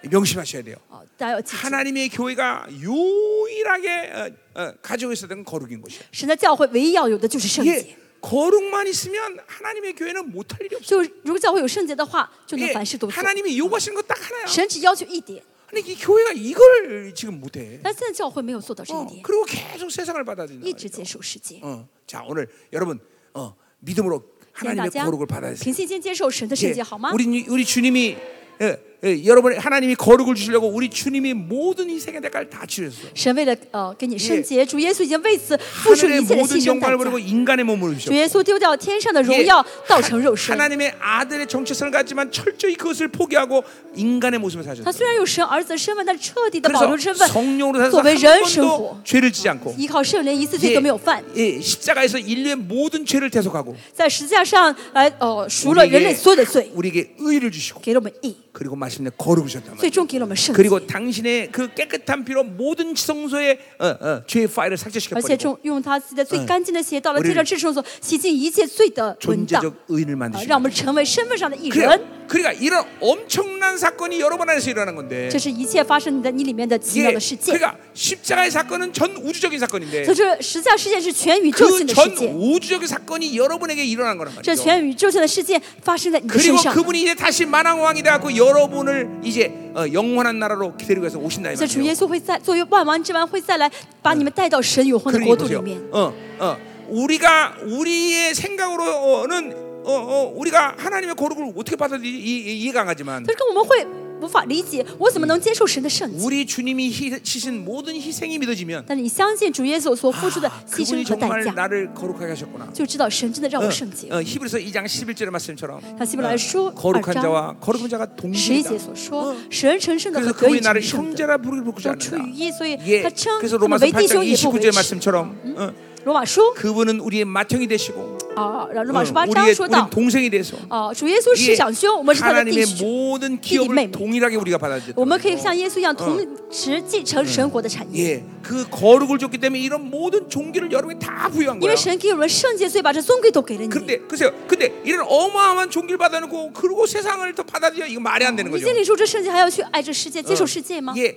명심하셔야 돼요.
哦，大家要记住，
하나님의 교회가 유일하게 어, 어, 가지고 있어야 되는 거룩인 것이에요.
神的教会唯一要有的就是圣
예,
洁。
거룩만 있으면 하나님의 교회는 못할 일이 없어요.
就如果教会有圣洁的话，就能
예,
凡事都做。
하나님이 그렇죠. 요구하시는 것 딱 하나야.
神只要求一点，
근데 이 교회가 이걸 지금 못해.
但现在教会没有做到这一
어,
点，
그리고 계속 세상을 받아들이는
一直
거죠.
接受世界。
어, 자 오늘 여러분 어, 믿음으로
请大
하나님의
家
거룩을 받아야 돼요.
凭信心接受神的圣
예,
洁，好吗？
우리 우리 주님이 예, 예, 여러분 하나님이 거룩을 주시려고 우리 주님이 모든 인생의 대가를 다 치르셨어요.
神为了呃给你圣洁，主耶稣已经为此付出
하늘의
一切的
모든
牺牲代
영광을 버리고
价。
인간의 몸으로
主
주셨어요.
耶稣丢掉天上的荣
예,
耀，道成肉身。
하나님의 아들의 정체성을 갖지만 철저히 그것을 포기하고 인간의 모습을
他
사셨어요.
虽然有神儿子的身份，但彻底的保住
그래서
身份，
성령으로
作
살아서
为人生
한
活
번도 ， 죄를 지지 않고
依靠圣灵一次罪
예,
都没有犯，
예, 십자가에서 인류의 모든 죄를 대속하고
在十字架上来呃赎了人类
우리에게,
所有的罪，
우리에게 의를 주시고
给了我们义，
그리고 마침내 거룩하셨단
最
말이에요.
终给了我们圣洁，
그리고 당신의 그 깨끗한 피로 모든 성소의 어, 어, 죄의 파일을 삭제시켜
而且
버리고
用用他自己的最干净的血，到了
우리를
罪障至圣所，洗净一切罪的文档，
존재적 의인을
啊
만드신
让我
거예요.
们成为身份上的艺
그래,
人。
그러니까 이런 엄청난 사건이 여러 번 안에서 일어난 건데
这是一切发生你的你里面的奇妙
이게
的事件。
그러니까 십자가의 사건은 전 우주적인 사건인데
所以这十架事件是全宇宙性
그
的事
전
件，
우주적인 사건이 여러분에게 일어난 거란
这
말이죠.
全宇宙性的事件发生在你的身
그리고
上。
그분이 이제 다시 만왕 왕이 돼갖고 여러분을 이제 어, 영원한 나라로 데리고 가서 오신다 이
所以主耶
말이에요.
稣会再作为万王之王会再来把你们带到神永恒的
그러니
国度里
보세요.
面。
어, 어, 우리가 우리의 생각으로는 어, 어, 우리가 하나님의 거룩을 어떻게 받아들이 이- 이- 이해가 안 가지만
但是我们会无法理解，我怎么能接受神的圣洁？
우리 주님이 희신 모든 희생이 믿어지면
但是你相信主耶稣所付出的
아,
牺牲
그분이
和代
정말
价，
나를 거룩하게 하셨구나.
就知道神真的让
어,
我圣洁。
어, 히브리서 2장 11절의 말씀처럼
像希伯来书
어,
二
거룩한
章
자와 거룩한 자가
十一
동일이다.
节所说
어, ，
神成圣的和
그래서
得
그분이
以成
나를
圣的
형제라 부르기 부르지
都出
않는다.
于一，所以
예,
他称他
그래서
们
로마서
为弟兄
8장
也不为
29절의
耻。
말씀처럼 어,
罗马书
그분은 우리의 마청이 되시고
啊，然后罗
어,
马书八章
우리의
说到
우린 ， 동생이 돼서
啊，主耶稣是
이게
小兄，我们是他的弟
예, 하나님의
兄，
모든
이름의
기업을
매매.
동일하게 우리가 받아들였다.
我们可以像耶稣一样同时继承神国的产业。
예, 그 거룩을 줬기 때문에 이런 모든 종기를 여러분이 다 부여한
因
거야.
为神给我们圣洁，所以把这尊贵都给了你。
그런데 글쎄요, 근데 이런 어마어마한 종기를 받아놓고 그리고 세상을 더 받아들여 이거 어, 말이 안 되는
你嗯
거죠.
心里说这圣洁还要去爱这世界、接受世界吗？
예,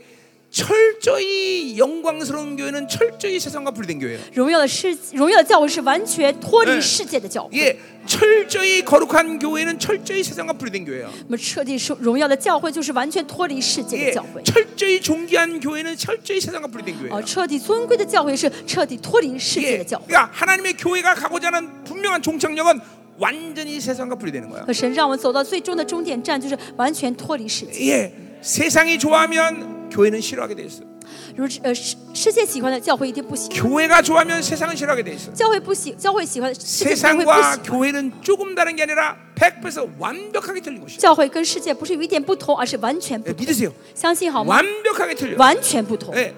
철저히 영광스러운 교회는 철저히 세상과 분리된 교회예요.
荣耀的世，荣耀的教会是完全脱离
嗯
世界的教会。
예, 철저히 거룩한 교회는 철저히 세상과 분리된 교회예요.
我们彻底说，荣耀的教会就是完全脱离世界
예,
的教会。
철저히 존귀한 교회는 철저히 세상과 분리된 교회예요.
哦，彻底尊贵的教会是彻底脱离世界
예,
的教会。
그러니까 하나님의 교회가 가고자 하는 분명한 종착역은 완전히 세상과 분리되는 거야.
可神让我们走到最终的终点站，就是完全脱离世界。
예, 세상이 좋아하면 교회는 싫어하게 돼 있어.
如呃世世界喜欢的教会一定不喜欢，
교회가 좋아하면 세상은 싫어하게 돼 있어.
教会不喜，教会喜欢的世界教会
세상과
不喜欢。
교회는 조금 다른 게 아니라 100% 완벽하게 틀린 것이야.
教会跟世界不是有一点不同，而是完全不
예,
同。
믿으세요.
相信
음.
好吗？
완벽하게 틀려.
完全不同。
예,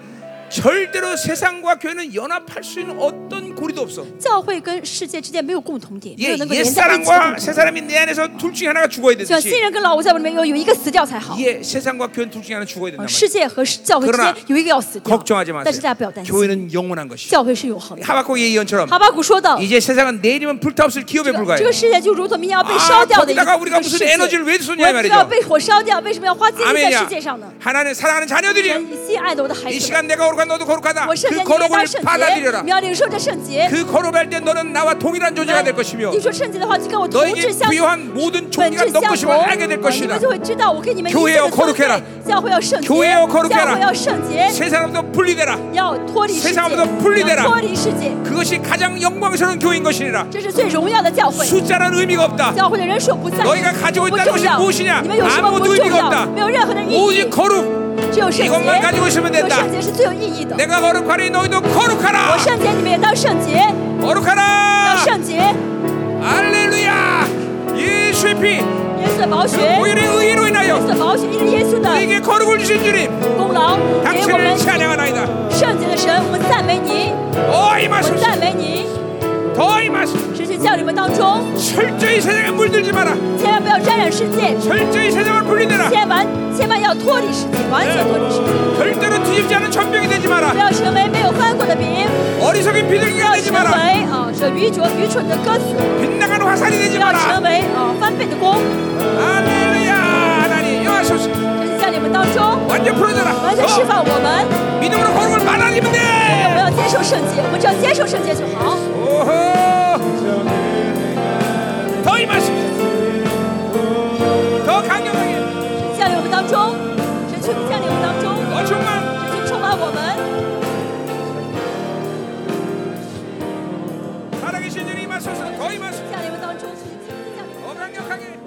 절대로 세상과 교회는 연합할 수 있는 어떤 고리도 없어.
教会跟世界之间没有共同点，没
예,
有能够
옛
连在一起的共
사람과
同
새
点。
사람이 내 안에서 둘 중에 하나가 죽어야
就像新
되듯이.
人跟老我在我里面有有一个死掉才好。
예, 세상과 교회는 둘 중에 하나 죽어야 된다
啊
말이야.
世界和教会之间
그러나
有一个要死掉，
걱정하지
但是大
마세요.
家不要担心，
교회는 영원한 것이.
教会是永恒的。
하박국의 예언처럼
哈巴谷说的，
이제 세상은 내일이면 불타없을 기업에
这个这
불과해요.
个世界就如同明天要被
아,
烧掉的一个
거기다가 우리가
一个世
무슨
界，
에너지를 왜 쏟냐 이
我就要
말이죠.
被火烧掉，为什么要花精力在
아멘이야.
世界上呢？
하나님 사랑하는
人
자녀들이
你心爱的我的孩
이
子们，
시간 내가 거룩한 너도 거룩하다.
我圣
그
洁，你应当
거룩을
圣洁，
받아들여라.
你要领受这圣洁。
그 거룩할 때 너는 나와 동일한 존재가 될 네. 것이며
你说圣洁的话，就跟我同
너에게
志相同。
부여한 모든
本
종기가
质
너
相
것임을
同，
알게 될
你们
것이다.
就会知道我给你们一切
교회여
的
거룩
尊
해라
贵。教会要圣洁，
교회여 뭐
教会
거룩해라.
要圣洁，
세 사람도 분리되라.
要脱离世
세상
界，
으로분리되라
要脱离世界，
그것이 가장 영광스러운 교인 것이니라.
这是最荣耀的教会。
숫자란 의미가 없다.
教会的人数不在，
너희가가지고있
不
다는
重要。
것이무엇이냐
你们有什么
아무도
不
의미
重
가없다
要，没有任何的意义
오직 ， 거룩.
只有圣洁。
이것만가지고있으면된다
有圣洁是最有意义的。
내가 거룩하니 너희도
我
거룩하라.
圣洁，你们也当圣洁，当
거룩하라.
圣洁。
할렐루야. 예수의 피,
耶稣的宝血，
그
耶
보혈의 의로
稣
인하여
的宝血，因着耶稣的
우리에게 거룩을 주신 주님,
功劳，给我
당신을
们
찬양하나이다.
圣洁的神，我们赞美你，
더
我们
임하소서,
赞美你。
더 임하소서.
持续教你们当中，
철저히 세상에 물들지 마라.
千万不要沾染世界，
철저히 세상을 분리되라.
千万千万要脱离世界，完全脱离世界，
절대로 뒤집지 않은 전병이 되지
不
마라.
要成为没有翻过的饼，
예. 어리석인
不
비둘기가
要
되지
成
마라.
为啊这愚拙愚蠢的鸽子，
빛나간 화살이
不
되지
要成
마라.
为啊翻倍的弓，
할렐루야. 하나님, 임하소서.
这是在你们当中
완전 풀어져라.
完全释放我们，
더 믿음으로 거룩을 받아들이면
我们
돼.
要接受圣洁，我们只要接受圣洁就好，
오호. 더 임하소서. 더 강력하게.
在我们当中，神求你在我们当中，
더 충만.
神去充满我们，
살아계신 주님 임하소서. 더 임하소서.
在我们当中，神去降临我们
더 강력하게.